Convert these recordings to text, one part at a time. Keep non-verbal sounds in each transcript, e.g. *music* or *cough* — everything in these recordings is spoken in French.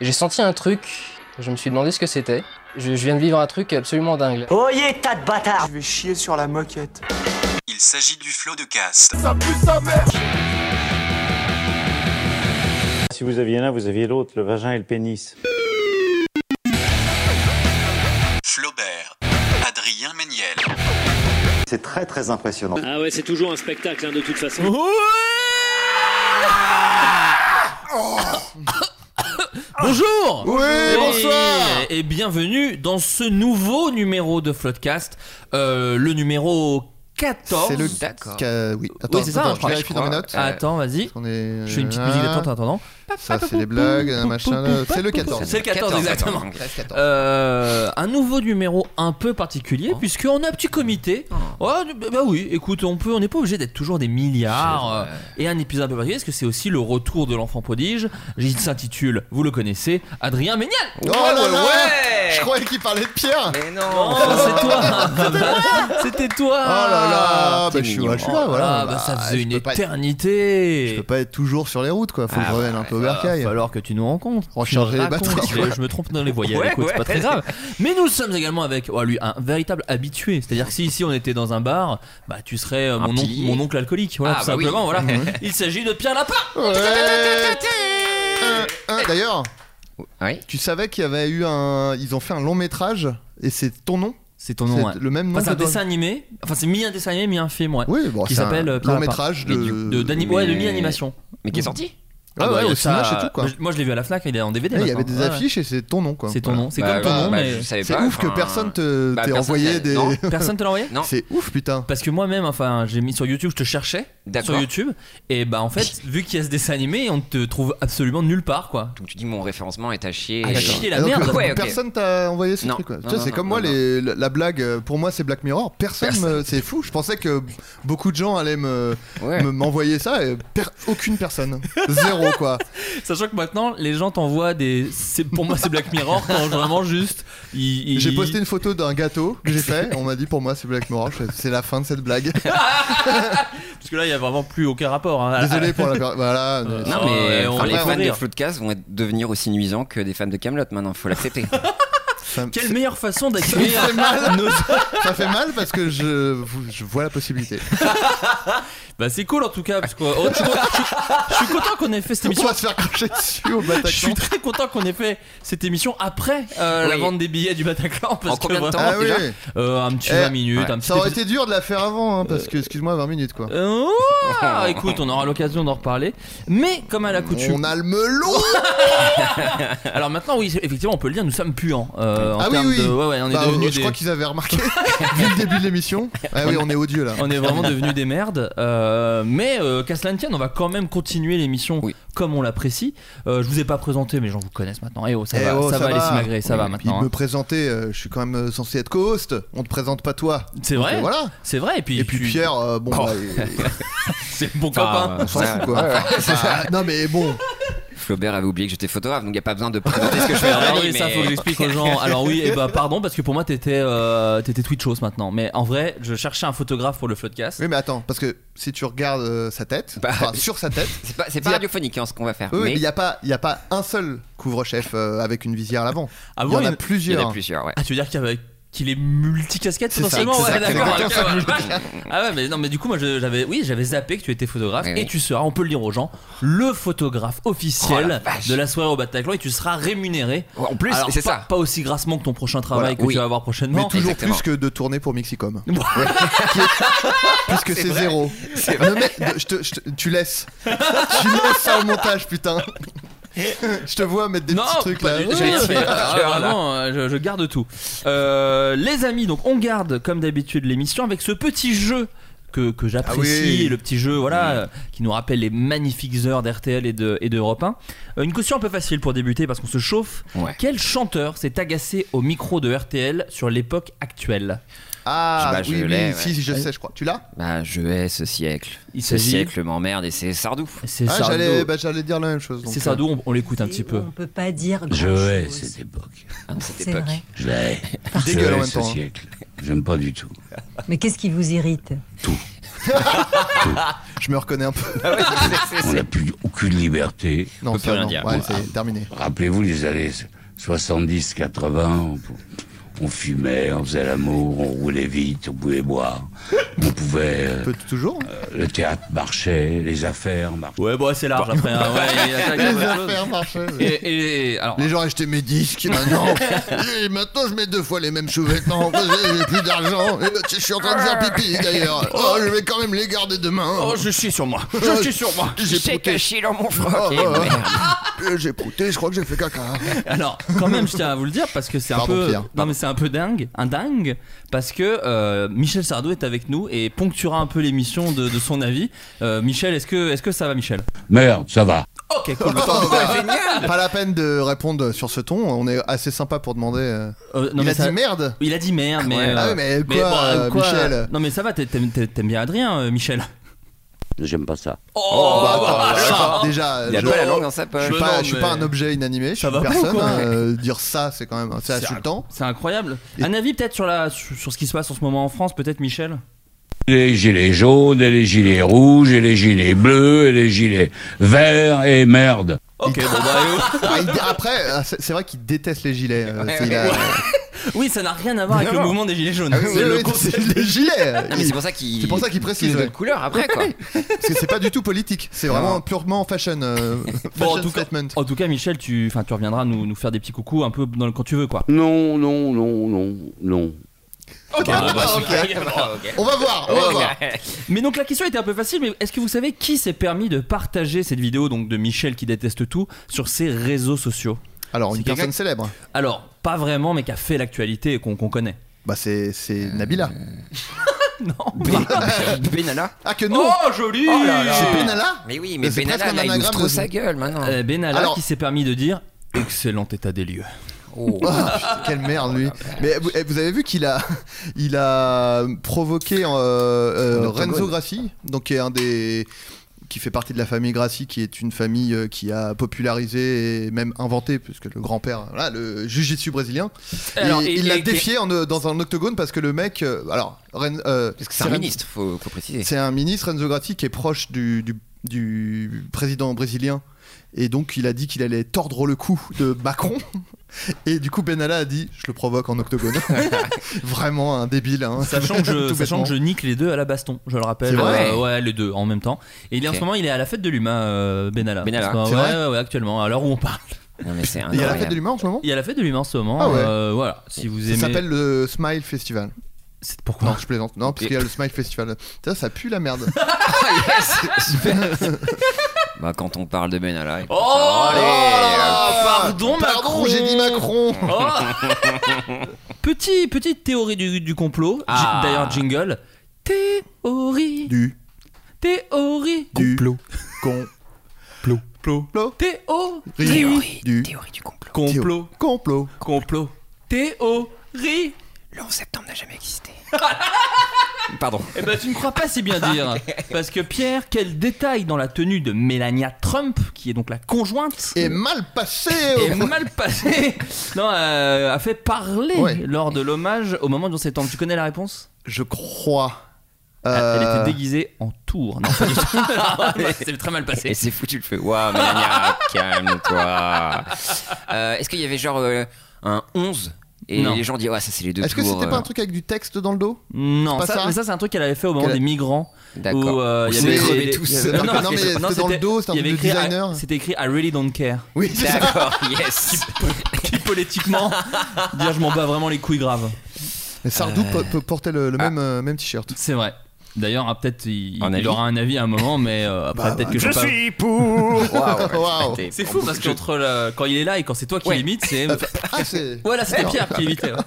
J'ai senti un truc, je me suis demandé ce que c'était. Je, je viens de vivre un truc absolument dingue. Oyez, tas de bâtards Je vais chier sur la moquette. Il s'agit du flot de cast. Si vous aviez l'un, vous aviez l'autre, le vagin et le pénis. Flaubert. Adrien Méniel. C'est très très impressionnant. Ah ouais, c'est toujours un spectacle hein, de toute façon. Bonjour Oui, bonsoir Et, et bienvenue dans ce nouveau numéro de Floodcast, euh, le numéro 14. C'est le. D'accord. ca- Oui, attends, Oui, c'est ça, attends, je je crois, vérifie je dans mes crois. notes. Ah, Attends, vas-y. On est. Je fais une petite musique Ah, d'attente en attendant. Ça, c'est des blagues, un machin. là. C'est le 14. C'est le 14, exactement. donc. 13, 14. Euh, un nouveau numéro un peu particulier puisqu'on a un petit comité. Oh, bah- bah oui, écoute, on peut, on n'est pas obligé d'être toujours des milliards. euh, et un épisode un peu particulier parce que c'est aussi le retour de l'enfant prodige. Il s'intitule, vous le connaissez, Adrien Méniel. Oh là là ouais. Je croyais qu'il parlait de Pierre Mais Oh, non *laughs* c'est toi. C'était toi. Oh là là Bah, je suis mignon. là, je suis là, voilà. Ah, bah, ça Bah, faisait je une peux pas être- éternité. Je peux pas être toujours sur les routes, quoi. Faut Ah, que je revienne un peu au bercail. Il va falloir que tu nous rencontres. On Tu nous changerait les racontes. batteries, quoi. Je- Je me trompe *laughs* dans les voyelles, Ouais, écoute, c'est pas ouais. très grave. Mais nous sommes également avec oh, lui, un véritable habitué. C'est-à-dire que si ici on était dans un bar, bah tu serais euh, Un mon, oncle- pilier. mon oncle alcoolique. Voilà, Ah, tout bah oui. simplement, voilà. Il s'agit de Pierre Lapin. Ouais. Euh, euh, D'ailleurs, Oui tu savais qu'il y avait eu un. Ils ont fait un long métrage et c'est ton nom C'est ton nom. C'est le même nom Enfin, c'est un que toi. dessin animé. Enfin, c'est mi un dessin animé, mi un film, ouais. Oui, bon, qui c'est un s'appelle euh, Pierre long Lapin. métrage Mais du- de, de. d'ani- ouais, de Mais- mi-animation. Mais qui est sorti Ah bah, ouais, il y a au cinéma, ça- c'est tout, quoi. Moi, je l'ai vu à la Flac, il est en DVD. Ouais, Eh, Il y maintenant. avait des Ouais, ouais. affiches et c'est ton nom, quoi. C'est ton nom, c'est Bah, comme ton bah, nom, bah, mais je savais C'est pas, ouf que enfin, personne te bah, t'ait personne envoyé savait. des. Non. personne te l'a *laughs* envoyé Non. C'est ouf, putain. Parce que moi-même, enfin, j'ai mis sur YouTube, je te cherchais D'accord. sur YouTube, et bah en fait, vu qu'il y a ce dessin animé, on te trouve absolument nulle part, quoi. Donc tu dis mon référencement est à chier. À Et- chier la Ah, donc, merde. euh, Ouais, ok. Personne t'a envoyé ce Non. truc. quoi. Non, Tu vois, non, c'est non, comme non, moi, non. les- la, la blague, euh, pour moi, c'est Black Mirror. Personne, Personne. me- c'est fou. Je pensais que beaucoup de gens allaient me Ouais. me- m'envoyer ça et per- aucune personne. Zéro, *laughs* quoi. Sachant que maintenant, les gens t'envoient des. c'est- Pour moi, c'est Black Mirror, quand vraiment juste. ils- ils- J'ai posté une photo d'un gâteau que j'ai fait. On m'a dit pour moi, c'est Black Mirror. Je fais, C'est la fin de cette *laughs* blague. Parce que là, il y a vraiment plus aucun rapport. hein. Désolé pour la. per- *laughs* Voilà. Euh, Non, Oh, mais ouais, on enfin, les les fans fournit. de Floodcast vont être- devenir aussi nuisants que des fans de Camelot maintenant, *laughs* faut l'accepter. ça, Quelle c'est- meilleure façon *laughs* d'accueillir nos ça fait mal parce que je, je vois la possibilité. Bah c'est cool en tout cas parce que oh, je, suis con- je suis- je suis content qu'on ait fait cette On émission. va se faire cracher dessus au Je suis Bataclan. très content qu'on ait fait cette émission après euh, la Oui. vente des billets du Bataclan parce En combien que de temps Ah oui, déjà Euh, un petit Eh, 20 minutes, ouais. un petit ça aurait épisode- été dur de la faire avant, hein, parce que, excuse-moi, 20 minutes quoi. Euh, ouah, écoute, on aura l'occasion d'en reparler. Mais comme à la coutume. On a le melon Alors maintenant, oui, effectivement, on peut le dire, nous sommes puants. euh, en Ah oui, termes oui. de. Ouais, ouais, on est Bah, devenus Je des. crois qu'ils *laughs* avaient remarqué vu le début de l'émission. Ah oui, on est odieux là. On est vraiment devenus des merdes. euh, mais euh, qu'à cela ne tienne, on va quand même continuer l'émission Oui. comme on l'apprécie. Euh, je vous ai pas présenté, mais les gens vous connaissent maintenant. Eh oh, ça Eh va, oh, ça, ça va, va. les simagrées, ça va Puis maintenant. me hein. présenter, euh, je suis quand même euh, censé être co-host. On te présente pas toi. hein. C'est Donc, vrai, euh, Voilà. c'est vrai. Et puis, Et puis tu- Pierre, euh, bon, Oh. bah, il- *laughs* c'est mon copain. Enfin, on s'en fout quoi. C'est ça. Non mais bon, Flaubert avait oublié que j'étais photographe, donc il n'y a pas besoin de présenter ce que je fais dans *laughs* la Alors vie, Ah, oui, ça euh, mais- *laughs* faut que j'explique aux gens. Alors oui, et bah pardon parce que pour moi t'étais euh, t'étais Twitchos maintenant. Mais en vrai, je cherchais un photographe pour le floodcast. oui mais attends, parce que si tu regardes euh, sa tête, Bah, enfin, mais- sur sa tête, C'est pas, c'est pas Il y a- radiophonique hein, ce qu'on va faire. oui, mais mais il n'y a, pas- il y a pas un seul couvre-chef euh, avec une visière à l'avant. Ah Il bon, y en a il- il y en plusieurs. a plusieurs, ouais. Ah tu veux dire qu'il y avait- qu'il est multicasquette C'est ça, potentiellement Oh, ouais, exactement. d'accord, C'est ok, ouais. Ah ouais mais non mais du coup moi je- j'avais oui j'avais zappé que tu étais photographe Oui, et oui. tu seras on peut le dire aux gens le photographe officiel Oh, la vache. de la soirée au Bataclan et tu seras rémunéré Ouais, En plus, Alors, c'est pas- ça. pas aussi grassement que ton prochain travail Voilà, que oui. tu vas avoir Mais prochainement toujours Exactement. Ah, plus que de tourner pour Mexicom. *laughs* Ouais. Puisque c'est *laughs* zéro. Non, mais, de- je te- je te- tu laisses. tu laisses ça au montage, *laughs* putain. je te vois mettre des non, petits trucs pas là. du bah, tout, j'ai rien fait. Ah, Voilà. vraiment, euh, je, je garde tout. Euh, les amis, donc on garde comme d'habitude l'émission avec ce petit jeu que, que j'apprécie, Ah oui. le petit jeu voilà euh, qui nous rappelle les magnifiques heures d'RTL et de et d'Europe 1. Euh, une question un peu facile pour débuter parce qu'on se chauffe. Ouais. Quel chanteur s'est agacé au micro de RTL sur l'époque actuelle Ah, Bah, je oui, oui, l'ai, si, ouais. si, je sais, je crois. Tu l'as Bah, je hais ce siècle. Il Ce s'agit- siècle m'emmerde et c'est Sardou. C'est Ah, Sardou. j'allais bah, j'allais dire la même chose. donc, C'est euh, Sardou, on, on l'écoute un petit peu. On peut pas dire Je hais cette grand-chose. époque. Ah, de cette C'est époque. vrai. Je la *laughs* hais. Je Dégueule hais en même ce temps, hein. siècle. J'aime pas du tout. Mais qu'est-ce qui vous irrite Je me reconnais un *laughs* peu. Ah ouais, c'est- c'est- On n'a plus aucune liberté. Non, peut ça, plus rien non. dire. Ouais, c'est terminé. Rappelez-vous les années 70, 80. On, on fumait, on faisait l'amour, on roulait vite, on pouvait boire. On pouvait. euh, Peut toujours. hein. le théâtre marchait, les affaires marchaient. Ouais, bon, c'est large après. hein. Ah, Ouais, *laughs* *laughs* il attaque Les la bonne chose. affaires marchaient. ouais. Et, et- alors, Les gens achetaient mes disques maintenant. *laughs* et maintenant je mets deux fois les mêmes sous-vêtements. parce que J'ai plus d'argent. Et ben, Je suis en train de faire pipi d'ailleurs. *laughs* Oh, je vais quand même les garder demain. Oh, je suis sur moi. Oh, Je suis sur moi. j'ai J'ai prouté. caché dans mon Oh, *laughs* froc. oh, Et oh. merde. Euh, J'ai prouté, je crois que j'ai fait caca. alors, quand même, je tiens à vous le dire parce que c'est un Pardon, peu, Pierre. non mais c'est un peu dingue, un dingue, parce que euh, Michel Sardou est avec nous et ponctuera un peu l'émission de, de son avis. Euh, Michel, est-ce que, est-ce que ça va, Michel Merde, ça va. Ok, cool. Oh, bah, Pas la peine de répondre sur ce ton. On est assez sympa pour demander. euh, Euh, non, Il mais a ça- dit merde. Il a dit merde, mais. Ah euh, ouais, mais quoi, bon, euh, quoi, Michel euh, Non, mais ça va, t'aimes- t'aimes t'aimes bien Adrien, euh, Michel J'aime pas ça. Oh, Bah, attends, attends, déjà, Il a je- pas la langue dans sa je poche. suis Mais pas, non, je suis mais- pas un objet inanimé, je suis Ça va une pas ou personne. quoi euh, dire ça, c'est quand même c'est C'est insultant. C'est incroyable. Un avis peut-être sur, la- sur sur ce qui se passe en ce moment en France, peut-être, Michel Les gilets jaunes, et les gilets rouges, et les gilets bleus, et les gilets verts, et merde. Ok, bon, bah, et où Ah, il- Après, euh, c'est c'est vrai qu'il déteste les gilets. euh, Ouais, c'est- il a- Oui, ça n'a rien à voir avec le mouvement des Gilets jaunes. Ah oui, oui, C'est le oui, concept. c'est les gilets. Ah, mais c'est pour ça qu'il. C'est pour ça qu'il précise, Il donne ouais. couleur après *laughs* quoi. Parce que c'est pas du tout politique, c'est vraiment purement fashion, euh, Bon, en fashion tout cas- statement. En tout cas, Michel, tu, enfin, tu reviendras nous, nous faire des petits coucous un peu dans le- quand tu veux, quoi. Non, *laughs* non, non, non, non. Ok, Ah, bah, *laughs* On va voir, on va voir. Mais donc la question était un peu facile, mais est-ce que vous savez qui s'est permis de partager cette vidéo donc de Michel qui déteste tout sur ses réseaux sociaux Alors, une C'est quelqu'un personne célèbre. Alors, pas vraiment, mais qui a fait l'actualité et qu'on qu'on connaît. Bah, c'est c'est Euh, *laughs* Nabila. *laughs* Non. Benalla. Ah, que non Oh joli Oh là là. C'est Benalla Mais oui, Mais mais c'est Benalla presque un là, il ouvre anagramme trop de- sa gueule maintenant. Euh, Benalla Alors- qui s'est permis de dire excellent état des lieux. Oh. *laughs* Ah, putain, Quelle merde, lui. Mais vous, eh, vous avez vu qu'il a, *laughs* il a provoqué euh, euh, Un octogone. Renzo Grassi, donc qui est un des qui fait partie de la famille Grassi, qui est une famille euh, qui a popularisé et même inventé, puisque le grand-père, voilà, le jiu-jitsu brésilien, Alors, il- et- il l'a et- défié en, euh, dans un octogone parce que le mec, euh, alors, Ren- euh, Parce que c'est un Ren- ministre, faut, faut préciser. C'est un ministre, Renzo Grassi, qui est proche du, du- du président brésilien. Et donc, il a dit qu'il allait tordre le cou de Macron. Et du coup, Benalla a dit Je le provoque en octogone. Vraiment un débile. hein. Sachant que, je, *laughs* Tout sachant bêtement. que je nique les deux à la baston, je le rappelle. C'est vrai Euh, ouais, les deux en même temps. Et il est en Ok. ce moment, il est à la fête de l'humain, euh, Benalla. Benalla. Parce que- C'est ouais, vrai ouais, ouais, actuellement, à l'heure où on parle. Non mais c'est *laughs* Il y a la fête de incroyable. l'humain en ce moment Il y a la fête de l'humain en ce moment. Ah ouais. euh, voilà, si Ah, vous Ça aimez. Ah. s'appelle le Smile Festival. C'est- Non, Pourquoi je plaisante. Non, parce qu'il y a le Smile Festival. Ça, ça pue *laughs* la merde. Ah, *laughs* Bah quand on parle de Benalla. écoute, Oh, ça va, là allez, là. pardon, Macron. euh, Pardon, j'ai dit Macron. Oh. *laughs* Petit, petite théorie du, du complot. J- Ah. D'ailleurs, jingle. Théorie. Du, Théorie. du, con, Complot. Plo. Théorie. ri, Théorie. du, Théorie du complot. Complot. complot. Complot. Théorie. Le 11 septembre n'a jamais existé. euh, Pardon. Eh ben, tu ne crois pas si bien *laughs* dire. Parce que Pierre, quel détail dans la tenue de Melania Trump, qui est donc la conjointe. Et mal passé est au mal passé *laughs* Non, euh, a fait parler Ouais. lors de l'hommage au moment de septembre. Tu connais la réponse Je crois. Ah, Elle Euh, Ah était déguisée en tour. Non, pas du *laughs* tout. C'est très mal Et passé. c'est foutu le feu. Waouh, *laughs* Mélania, calme-toi. Euh, Est-ce qu'il y avait genre euh, un 11 et Non. les gens disent, ouais, ça c'est les deux Est-ce que tours, c'était pas euh, un truc avec du texte dans le dos Non, C'est pas ça, ça mais ça c'est un truc qu'elle avait fait au moment Qu'elle a- des migrants. D'accord. où, euh, il y Vous avait les crevez des- tous. il y avait- Non, mais parce que- c'était dans le dos, c'est un il y avait truc de écrit, ah, designer. I- C'était écrit I really don't *laughs* care. Oui, c'est ça. *laughs* D'accord, yes. Qui politiquement dire je m'en bats vraiment les couilles graves. Mais Sardou po- po- portait le, le Ah. même, euh, même t-shirt. C'est vrai. D'ailleurs, ah, peut-être il, Un il avis aura un avis à un moment, mais euh, après Bah, peut-être que je, sais pas- pour. Waouh. C'est fou parce qu'entre le- quand il est là et quand c'est toi qui Ouais. l'imites, *laughs* c'est *laughs* Ah, c'est. voilà c'était Pierre qui hein. l'imitait. ouais.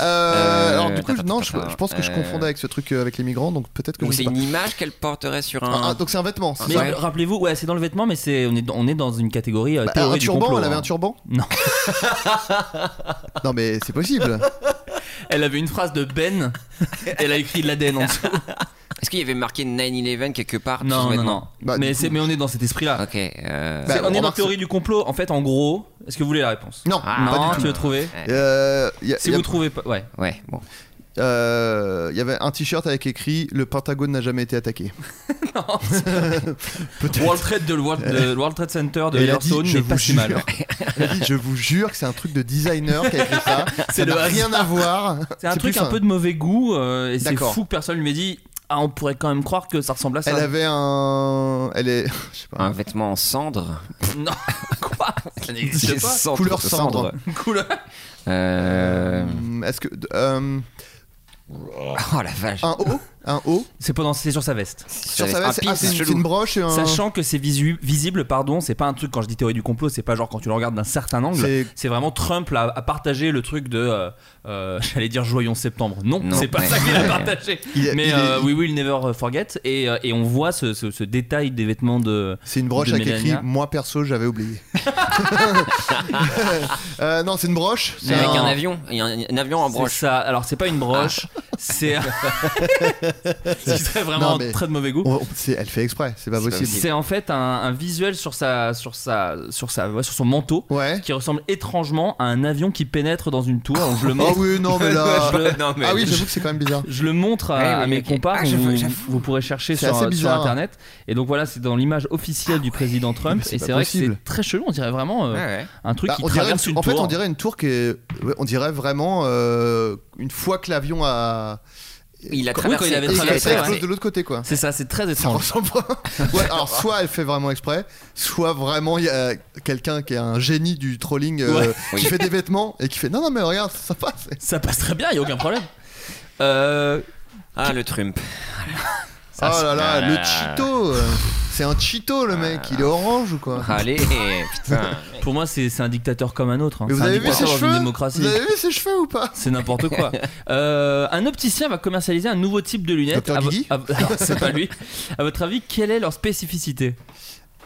Euh, alors, du coup, je- non, je, je pense que je euh, confondais avec ce truc euh, avec les migrants, donc peut-être que Donc je c'est sais une pas. image qu'elle porterait sur Ah, un. ah, donc c'est un vêtement, c'est Mais ça Ouais. rappelez-vous, ouais, c'est dans le vêtement, mais c'est on est on est dans une catégorie euh, Bah, théorie du Un *laughs* turban, *laughs* complot, elle avait hein. un turban Non. Non, mais c'est possible. Elle avait une phrase de *laughs* Ben. Elle a écrit de l'ADN en dessous. *laughs* Est-ce qu'il y avait marqué 9-11 quelque part sur ce Non, non, vêtement non. Bah, mais, du c'est, mais on est dans cet esprit-là. Ok. euh, Bah, C'est- on est dans la remarque, théorie du complot. En fait, en gros, est-ce que vous voulez la réponse Non, Ah, pas Non, du tout. tu veux trouver Euh, y a- Si y a- vous trouvez pas. *laughs* Ouais. Ouais, bon. euh, y avait un t-shirt avec écrit Le Pentagone n'a jamais été attaqué. *laughs* World Trade de le World, de- le World Trade Center de Et il a dit, Yellowstone je n'est pas vous si mal. jure. Il a dit, je vous jure que c'est un truc de designer qui a écrit ça. *laughs* C'est Ça le n'a hasard. rien à *laughs* voir. *laughs* C'est un truc plus un fin. peu de mauvais goût euh, et c'est D'accord. fou que personne lui m'ait dit ah on pourrait quand même croire que ça ressemble à ça. Elle avait un. Elle est. *laughs* Je sais pas. Un vêtement en cendre. Non quoi *laughs* Ça n'existe pas. Cendre, Couleur cendre. Couleur. Euh... Hum, Est-ce que. euh, Oh la vache. un haut Un haut C'est pas dans- c'est sur sa veste. Sur Ça sa va être veste un Ah, c'est pif, une, c'est chelou. une broche et un. Sachant que c'est visu- visible, pardon, c'est pas un truc quand je dis théorie du complot, c'est pas genre quand tu le regardes d'un certain angle. C'est- C'est vraiment Trump là, a partagé le truc de, euh, euh, *laughs* j'allais dire joyons septembre. Non, Non, c'est pas ouais. ça qu'il a partagé. il- Mais il est- euh, We Will Never Forget et, euh, et on voit ce, ce- ce détail des vêtements de. C'est une broche de avec Mélania. écrit Moi perso, *laughs* j'avais oublié. Euh, non, c'est une broche. Mais C'est avec un- un avion. Il y a un, un avion en C'est broche. ça. Alors c'est pas une broche, c'est. *laughs* *laughs* Ce qui serait vraiment Ah. Non, mais- très de mauvais goût. On- on- Oh, c'est- Elle fait exprès, c'est pas C'est pas possible. C'est en fait un, un visuel sur sa, sur sa, sur sa, ouais, sur son manteau Ouais. qui ressemble étrangement à un avion qui pénètre dans une tour. Donc, je le Ah montre. oui, non, *laughs* mais *laughs* là. non, mais... Ah oui, j'avoue que c'est quand même bizarre. Je le montre à, Ouais, ouais, à mes ok. compas, Ah, j'avoue, vous, j'avoue. vous pourrez chercher C'est sur, assez sur bizarre. hein. Ah internet. Et donc voilà, c'est dans l'image officielle du président Trump. Mais c'est Et pas c'est vrai que possible. c'est très chelou, on dirait vraiment euh, Ouais, ouais. un truc Bah, qui on dirait traverse une- une, en tour. hein. fait, on dirait une tour qui est. ouais, on dirait vraiment euh, une fois que l'avion a. Il a Quand- oui, traversé. quand il avait et que traversé, ça explose ouais. de l'autre côté, quoi. C'est ça, c'est très Ça étrange. ressemble pas. *laughs* Ouais, alors soit elle fait vraiment exprès, soit vraiment il y a quelqu'un qui est un génie du trolling euh, Ouais. qui fait des vêtements et qui fait non non mais regarde ça passe. Ça passe très bien, il n'y a aucun problème. Euh, Ah, le Trump. oh là là, ah le là. Cheeto, euh, c'est un Cheeto Ah. le mec, il est orange ou quoi Allez, putain. pour moi, c'est c'est un dictateur comme un autre. hein. Mais vous C'est un avez vu ses dictateur dans une cheveux démocratie. Vous avez vu ses cheveux ou pas C'est n'importe *laughs* quoi. Euh, un opticien va commercialiser un nouveau type de lunettes. Dr. À vo- Guigui à vo- *laughs* Alors, c'est pas lui. À votre avis, quelle est leur spécificité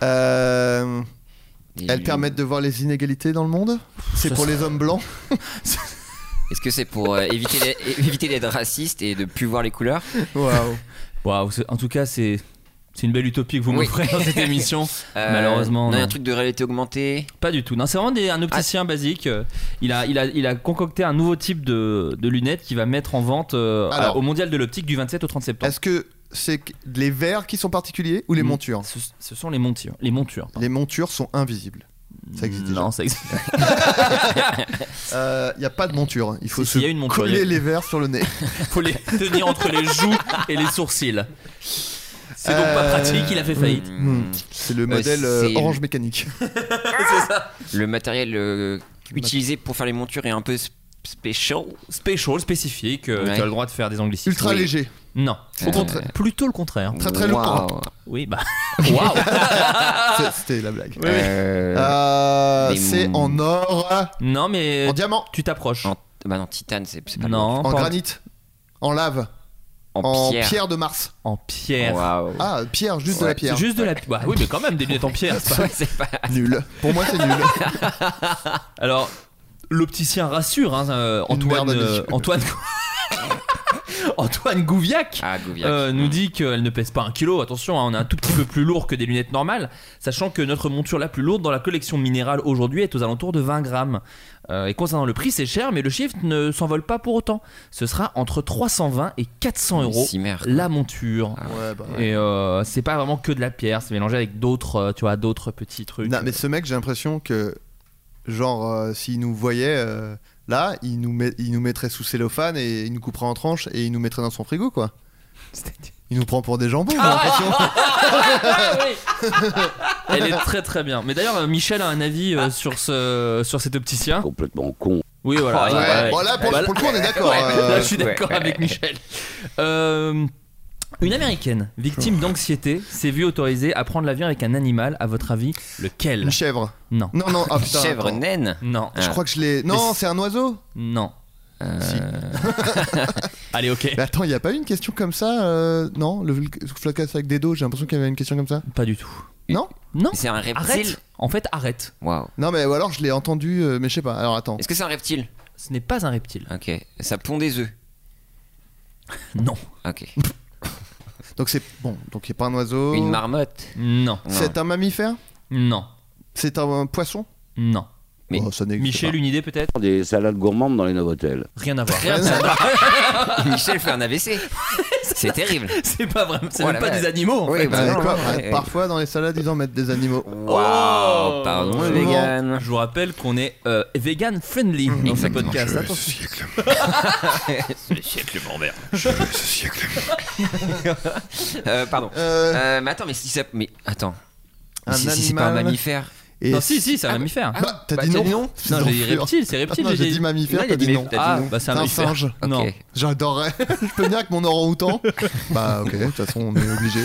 euh, Des Elles lunes. permettent de voir les inégalités dans le monde C'est Ça pour les hommes blancs Est-ce que c'est pour euh, éviter les- *laughs* é- éviter d'être raciste et de plus voir les couleurs Waouh. *laughs* Waouh, c'est- en tout cas, c'est c'est une belle utopie que vous Oui. m'offrez dans *laughs* cette émission. Euh, Malheureusement, Non, il y a non. un truc de réalité augmentée. Pas du tout. Non, c'est vraiment des- un Ah. opticien basique. Euh, Il a, il, a, il a concocté un nouveau type de, de lunettes qu'il va mettre en vente euh, à- Alors. au mondial de l'optique du 27 au 30 septembre. Est-ce que c'est que les verres qui sont particuliers ou les Mm. montures Ce, ce sont les montures. Les montures. pardon. Les montures sont invisibles. Ça existe déjà. Non, ça existe. *laughs* Il n'y a pas de monture. Il faut Si, se si, y a une monture, y coller a- les verres sur le nez. Faut les tenir entre les joues et les sourcils. C'est donc pas Euh, pratique, il a fait faillite. Hmm. C'est le modèle euh, c'est- orange mécanique. Le matériel euh, utilisé pour faire les montures est un peu sp- special. Special, spécifique, euh, Ouais. tu as le droit de faire des anglicismes. Ultra Oui. léger. Non. Au contraire. Plutôt le contraire. Très, très Waouh. Oui, *laughs* bah. Waouh C'est- C'était la blague. Euh, Euh, Des c'est mou- en or, euh, Non, mais. en diamant, Tu t'approches. En- Bah non, titane, c'est c'est pas le Non, en, pas granit, en lave, mot. en, En pierre. pierre. de Mars. en pierre. Waouh. Ah, pierre, juste de Ouais. la pierre. Juste de la. Bah, oui, mais quand même, des lunettes en pierre. c'est pas- Ouais, c'est pas- Nul. Pour moi, c'est nul. *laughs* Alors, l'opticien rassure, hein, euh, Une Antoine. merde à mes euh, yeux. Antoine. *laughs* Antoine Gouviac. Ah, Gouviac. Euh, nous dit qu'elle ne pèse pas un kilo. Attention, hein, on est un tout petit peu plus lourd que des lunettes normales, sachant que notre monture la plus lourde dans la collection minérale aujourd'hui est aux alentours de 20 grammes. Euh, et concernant le prix, c'est cher, mais le chiffre ne s'envole pas pour autant. Ce sera entre 320 et 400 euros Cimer, quoi. la monture. Ah, Ouais, bah. Et euh, c'est pas vraiment que de la pierre, c'est mélangé avec d'autres, euh, tu vois, d'autres petits trucs. Non, *laughs* mais ce mec, j'ai l'impression que, genre, euh, s'il nous voyait euh, là, il nous, met- il nous mettrait sous cellophane et il nous couperait en tranches et il nous mettrait dans son frigo, quoi. Il nous prend pour des jambons, j'ai Ah, l'impression. Elle est très très bien. Mais d'ailleurs, euh, Michel a un avis euh, sur ce, sur cet opticien. Complètement con. Oui, voilà. Ouais, Ouais. Bon, là, pour, Bah, pour le coup, on est d'accord. *laughs* euh, Là, je suis ouais. d'accord avec Michel. Euh, une américaine victime d'anxiété s'est vue autorisée à prendre l'avion avec un animal. À votre avis, lequel Une chèvre. Non. Non, non, ah putain. Chèvre attends. naine. Non. Je crois que je l'ai. Non, Mais- c'est un *laughs* oiseau. Non. Euh, Si. *laughs* Bah. Allez, ok. Mais attends, il n'y a pas eu une question comme ça euh, Non, le vulc- flacasse avec des dos, j'ai l'impression qu'il y avait une question comme ça. Pas du tout. Non Non. C'est un reptile. Arrête. En fait, arrête. Waouh. Non, mais ou alors je l'ai entendu, euh, mais je sais pas. Alors attends. Est-ce que c'est un reptile Ce n'est pas un reptile. Ok. Ça pond des œufs. Non. Ok. Donc c'est bon, donc il n'est pas un oiseau. Une marmotte. Non. Non. C'est un mammifère Non. C'est un, un poisson Non. Mais- Oh, ça n'existe Michel, pas. une idée peut-être Des salades gourmandes dans les Novotel. Rien à voir. *laughs* Michel fait *laughs* un AVC. C'est terrible. *laughs* c'est pas vrai. C'est Oh même la pas vache. des animaux. en Oui, fait. bah, Vous savez non, quoi non, Ouais, ouais. Parfois dans les salades ils en mettent des animaux. Waouh, pardon, Ouais, je suis non. *laughs* vegan. Je vous rappelle qu'on est euh, vegan friendly dans ce Exactement. podcast. Le Attention. siècle, *laughs* le siècle. Euh, pardon. Euh, Euh, mais attends, mais si ça. Mais attends. Un si, si c'est pas un animal. mammifère. et Non, si, si, c'est un mammifère. Bah, t'as bah, dit t'as non. dit C'est Non, j'ai dans dit le- reptile, c'est reptile. non, j'ai dit mammifère, Là, il t'as a dit dit mais- non. t'as Ah, dit non. Bah, c'est C'est un un mammifère. singe. Ok. Non. J'adorais. *laughs* Je peux venir avec mon orang-outan. bah ok, de toute façon on est obligé.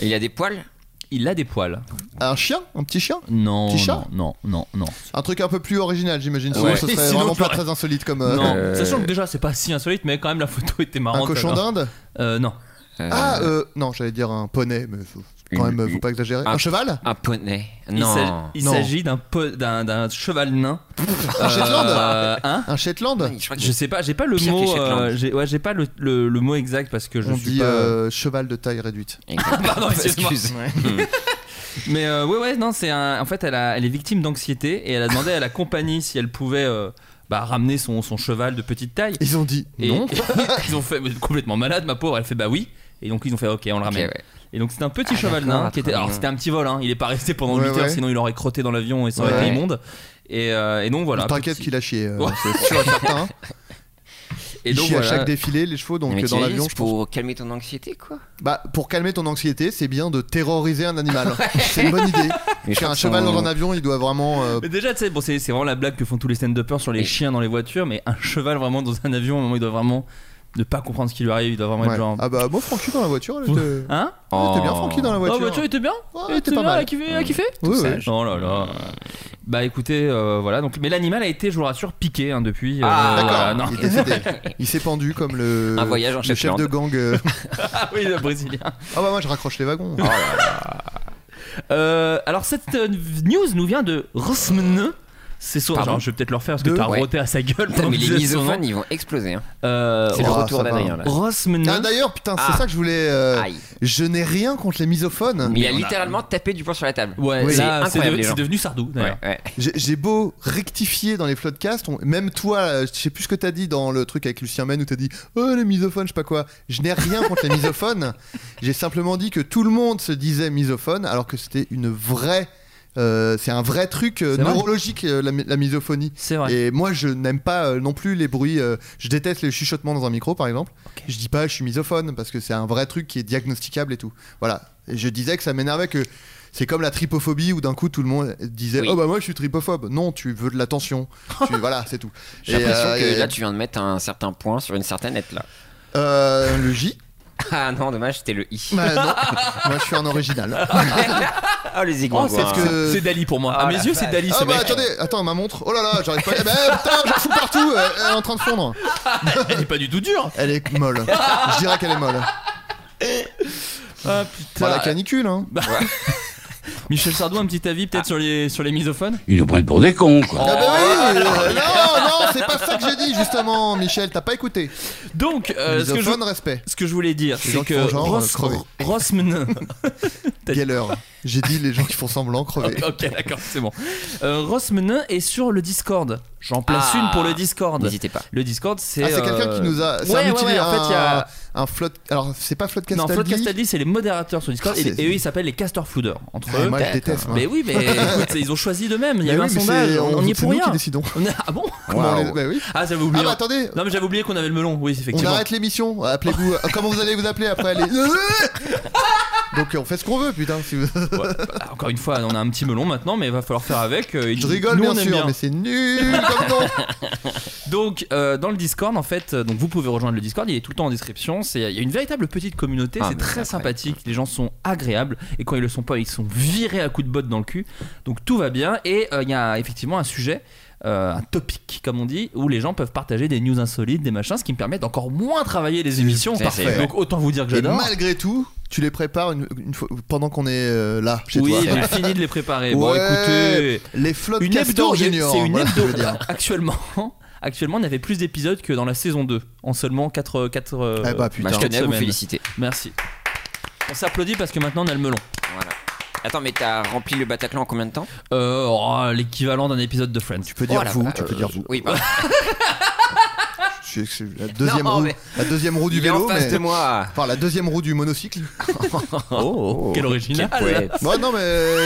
Il a des poils Il a des poils. Un chien, un petit chien, Non. Petit Non, chat non, non, non. un truc un peu plus original j'imagine. Sinon Ouais. ce Et serait sinon, vraiment pas j'aurais- très insolite comme. euh, Non, Euh, sachant que déjà c'est pas si insolite, mais quand même la photo était marrante. Un cochon alors. d'Inde Euh, Non. Euh, Ah, euh, non, j'allais dire un poney, mais faut- quand Une- même, faut une- pas exagérer. un- Un cheval Un poney. Il s'ag- Non. Il Non. s'agit d'un po- d'un d'un cheval nain. *laughs* Un Shetland Euh, hein Un Shetland Ah, Je crois que Je sais pas, j'ai pas le Pire que mot. Shetland. euh, j'ai- ouais, j'ai pas le, le- le mot exact parce que je On suis dit pas. *laughs* euh, cheval de taille réduite. *laughs* *laughs* Pardon, excuse-moi. Excuse. Mais euh, ouais, ouais, non, c'est un. En fait, elle, a- elle est victime d'anxiété et elle a demandé à la compagnie si elle pouvait euh, bah, ramener son, son cheval de petite taille. Ils ont dit Et non. *laughs* ils ont fait mais complètement malade, ma pauvre. Elle fait bah oui. Et donc ils ont fait ok, on le Ok, ramène. ouais. Et donc c'était un petit Ah, cheval d'accord, nain qui était. très Alors bien. c'était un petit vol, hein. Il est pas resté pendant Ouais, 8 heures, ouais. sinon il aurait crotté dans l'avion et ça aurait Ouais. été immonde. Et, euh, et donc voilà. T'inquiète petit- qu'il a chié, euh, Ouais. c'est sûr et certain. *laughs* Et Il donc chie à voilà. chaque défilé, les chevaux, donc Mais euh, dans t'imagines, l'avion, c'est je pense. pour calmer ton anxiété, quoi. Bah, pour calmer ton anxiété, c'est bien de terroriser un animal. *laughs* c'est une *laughs* bonne idée. Mais je Parce qu'un crois que cheval son- dans un avion, il doit vraiment. euh, Mais déjà, tu sais, bon, c'est c'est vraiment la blague que font tous les stand-uppers sur les chiens dans les voitures, mais un cheval vraiment dans un avion, à un moment, il doit vraiment ne pas comprendre ce qui lui arrive, il doit vraiment ouais. être genre. Ah bah, moi, Francky dans la voiture, elle était, elle Ah. était Hein bien, Francky dans la Oh, voiture. voiture, il était bien Il Ouais, elle était était bien, pas elle a mal. kiffé, elle a kiffé Oui, oui. Oh là là. Bah écoutez, euh, voilà. Donc, mais l'animal a été, je vous rassure, piqué hein, depuis. euh, Ah, voilà, non. *laughs* D'accord, il est décédé. Il s'est pendu comme le, Un voyage en le chef Shetland. de gang. euh. *laughs* Ah oui, le Brésilien. Ah bah, moi, je raccroche les wagons. Euh, alors cette euh, news nous vient de Rosmne. C'est son. Pardon Genre, je vais peut-être le refaire parce que De- t'as Ouais. roté à sa gueule. Oh. Putain, pendant mais que je les disais son nom. misophones, ils vont exploser. hein. Euh, C'est le Oh, retour ça va. d'Adrien, là. Rosmne. Ah, d'ailleurs, putain, Ah. c'est ça que je voulais. euh, Aïe. Je n'ai rien contre les misophones. Mais il a on a- littéralement tapé du poing sur la table. Ouais, Oui. là, C'est c'est incroyable, de- les c'est gens. devenu Sardou. Ouais, d'ailleurs. ouais. J'ai j'ai beau rectifier dans les podcasts, on- même toi, euh, je sais plus ce que t'as dit dans le truc avec Lucien Mène où t'as dit Oh les misophones, je sais pas quoi. Je n'ai rien contre les *laughs* misophones. J'ai simplement dit que tout le monde se disait misophone alors que c'était une vraie. euh, c'est un vrai truc euh, C'est vrai. neurologique euh, la, mi- la misophonie. C'est vrai. Et moi je n'aime pas euh, non plus les bruits. euh, je déteste les chuchotements dans un micro par exemple. Je dis pas je suis misophone parce que c'est un vrai truc qui est diagnosticable et tout. Voilà. Et je disais que ça m'énervait que c'est comme la tripophobie où d'un coup tout le monde disait Oui. Oh bah moi je suis tripophobe. Non, tu veux de l'attention. *laughs* Tu- voilà, c'est tout. J'ai l'impression Et, euh, que et- là, tu viens de mettre un certain point sur une certaine *laughs* lettre, là. euh, le J Ah non, dommage, c'était le i. *laughs* Bah non, moi je suis un original. Ah, les Oh, zigouins. c'est parce que- c'est- c'est Dali pour moi. à mes la yeux, c'est vache. Dali. Ah ce bah mec. attendez, attends ma montre. Oh là là, j'arrive pas. Eh ben putain, j'en fous partout. Elle, elle est en train de fondre. Elle est pas du tout *laughs* dure. Elle est molle. Je dirais qu'elle est molle. Ah Bah, la putain. canicule hein. Michel Sardou, un petit avis peut-être sur les sur les misophones. Ils nous prennent pour des cons, quoi. Ah bah oui. euh, non, non, c'est pas ça que j'ai dit justement, Michel. T'as pas écouté. Donc, euh, ce que je Misophone, respect. ce que je voulais dire, Les c'est gens qui que font genre, euh, Ros- crever. Rosmne. *laughs* T'as dit- Geller. J'ai dit les gens qui font semblant crever. Ok, ok, d'accord, c'est bon. Euh, Rosmne est sur le Discord. J'en place Ah. une pour le Discord. N'hésitez pas. Le Discord, c'est. Ah, c'est euh, quelqu'un qui nous a. C'est ouais, un ouais, outil, ouais, en fait, il y a- un, un flotte. Alors, c'est pas flotte Non, Castaldi. Flood Castaldi, c'est les modérateurs sur Discord. Ah, Et, c'est- et eux, ils s'appellent les casteurs floudeurs. Entre Ouais, eux. moi, je déteste. moi. Mais oui, *laughs* mais écoute, ils ont choisi d'eux-mêmes. Il y a Mais eu un oui, mais sondage. c'est- On y est c'est pour nous qui rien. décidons. On a- *laughs* Ah bon Comment on Waouh. les- bah oui. Ah, j'avais Ah oublié. bah attendez, Non, mais j'avais oublié qu'on avait le melon. Oui, on effectivement. arrête l'émission. Appelez-vous. Ah, Comment vous allez vous appeler *laughs* après les... Donc on fait ce qu'on veut, putain. si vous- Ouais, bah, encore une fois, on a un petit melon maintenant, mais il va falloir faire avec. euh, il- Je rigole nous, bien on aime sûr, mais c'est nul comme nom. Donc, euh, dans le Discord, en fait, euh, donc vous pouvez rejoindre le Discord, il est tout le temps en description. C'est- Il y a une véritable petite communauté, Ah, c'est mais très c'est sympathique, les gens sont agréables, et quand ils le sont pas, ils sont virés à coups de botte dans le cul. Donc tout va bien, et euh, il y a effectivement un sujet. euh, un topic comme on dit où les gens peuvent partager des news insolites des machins ce qui me permet d'encore moins travailler les émissions c'est- c'est donc autant vous dire que Et *laughs* j'adore malgré tout, tu les prépares une, une fois, pendant qu'on est euh, là chez oui toi. j'ai fini de les préparer bon Ouais. écoutez Les flottes une hebdo Castor Junior. c'est une voilà ce que hebdo je veux dire. actuellement *laughs* actuellement, on avait plus d'épisodes que dans la saison 2, en seulement 4, 4 Eh bah, putain. Bah, je tenais à vous semaine. féliciter. Merci. On s'applaudit parce que maintenant on a le melon. Voilà. Attends, mais t'as rempli le Bataclan en combien de temps Euh, oh, L'équivalent d'un épisode de Friends. Tu peux dire Oh la vous, vache. tu peux dire vous. Oui, bah, Je suis- je suis la deuxième Non, roue, mais- la deuxième roue du il est en vélo, face mais- de moi. Enfin, la deuxième roue du monocycle. Oh, quel original Ouais. Ouais, non, mais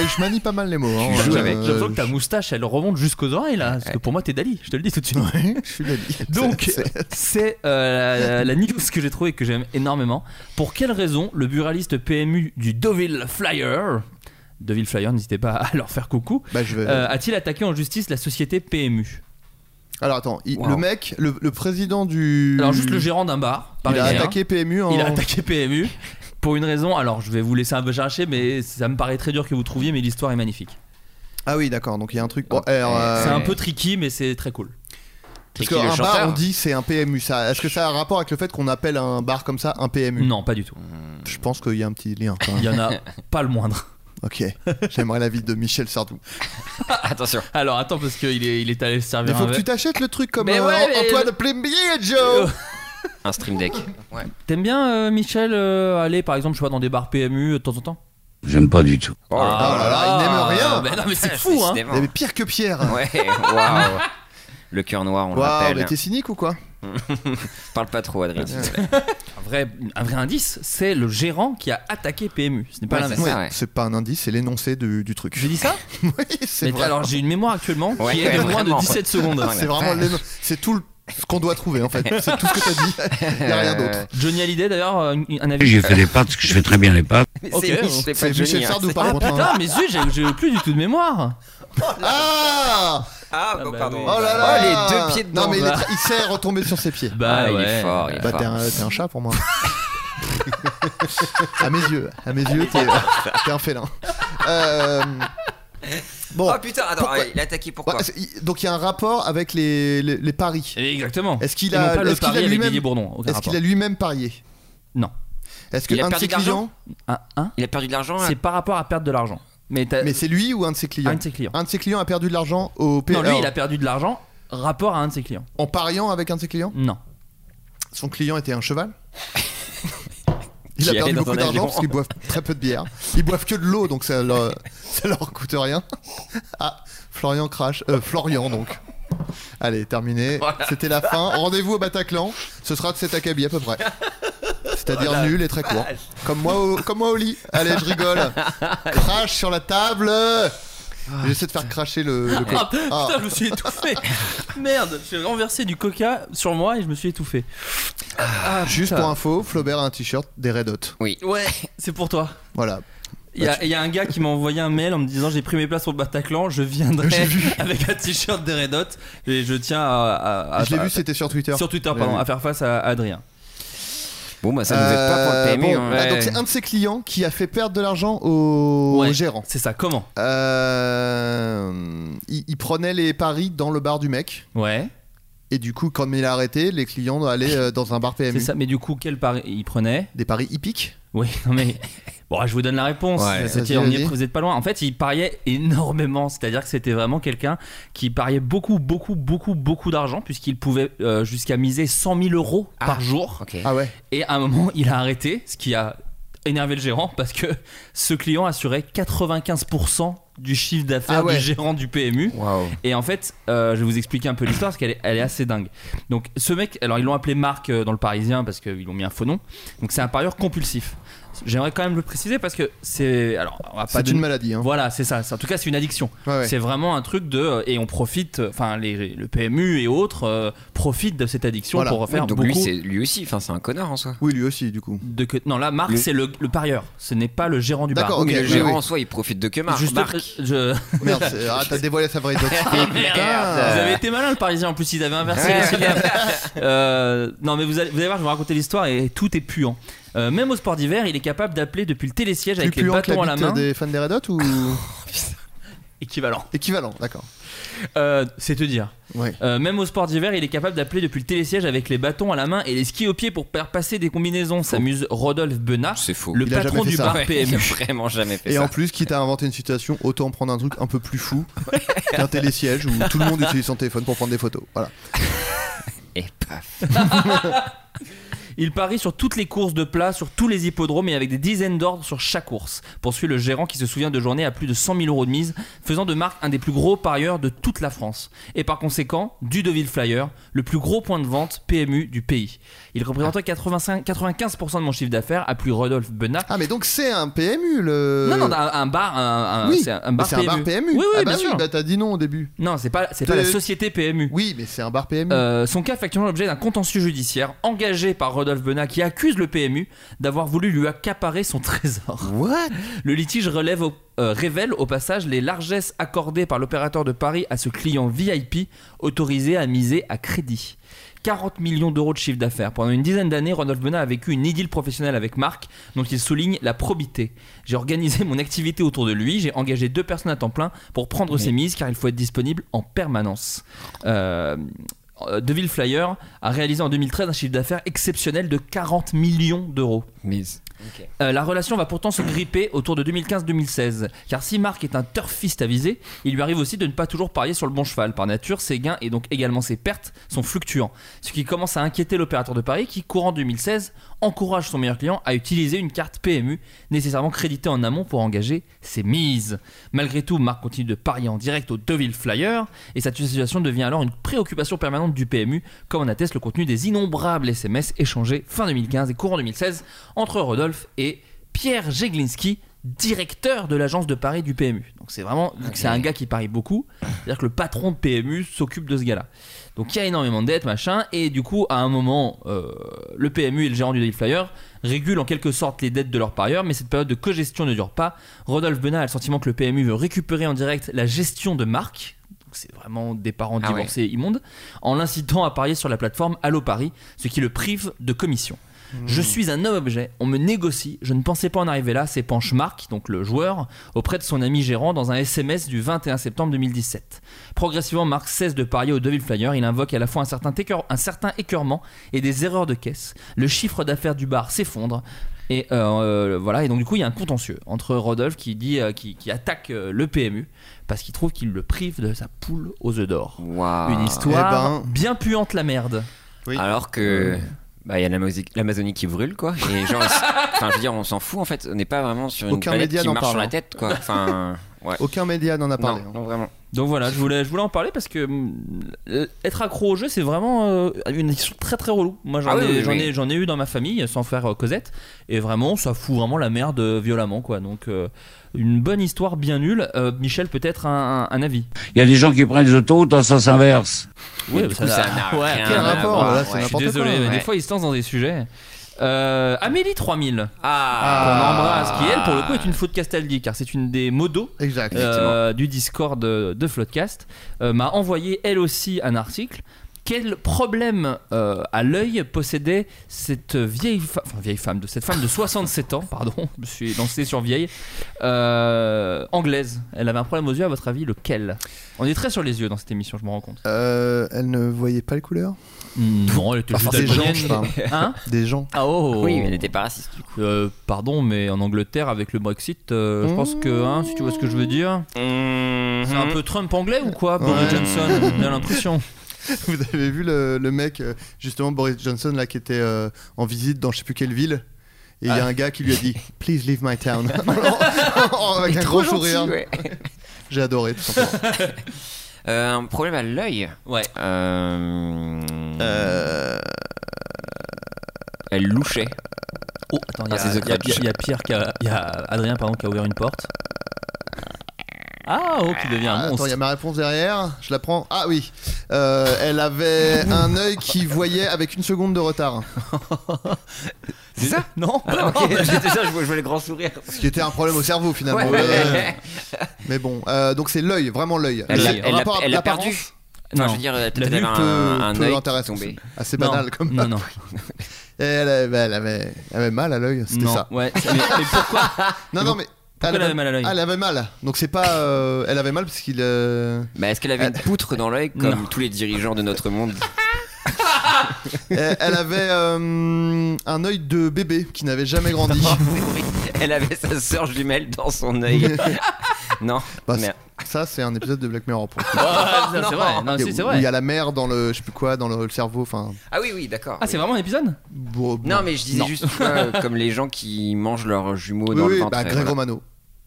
je manie pas mal les mots. hein. Tu joues Euh, avec. J'avoue que ta moustache elle remonte jusqu'aux oreilles là. Parce que pour moi t'es Dali, je te le dis tout de suite. *laughs* Ouais, je suis Dali. *laughs* Donc, C'est- c'est- c'est euh, la, la- la news que j'ai trouvée et que j'aime énormément. Pour quelle raison le buraliste PMU du Deauville Flyer, Deauville Flyer, n'hésitez pas à leur faire coucou, bah, je vais- euh, a-t-il attaqué en justice la société PMU Alors attends, il- Wow. le mec, le, le président du. Alors, juste le gérant d'un bar, Euh, Il a parisien, attaqué PMU en. il a attaqué PMU pour une raison. Alors, je vais vous laisser un peu chercher, mais ça me paraît très dur que vous trouviez, mais l'histoire est magnifique. Ah oui, d'accord, donc il y a un truc. Bon, Ok. alors, euh, C'est un peu tricky, mais c'est très cool. Parce Tricky, le qu'un bar, chanteur. hein on dit c'est un PMU. Ça, est-ce que ça a un rapport avec le fait qu'on appelle un bar comme ça un PMU Non, pas du tout. Je pense qu'il y a un petit lien. quand *laughs* Il même. y en a pas le moindre. ok. J'aimerais la vie de Michel Sardou. hein. Attention. Alors, attends, parce qu'il est, il est allé se Il servir faut un que verre. tu t'achètes le truc comme Mais euh, ouais, mais- Antoine Plumbier, Joe. Oh. Un stream deck. Ah, Ouais. T'aimes bien euh, Michel euh, aller par exemple je vois dans des bars PMU euh, de temps en temps J'aime pas du tout. Oh là Ah, là là, il n'aime rien. Mais non mais ah, *laughs* c'est fou hein. Décidément. Il y avait pire que Pierre. Ouais, waouh. Le cœur noir, Oh, on le Waouh, rappelle. mais t'es cynique ou quoi Parle pas trop, Adrien. s'il te plaît. Un vrai, un vrai indice, c'est le gérant qui a attaqué PMU. Ce n'est pas Ouais, l'inverse. c'est ça, ouais. C'est pas un indice, c'est l'énoncé du, du truc. J'ai dit ça *laughs* oui, c'est Mais vrai. alors hein. j'ai une mémoire actuellement Ouais, qui est de ouais, moins de vraiment. 17 secondes. Ouais. c'est vraiment l'éno- C'est tout le- ce qu'on doit trouver en fait. C'est tout ce que t'as dit. Il n'y a *laughs* rien d'autre. Johnny Hallyday d'ailleurs euh, une- un avis. J'ai fait des pâtes, parce que je fais très bien les pâtes. Mais Ok, c'est- on- c'est pas C'est Johnny, Michel hein, Sardou c'est- par contre. hein. Putain mais zut j'ai- j'ai plus du tout de mémoire. Ah Ah, Ah bon, bah pardon. oui. Oh là Oh, là les deux pieds dedans. Non mais il, est là. tra- il s'est retombé sur ses pieds. Bah Ah, il ouais. est fort, il est Bah fort. t'es un, t'es un chat pour moi. *laughs* à mes yeux, à mes yeux, t'es t'es un félin. Euh, bon, Oh putain, attends, Pourquoi- ouais, il a attaqué pourquoi ouais, c'est- il- donc il y a un rapport avec les, les, les paris. Ah. Et Exactement. Est-ce qu'il Et non a, pas le est-ce qu'il a pari avec lui-même, Didier Bourdon aucun est-ce qu'il rapport. a lui-même parié Non. Est-ce Il que a un de perdu ses de l'argent clients, Ah, hein Il a perdu de l'argent là C'est par rapport à perdre de l'argent. Mais, t'as- mais c'est lui ou un de ses clients Euh, un de ses clients. Un de ses clients a perdu de l'argent au P- Non lui il alors, a perdu de l'argent rapport à un de ses clients. en pariant avec un de ses clients. Non. Son client était un *laughs* cheval. Il Qui a allait perdu dans beaucoup un d'argent avion. parce qu'ils boivent très peu de bière. Ils boivent que de l'eau donc ça *laughs* leur, ça leur coûte rien. Ah, Florian crash. Euh, Florian donc. Allez, terminé. C'était la fin. Rendez-vous au Bataclan. Ce sera de cet acabit à peu près. C'est-à-dire nul et très court. Comme moi, au, comme moi au lit. Allez, je rigole. *laughs* Crash sur la table. Ah, J'essaie de faire cracher le. le co- Ah, Ah. putain, je me suis étouffé. *laughs* Merde, j'ai renversé du coca sur moi et je me suis étouffé. Ah, Juste putain. pour info, Flaubert a un t-shirt des Red Hot. Oui. Ouais, c'est pour toi. Voilà. Il y, a, il y a un gars qui m'a envoyé un mail en me disant j'ai pris mes places au Bataclan, je *laughs* J'ai viendrai vu. *laughs* avec un t-shirt des Red Hot et je tiens à, à- Ah, à- je l'ai bah, à- vu, c'était sur Twitter. sur Twitter Je l'ai pardon, vu. à faire face à Adrien. Bon, bah ça nous aide pas pour Euh, le PMU. bon, hein. ah, Ouais. donc c'est un de ses clients qui a fait perdre de l'argent au Ouais. gérant. C'est ça, comment Euh, il, il prenait les paris dans le bar du mec. Ouais, Et du coup, quand il a arrêté, les clients allaient euh, dans un *laughs* bar c'est PMU. ça. Mais du coup, quel pari il prenait Des paris hippiques. Oui, non mais. *laughs* Bon, je vous donne la réponse. Ouais. C'était- Vas-y, on y est- vas-y. vous êtes pas loin. En fait, il pariait énormément. C'est-à-dire que c'était vraiment quelqu'un qui pariait beaucoup, beaucoup, beaucoup, beaucoup d'argent, puisqu'il pouvait euh, jusqu'à miser 100 000 euros par jour. Ok. Ah ouais. Et à un moment, il a arrêté, ce qui a énervé le gérant, parce que ce client assurait 95% du chiffre d'affaires Ah ouais. du gérant du PMU. Waouh. Et en fait, euh, je vais vous expliquer un peu l'histoire parce qu'elle est, elle est assez dingue. Donc, ce mec, alors ils l'ont appelé Marc euh, dans le Parisien parce qu'ils ont mis un faux nom. Donc, c'est un parieur compulsif. J'aimerais quand même le préciser parce que c'est. Alors, on va pas C'est donner- une maladie. Hein. Voilà, c'est ça. C'est- En tout cas, c'est une addiction. Ouais, ouais. C'est vraiment un truc de. Et on profite, euh, enfin, les- le PMU et autres euh, profitent de cette addiction Voilà. pour faire Donc beaucoup. lui, c'est lui aussi, enfin, c'est un connard en soi. Oui, lui aussi, du coup. de que- Non, là, Marc, Le- c'est le, le parieur. Ce n'est pas le gérant du bar. D'accord, Oh, ok. Mais le oui, gérant oui. en soi, il profite de que Marc. Juste- Marc. je- *laughs* Merde, c'est- ah, t'as dévoilé sa vraie *laughs* identité. Vous Euh. avez été malin le parisien en plus, ils avaient inversé Ouais. les syllabes. Euh, Non mais vous allez, vous allez voir, je vais vous raconter l'histoire et tout est puant. Euh, même au sport d'hiver, il est capable d'appeler depuis le télésiège Plus avec les puant que bâtons à la la bite main. des fans des Red *laughs* Hot ou Équivalent. équivalent, d'accord. Euh, c'est te dire. Ouais. Euh, même au sport d'hiver, il est capable d'appeler depuis le télésiège avec les bâtons à la main et les skis aux pieds pour faire passer des combinaisons. S'amuse Rodolphe Benat, C'est faux. le Il a jamais patron fait du ça. bar Ouais, il a PMU. vraiment jamais fait Et ça. en plus, quitte à inventer une situation, autant *laughs* prendre un truc un peu plus fou qu'un télésiège où tout le monde utilise son téléphone pour prendre des photos. Voilà. et paf. Il parie sur toutes les courses de plat, sur tous les hippodromes et avec des dizaines d'ordres sur chaque course. Poursuit le gérant qui se souvient de journées à plus de 100 000 euros de mise, faisant de Marc un des plus gros parieurs de toute la France. Et par conséquent, du Deville Flyer, le plus gros point de vente PMU du pays. Il Ah. représentait 85, 95% de mon chiffre d'affaires, a plus Rodolphe Benat. Ah, mais donc c'est un PMU le. Non, non, un, un bar, un, un- Euh, oui, c'est un, mais bar c'est PMU. bar PMU. Oui, oui, Ah bah bien sûr. bah t'as dit non au début. Non, c'est pas, c'est pas la De- société PMU. Oui, mais c'est un bar PMU. Euh, son cas fait actuellement l'objet d'un contentieux judiciaire engagé par Rodolphe Benat qui accuse le PMU d'avoir voulu lui accaparer son *laughs* trésor. What Le litige relève au- euh, révèle au passage les largesses accordées par l'opérateur de Paris à ce client VIP autorisé à miser à crédit. 40 millions d'euros de chiffre d'affaires. Pendant une dizaine d'années, Rodolphe Benat a vécu une idylle professionnelle avec Marc, dont il souligne la probité. J'ai organisé mon activité autour de lui, j'ai engagé deux personnes à temps plein pour prendre ses mises car il faut être disponible en permanence. Euh, euh, Deville Flyer a réalisé en 2013 un chiffre d'affaires exceptionnel de 40 millions d'euros. Euh, la relation va pourtant se gripper autour de 2015-2016, car si Marc est un turfiste avisé, il lui arrive aussi de ne pas toujours parier sur le bon cheval. Par nature, ses gains et donc également ses pertes sont fluctuants, ce qui commence à inquiéter l'opérateur de paris qui, courant 2016, encourage son meilleur client à utiliser une carte PMU nécessairement créditée en amont pour engager ses mises. Malgré tout, Marc continue de parier en direct au Deville Flyer, et cette situation devient alors une préoccupation permanente du PMU, comme en atteste le contenu des innombrables SMS échangés fin 2015 et courant 2016 entre Rodolphe et Pierre Jeglinski, directeur de l'agence de Paris du PMU. Donc c'est vraiment, vu que c'est un gars qui parie beaucoup, c'est-à-dire que le patron de PMU s'occupe de ce gars-là. Donc il y a énormément de dettes, machin, et du coup, à un moment, euh, le PMU et le gérant du Daily Flyer régulent en quelque sorte les dettes de leurs parieurs, mais cette période de cogestion ne dure pas. Rodolphe Benat a le sentiment que le PMU veut récupérer en direct la gestion de marque. Donc, C'est vraiment des parents Ah ouais. divorcés immondes, en l'incitant à parier sur la plateforme Allo Paris, ce qui le prive de commission. Je suis un homme objet, on me négocie, je ne pensais pas en arriver là, s'épanche Marc, donc le joueur, auprès de son ami gérant dans un SMS du 21 septembre 2017. Progressivement, Marc cesse de parier au Devil Flyer, il invoque à la fois un certain, écœur- un certain écœurement et des erreurs de caisse, le chiffre d'affaires du bar s'effondre, et euh, euh, voilà, et donc du coup il y a un contentieux entre Rodolphe qui, dit, euh, qui, qui attaque euh, le PMU, parce qu'il trouve qu'il le prive de sa poule aux œufs d'or. Waouh. Une histoire Ah. Eh ben. bien puante la merde. Oui. Alors que. Bah, il y a l'Amasi- l'Amazonie qui brûle, quoi. Et genre, enfin, je veux dire, on s'en fout, en fait. On n'est pas vraiment sur une Aucun planète média qui n'en marche sur parle, la hein. tête, quoi. *laughs* Enfin, ouais. Aucun média n'en a Non, parlé. hein. non, vraiment. Donc voilà, je voulais, je voulais en parler parce que mm, l- être accro au jeu, c'est vraiment euh, une addiction très très relou. Moi, j'en Ah oui, ai, oui, j'en oui. ai, j'en ai eu dans ma famille, sans faire euh, Cosette, et vraiment, ça fout vraiment la merde euh, violemment, quoi. Donc euh, une bonne histoire bien nulle. Euh, Michel, peut-être un, un- un avis. Il y a des gens qui prennent les autoroutes en sens inverse. Oui, Mais du coup, ça n'a rien Quel Ah, rapport bah, là, Je c'est ouais. Je suis suis n'importe quoi. désolé, mais ouais. des fois, ils se lancent dans des sujets. Euh, Amélie 3000, qu'on Ah, embrasse, qui elle, pour le coup, est une faute Castaldi, car c'est une des modos Exact. euh, du Discord de, de Floodcast euh, m'a envoyé elle aussi un article. Quel problème euh, à l'œil possédait cette vieille, fa- enfin, vieille femme de cette femme de 67 ans, pardon, *laughs* je me suis lancé sur vieille euh, anglaise. Elle avait un problème aux yeux. À votre avis, lequel On est très sur les yeux dans cette émission, je me rends compte. Euh, elle ne voyait pas les couleurs Mm. Non, elle était Enfin, des juste gens, algérienne. je parle. *laughs* Hein Des gens. *laughs* Ah oh. Oui, mais elle n'était pas raciste. Euh, pardon, mais en Angleterre, avec le Brexit, euh, Mm. je pense que, hein, si tu vois ce que je veux dire, c'est un peu Trump anglais ou quoi, Boris Mhm. Ouais. Johnson On a l'impression. Vous avez vu le, le mec, euh, justement Boris Johnson, là, qui était euh, en visite dans je sais plus quelle ville et il y a un gars qui lui *laughs* a dit Please leave my town *laughs* Oh, avec un gros sourire. *laughs* J'ai adoré. Tout simplement. Euh, un problème à l'œil. Ouais. Euh... Elle louchait. Oh, *laughs* attends, il y, Ah, c'est a- The il y a- Clutch. il y a Pierre qui a, il y a Adrien pardon, qui a ouvert une porte. Ah, oh, qui devient un Attends, monstre. il y a ma réponse derrière. Je la prends. Ah oui. Euh, elle avait un œil qui voyait avec une seconde de retard, C'est ça Non, Ah, *laughs* ok, j'étais ça, je vois, je vois les grands sourires. ce qui était un problème au cerveau finalement. Euh, Mais bon, euh, donc c'est l'œil, vraiment l'œil. Elle Le- l'a- le elle l'a- rapport à elle l'a l'apparence, perdu. Non. Enfin, je veux dire, peut-être La elle avait vue un, peut- un peut œil qui Mm. est l'intéresser. tombé. Assez Non. banal comme *laughs* Non, non. Et elle, avait, elle avait- elle avait mal à l'œil, c'était non. ça. Ouais, mais, mais *laughs* pourquoi Non, non, mais. elle avait mal à l'œil Ah, Elle avait mal. Donc c'est pas. euh, elle avait mal parce qu'il. euh, Bah, est-ce qu'elle avait une poutre dans l'œil comme Non. tous les dirigeants de notre monde *laughs* elle, elle avait euh, un œil de bébé qui n'avait jamais *laughs* grandi. Elle avait sa sœur jumelle dans son œil. non, Bah, merde. ça, c'est un épisode de Black Mirror. Pour le coup. Ah, ça, c'est vrai, non, Et si, où- c'est où Il y vrai. a la mer dans le, je sais plus quoi, dans le, le cerveau. Enfin, Ah oui, oui, d'accord. Ah, c'est vraiment un épisode bon, Non, bon. mais je disais Non. juste tu *laughs* vois, comme les gens qui mangent leurs jumeaux Oui, dans le oui, ventre. bah, et Greg voilà. Romano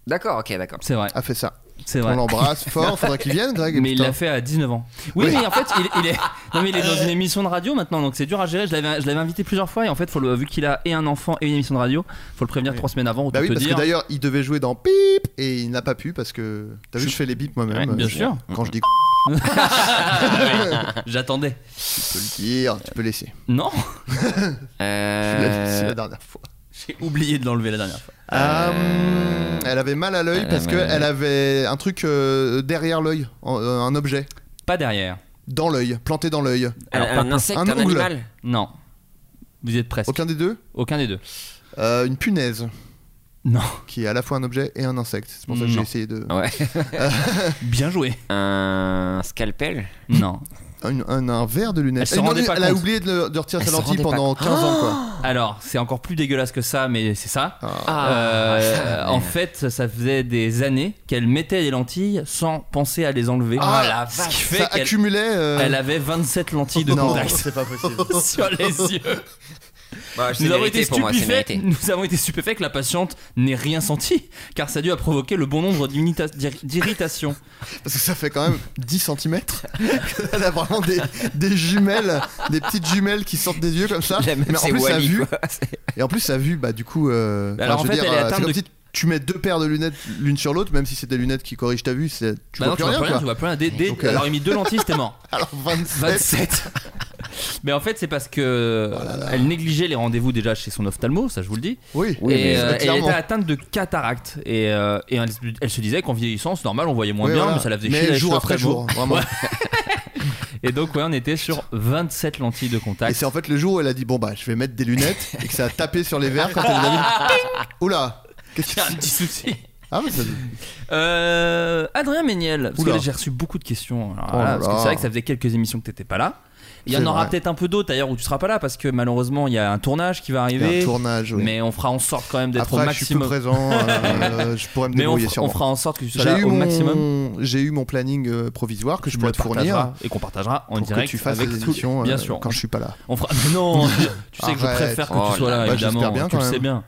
D'accord, ok, d'accord. C'est vrai, a fait ça. c'est Ah, On vrai. *laughs* l'embrasse fort. Faudrait qu'il vienne, Greg. et Mais il putain. l'a fait à 19 ans. Oui, Oui. mais en fait, il, il *laughs* est, non, mais il est dans une émission de radio maintenant, donc c'est dur à gérer. Je l'avais, je l'avais invité plusieurs fois, et en fait, faut le, vu qu'il a et un enfant et une émission de radio, faut le prévenir Oui. trois semaines avant, autant Bah oui, te parce dire. que d'ailleurs, il devait jouer dans Pip et il n'a pas pu parce que. T'as vu, Je- je fais les bips moi-même. Ouais, bien Euh, sûr. Ah Quand je *laughs* dis J'attendais. *laughs* tu peux le dire, tu peux laisser. Non, *laughs* C'est Euh, la dernière fois. j'ai oublié de l'enlever la dernière fois. Euh, Elle avait mal à l'œil elle parce a que mal à l'œil. elle avait un truc euh, derrière l'œil, en- euh, un objet Pas derrière. dans l'œil, planté dans l'œil. Alors, un, pas- un insecte, un un, ongle. animal. Non. Vous y êtes presque. Aucun, Aucun des des deux. deux. Euh, une punaise Non. qui est à la fois un objet et un insecte. C'est pour ça que j'ai Non. essayé de. Ouais. *laughs* Bien joué. Un scalpel. Non. Un, un- un verre de lunettes. Elle se Eh non, rendait pas a compte. oublié de, le- de retirer Elle sa se lentille rendait pas pendant 15 ans Ah quoi. Alors, c'est encore plus dégueulasse que ça, mais c'est ça. Euh, Ah. en fait, ça faisait des années qu'elle mettait des lentilles sans penser à les enlever. Ah, la Ce vache. qui fait Ça qu'elle accumulait. euh, elle avait 27 lentilles de non, contact c'est pas possible. *laughs* sur les *laughs* yeux. Bah, c'est Nous avons, mérité été pour moi, c'est stupéfaits, mérité. nous avons été stupéfaits que la patiente n'ait rien senti, car ça a dû a provoqué le bon nombre d'imita- d'ir- d'irritations. Parce que ça fait quand même 10 cm. *laughs* Elle a vraiment des, des jumelles, des petites jumelles qui sortent des yeux comme ça. La meuf, Mais en c'est plus, sa Wall-E, vue, *laughs* quoi. C'est- et en plus, sa vue, bah du coup. euh, Bah, alors, enfin, en je fait, veux dire, elle est euh, atteinte c'est comme de- si tu mets deux paires de lunettes l'une sur l'autre, même si c'est des lunettes qui corrigent ta vue, c'est- tu Bah non, vois plus rien. plus rien, quoi. tu vois plus rien. Dès- dès- Donc, euh, Alors, il a mis deux lentilles, c'était *laughs* mort. Alors 27. 27. *laughs* Mais en fait, c'est parce que Oh elle négligeait les rendez-vous déjà chez son ophtalmo, ça je vous le dis. Oui. Oui, mais- et euh, ça, elle clairement. était atteinte de cataracte. Et, euh, et elle, elle se disait qu'en vieillissant, c'est normal, on voyait moins Oui, bien, voilà. mais ça la faisait Mais chier. d'aller jour chez après l'ophtalmo. jour, vraiment. Ouais. Et donc, ouais, on était sur 27 lentilles de Et contact. c'est en fait le jour où elle a dit bon bah je vais mettre des lunettes et que ça a tapé sur les verres quand elle les a mis. *laughs* Ping Oula. Qu'est-ce Il y que a *laughs* un petit souci. Ah mais ça. Euh, Adrien Méniel, parce que Oula. là, j'ai reçu beaucoup de questions. Alors, Oh voilà, là parce que là. c'est vrai que ça faisait quelques émissions que t'étais pas là. Il y en C'est aura vrai. peut-être un peu d'autres d'ailleurs où tu seras pas là parce que malheureusement il y a un tournage qui va Il y a arriver. un tournage. oui. Mais on fera en sorte quand même d'être au Après, je suis peu maximum. *laughs* présent. euh, je pourrais me Mais on, débrouiller f- on sûrement. fera en sorte que tu sois J'ai là eu au maximum. mon j'ai eu mon planning euh, provisoire que je Tu pourrais le te fournir. partageras et qu'on partagera en Pour que direct tu fasses avec des tout- émissions bien euh, sûr. quand je suis pas là. On fera. Mais *laughs* non, tu sais que je Arrête. préfère que Oh tu sois là là, là. Bah, j'espère évidemment. bien, tu le quand sais même. bien.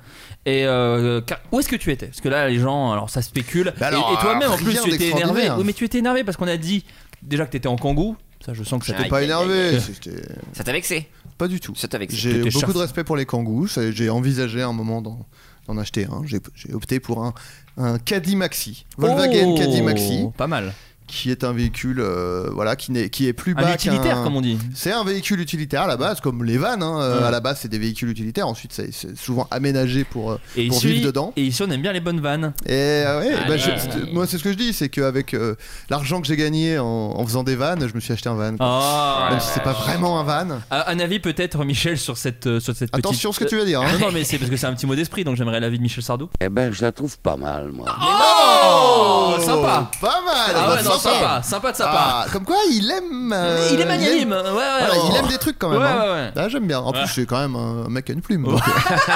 Et euh, car- où est-ce que tu étais Parce que là, les gens, alors ça spécule. Bah Et- alors, et toi-même, en plus, rien tu étais énervé. d'extraordinaire. Oui, mais tu étais énervé parce qu'on a dit déjà que t'étais en kangou. Ça, je sens que ça J'étais T'es t'est Aïe, pas aïe, aïe, *laughs* énervé, aïe. c'était Ça t'a vexé pas du tout. Ça t'a vexé. J'ai T'étais beaucoup de charf- respect pour les kangourous. ça, J'ai envisagé à un moment d'en d'en acheter un. J'ai j'ai opté pour un un Caddy Maxi, Volkswagen Oh, Caddy Maxi, Pas mal. qui est un véhicule euh, voilà qui n'est qui est plus Un bas utilitaire, qu'un- comme on dit. C'est un véhicule utilitaire à la base, comme les vannes. hein, euh, Ouais. À la base, c'est des véhicules utilitaires. Ensuite, c'est c'est souvent aménagé pour. euh, Et Pour ici, vivre dedans. et ici, on aime bien les bonnes vannes. Et euh, Ah ouais, bah, Allez. je- c'est- moi, c'est ce que je dis, c'est qu'avec euh, l'argent que j'ai gagné en, en faisant des vannes, je me suis acheté un van. quoi. Ah. Même si c'est pas vraiment un van. Euh, Un avis peut-être, Michel, sur cette euh, sur cette petite. euh, Attention à ce que tu vas dire. hein. Non, non, mais c'est parce que c'est un petit mot d'esprit, donc j'aimerais l'avis de Michel Sardou. Eh ben, je la trouve pas mal, moi. Oh, sympa. Pas mal. Ah ouais, bah, non, sympa, sympa de sa part. Ah, comme quoi, il aime. euh, il est magnanime, il aime- ouais, ouais. voilà, oh. il aime des trucs quand même. Ouais, hein. ouais, Oh. ouais. Ah, j'aime bien. En plus, c'est quand même un mec à une plume. donc,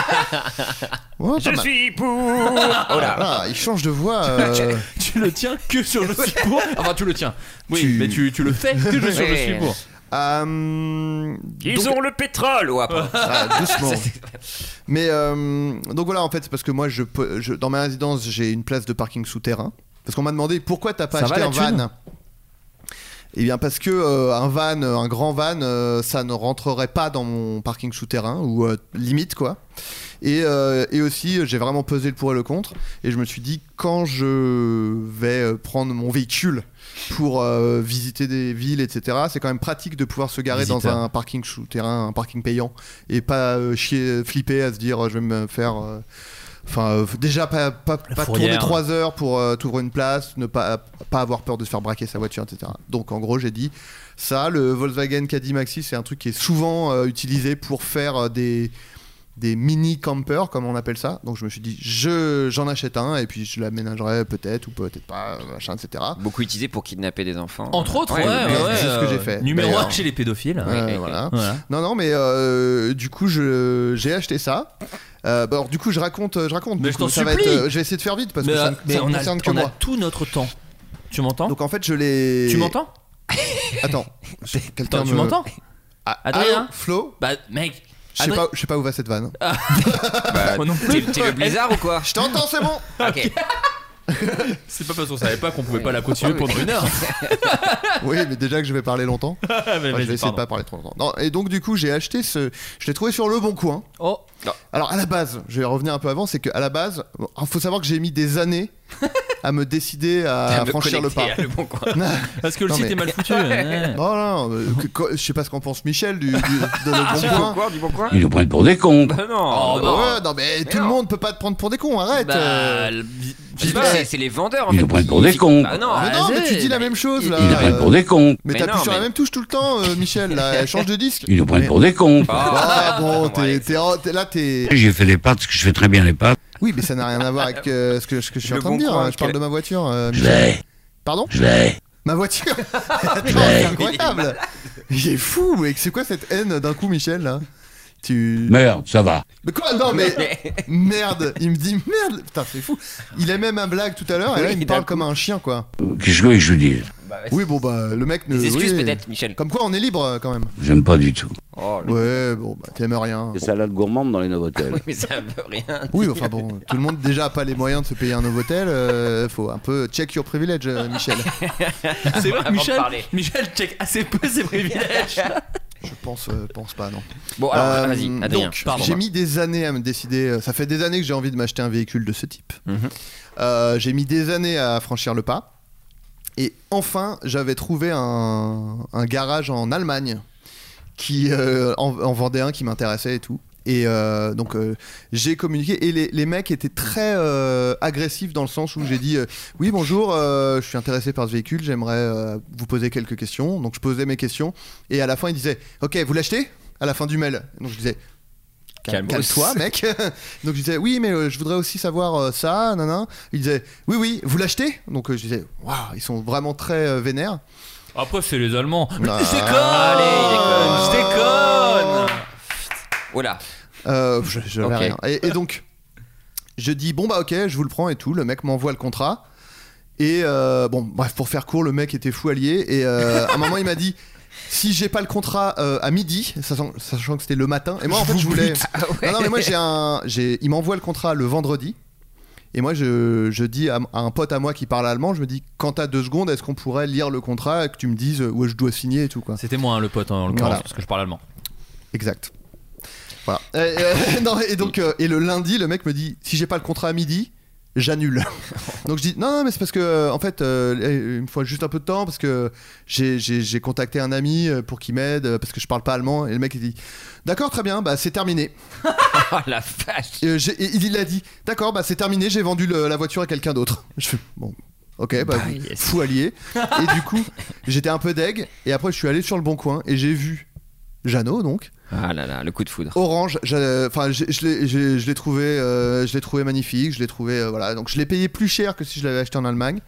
*laughs* euh, ouais, pas mal. suis pour. *laughs* oh là. Voilà, il change *laughs* de voix. euh, Tu le tiens que sur je suis pour. Enfin, tu le tiens. Oui, Tu- mais tu, tu le fais que je- sur je Ouais. suis pour. euh, donc- ont le pétrole ou après. Ah, *laughs* doucement. Mais euh, donc voilà, en fait, c'est parce que moi, je, peux- je- dans ma résidence, j'ai une place de parking souterrain. Parce qu'on m'a demandé pourquoi t'as pas Ça acheté va, un la thune van. Eh bien, parce que euh, un van, euh, un grand van, euh, ça ne rentrerait pas dans mon parking souterrain ou euh, limite quoi. Et, euh, et aussi, euh, j'ai vraiment pesé le pour et le contre. Et je me suis dit, quand je vais euh, prendre mon véhicule pour euh, visiter des villes, etc., c'est quand même pratique de pouvoir se garer Visiteur. dans un parking souterrain, un parking payant, et pas euh, chier, flipper à se dire, euh, je vais me faire. euh, Enfin, euh, déjà, pas, pas, La pas fourrière. tourner 3 heures pour euh, t'ouvrir une place, ne pas, pas avoir peur de se faire braquer sa voiture, etc. Donc, en gros, j'ai dit ça. Le Volkswagen Caddy Maxi, c'est un truc qui est souvent euh, utilisé pour faire euh, des, des mini campers comme on appelle ça donc je me suis dit je j'en achète un et puis je l'aménagerai peut-être ou peut-être pas euh, machin etc Beaucoup utilisé pour kidnapper des enfants. Entre autres, ouais, Ouais, ouais. mais c'est ce que euh, j'ai fait, Numéro d'ailleurs. 1 chez les pédophiles. Euh, oui, oui. voilà. Voilà. non non mais euh, du coup je j'ai acheté ça Euh, bah, alors du coup je raconte je raconte Mais du je coup, t'en ça va supplie. être, euh, je vais essayer de faire vite parce Mais, que ça, euh, ne- mais ça ne on, a, concerne que on a moi tout notre temps. Tu m'entends Donc en fait, je l'ai. Tu m'entends Attends. je- Quelqu'un Attends, Tu me- m'entends Ah, Adrien allô, Flo Bah mec, je sais, Adrien- Ah. pas, euh, je sais pas où va cette vanne. Bah, moi non T'es plus. *laughs* t'es le blizzard ou quoi Euh, Je t'entends, c'est *laughs* bon Ok. C'est pas parce qu'on savait pas qu'on pouvait pas la continuer Ah, pendant oui. une *laughs* heure. Oui, mais déjà que je vais *laughs* parler longtemps. Ah, Vas-y, Enfin, je vais essayer de pardon. pas parler trop longtemps. Non, et donc, du coup, j'ai acheté ce. Je l'ai trouvé sur Le Bon Coin. Oh, Alors à la base, je vais revenir un peu avant, c'est qu'à la base, il faut savoir que j'ai mis *laughs* des années à me décider à me franchir le pas. connecter à bon coin. *laughs* Non, parce que le Non, site mais- est mal *laughs* foutu. hein *laughs* ouais. non, non, euh, que- que- je sais pas ce qu'en pense Michel du, du- de *laughs* le bon coin. Ah, Quoi, du bon coin Ils nous prennent pour des cons. Bah non. Oh, bah, Ouais, non mais, tout non. le monde peut pas te prendre pour des cons, arrête. euh. Bah, le- Je sais Bah, pas, c'est- c'est les vendeurs en Ils fait. nous prennent qui- pour des qui- cons. Bah non. mais Ah, non, mais tu vas-y, dis la bah, même chose ils- là. Ils nous prennent euh, pour des cons. Mais Mais t'appuies non, sur la mais- même touche tout le temps, euh, Michel. Là, elle change de *laughs* disque. Ils nous prennent Mais- pour des cons. Ah bon, bah, Ouais, t'es, t'es- oh, t'es- là *laughs* t'es. J'ai fait les pâtes, parce que je fais très bien les pâtes. Oui, mais ça n'a rien à voir avec euh, ce, que, ce que je suis Le en train de bon dire. coin, hein. Je parle quel- de ma voiture. euh, Je Michel. l'ai, Pardon je l'ai. Ma *laughs* voiture *laughs* Attends, C'est incroyable Il est fou, mec C'est quoi cette haine d'un coup, Michel, là Tu... Merde, ça va. Mais quoi Non, mais... merde Il me dit merde Putain, c'est fou Il a même un blague tout à l'heure, et là, Oui, il me d'un parle coup. comme un chien, quoi. Qu'est-ce que vous voulez que je vous dise Oui, bon, *laughs* bah, le mec ne... Des excuses oui. peut-être, Michel. Comme quoi, on est libre, euh, quand même. J'aime pas du tout. Oh, le- Ouais, bon, bah, t'aimes rien. salades gourmandes dans les Novotel. mais ça veut rien. Oui, enfin bon, tout le monde déjà a pas les moyens de se payer un Novotel. euh, faut un peu check your privilege, euh, *laughs* Michel. C'est vrai, Avant que de Michel, parler. Michel check Ah, assez peu ses privilèges. Je pense, euh, pense pas, non. Bon, alors Euh, vas-y, Adrien. donc, pardon. j'ai mis des années à me décider. euh, Ça fait des années que j'ai envie de m'acheter un véhicule de ce type. Mhm. Euh, j'ai mis des années à franchir le pas. Et enfin, j'avais trouvé un, un garage en Allemagne qui euh, en, en vendait un qui m'intéressait et tout. Et euh, donc euh, j'ai communiqué et les, les mecs étaient très euh, agressifs dans le sens où j'ai dit euh, oui bonjour euh, je suis intéressé par ce véhicule j'aimerais euh, vous poser quelques questions donc je posais mes questions et à la fin ils disaient ok vous l'achetez à la fin du mail donc je disais Calme- Calmos. calme-toi mec *laughs* donc je disais oui mais euh, je voudrais aussi savoir euh, ça nanan ils disaient oui oui vous l'achetez donc euh, je disais waouh ils sont vraiment très euh, vénères Après, c'est les Allemands. Mais Ah. je déconne Allez, il déconne. Je Ah. déconne Voilà. Euh, je, je Ok. l'avais rien. Et, et donc, je dis bon bah ok, je vous le prends et tout. Le mec m'envoie le contrat. Et euh, bon, bref, pour faire court, le mec était fou allié. Et euh, à un moment, il m'a dit. Si j'ai pas le contrat euh, à midi, sachant, sachant que c'était le matin, et moi en fait je voulais. Non, non, mais moi j'ai un. j'ai- Il m'envoie le contrat le vendredi, et moi je, je dis à, à un pote à moi qui parle allemand, je me dis quand t'as deux secondes, est-ce qu'on pourrait lire le contrat et que tu me dises euh, ouais, je dois signer et tout quoi. C'était moi hein, le pote hein, en l'occurrence, Voilà. parce que je parle allemand. Exact. Voilà. Euh, euh, *laughs* non, et donc euh, et le lundi, le mec me dit si j'ai pas le contrat à midi, j'annule. *laughs* donc je dis non, non mais c'est parce que euh, en fait euh, euh, il me faut juste un peu de temps parce que j'ai- j'ai j'ai contacté un ami euh, pour qu'il m'aide euh, parce que je parle pas allemand et le mec il dit d'accord très bien bah c'est terminé. Oh Ah, la vache. Et, euh, j'ai- et il a dit d'accord bah c'est terminé j'ai vendu le- la voiture à quelqu'un d'autre. Je fais bon. Ok, bah, Bah, yes. fou allié. Et du coup, j'étais un peu deg. Et après, je suis allé sur le bon coin et j'ai vu Jeannot, donc, Ah là là, le coup de foudre. Orange, je- enfin je, je l'ai- je- je l'ai trouvé, euh, je l'ai trouvé magnifique, je l'ai trouvé euh, voilà donc je l'ai payé plus cher que si je l'avais acheté en Allemagne,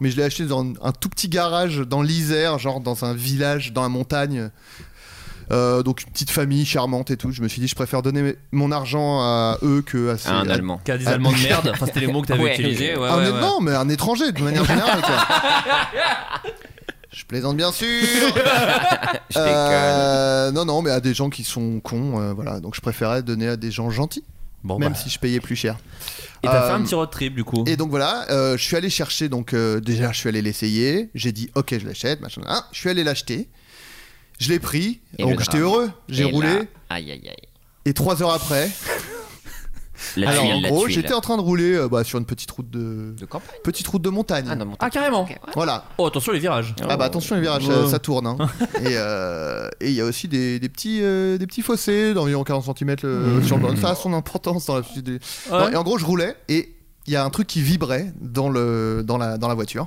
mais je l'ai acheté dans un tout petit garage dans l'Isère, genre dans un village dans la montagne, Euh, donc une petite famille charmante et tout. Je me suis dit je préfère donner mes- mon argent à eux que à ces- Un à- Allemand. Car des Allemands de merde, enfin, c'était les mots que t'avais Ouais. utilisés. Ouais, un ouais, é- ouais. Non, Ah, mais un étranger de manière générale. *laughs* quoi. Je plaisante bien sûr. Je déconne. Euh, non, non, mais à des gens qui sont cons, euh, voilà. Donc je préférais donner à des gens gentils, Bon, même bah. si je payais plus cher. Et t'as fait Euh, un petit road trip du coup. Et donc voilà, euh, je suis allé chercher, donc euh, déjà je suis allé l'essayer, j'ai dit ok je l'achète, machin, hein, je suis allé l'acheter, je l'ai pris, Et donc le j'étais drame. heureux, j'ai Et roulé, là, Aïe aïe aïe. et trois heures après, La alors tuile, en la gros tuile. j'étais en train de rouler euh, bah, sur une petite route de... de campagne. Petite route de montagne. Ah non, mon Ah, carrément. Voilà. Oh, attention les virages. Ah bah attention les virages, ça, ça *laughs* tourne. hein. et euh, et il y a aussi des, des petits, euh, des petits fossés d'environ 40 cm sur le Ça a son importance dans la suite des- Mm. Ouais. Non, et en gros, je roulais et il y a un truc qui vibrait dans, le, dans, la, dans la voiture.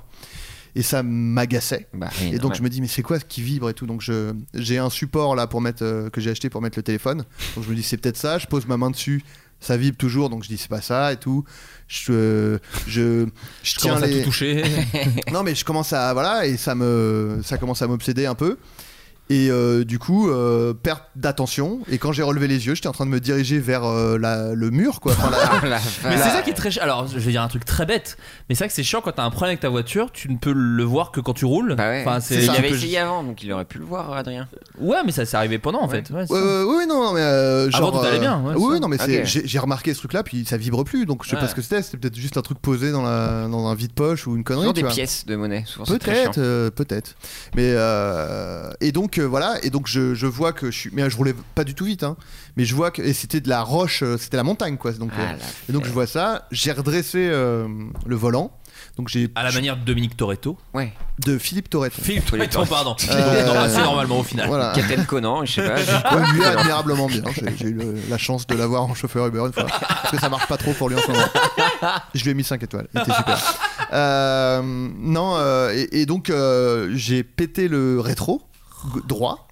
Et ça m'agaçait. Bah, Et donc je me dis mais c'est quoi ce qui vibre et tout donc je j'ai un support là pour mettre euh, que j'ai acheté pour mettre le téléphone donc je me dis c'est peut-être ça je pose ma main dessus ça vibre toujours donc je dis c'est pas ça et tout je euh, je, je Je tiens commence à les *laughs* tout toucher. non mais je commence à voilà et ça me ça commence à m'obséder un peu Et euh, du coup, euh, perte d'attention. Et quand j'ai relevé les yeux, j'étais en train de me diriger vers euh, la- le mur, Ah, quoi. *laughs* Enfin, la- La Mais vache. c'est ça qui est très. chi- Alors, je vais dire un truc très bête, mais c'est vrai que c'est chiant quand t'as un problème avec ta voiture, tu ne peux le voir que quand tu roules. Bah ouais. Enfin, c'est- il tu avait peux- essayé avant, donc il aurait pu le voir, Adrien. Ah Ouais, mais ça s'est arrivé pendant en fait. Ouais, c'est Ouais, ça. ouais, ouais, non, mais euh, Ah Avant, genre. tout allait bien, ouais, oui, ça. oui, non, mais c'est- Ok. j'ai j'ai remarqué ce truc-là, puis ça vibre plus, donc je sais Ouais. pas ce que c'était. C'était peut-être juste un truc posé dans, la, dans un vide-poche ou une connerie. Toujours tu des vois. pièces de monnaie, souvent c'est très chiant. Peut-être, euh, peut-être. Mais euh, et donc euh, voilà, et donc je, je vois que je suis, mais euh, je roulais pas du tout vite, hein. Mais je vois que et c'était de la roche, euh, c'était la montagne quoi. Donc, euh, Ah, la et donc je vois ça, j'ai redressé euh, le volant. Donc j'ai À la manière de Dominique Toretto. Ouais. de Philippe Torrette. Philippe Toretto, pardon. Euh, Non, bah, c'est normalement au final. Voilà. Captain Conan, je sais pas. *laughs* je- Ouais, lui admirablement bien. J'ai- J'ai eu le- la chance de l'avoir en chauffeur Uber une fois. Parce que ça marche pas trop pour lui en ce moment. Je lui ai mis 5 étoiles. Il était super. Euh, non, euh, et, et donc euh, j'ai pété le rétro g- droit.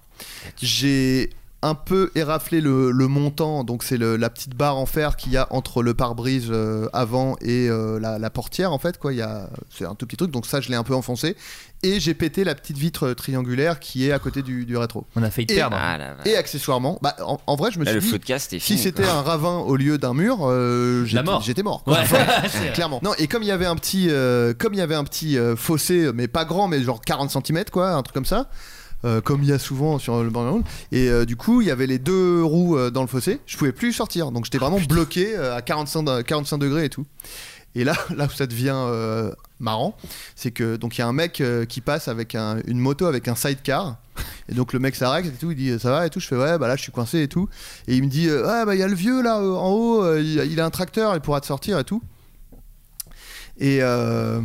J'ai un peu éraflé le, le montant, donc c'est le- la petite barre en fer qu'il y a entre le pare-brise euh, avant et euh, la, la portière en fait quoi. Il y a- c'est un tout petit truc, donc ça je l'ai un peu enfoncé et j'ai pété la petite vitre triangulaire qui est à côté du, du rétro. On a failli Et- perdre. Ah, la vache. Et accessoirement, bah, en, en vrai, je me Là, suis le dit, podcast est si fini. c'était quoi. un ravin au lieu d'un mur, euh, j'étais mort. j'étais mort. *laughs* quoi. Ouais, *laughs* c'est vrai. Clairement. Non, et comme il y avait un petit, euh, comme il y avait un petit euh, fossé, mais pas grand, mais genre 40 cm, quoi, un truc comme ça. euh, comme il y a souvent sur le bord de la route. Et euh, du coup, il y avait les deux roues euh, dans le fossé. Je pouvais plus sortir. Donc j'étais vraiment bloqué euh, à 45, de- 45 degrés et tout. Et là, *laughs* là où ça devient euh, marrant, c'est que donc il y a un mec euh, qui passe avec un- une moto avec un sidecar. Et donc le mec s'arrête et tout, il dit ça va et tout. Je fais ouais, bah là je suis coincé et tout. Et il me dit euh, ah bah il y a le vieux là euh, en haut, euh, il, il a un tracteur, il pourra te sortir et tout. Et euh,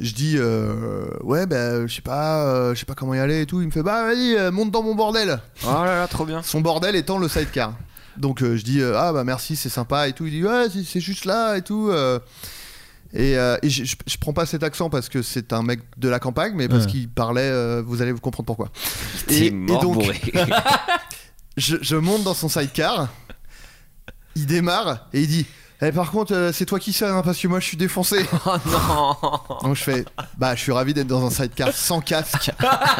je dis euh, ouais bah je sais pas, euh, je sais pas comment y aller et tout. Il me fait bah vas-y euh, monte dans mon bordel. Oh là là, trop bien. Son bordel étant le sidecar. Donc euh, je dis euh, ah bah merci c'est sympa et tout. Il dit ouais c'est- c'est juste là et tout. euh. et, euh, et je, je- je prends pas cet accent parce que c'est un mec de la campagne, mais parce Ouais. qu'il parlait. euh, vous allez vous comprendre pourquoi. *laughs* T'es Et- et mort donc- bourré. je, je monte dans son sidecar. Il démarre et il dit Eh, Par contre, euh, c'est toi qui sonne, hein, parce que moi je suis défoncé. *laughs* oh non. Donc je fais Bah, je suis ravi d'être dans un sidecar sans casque,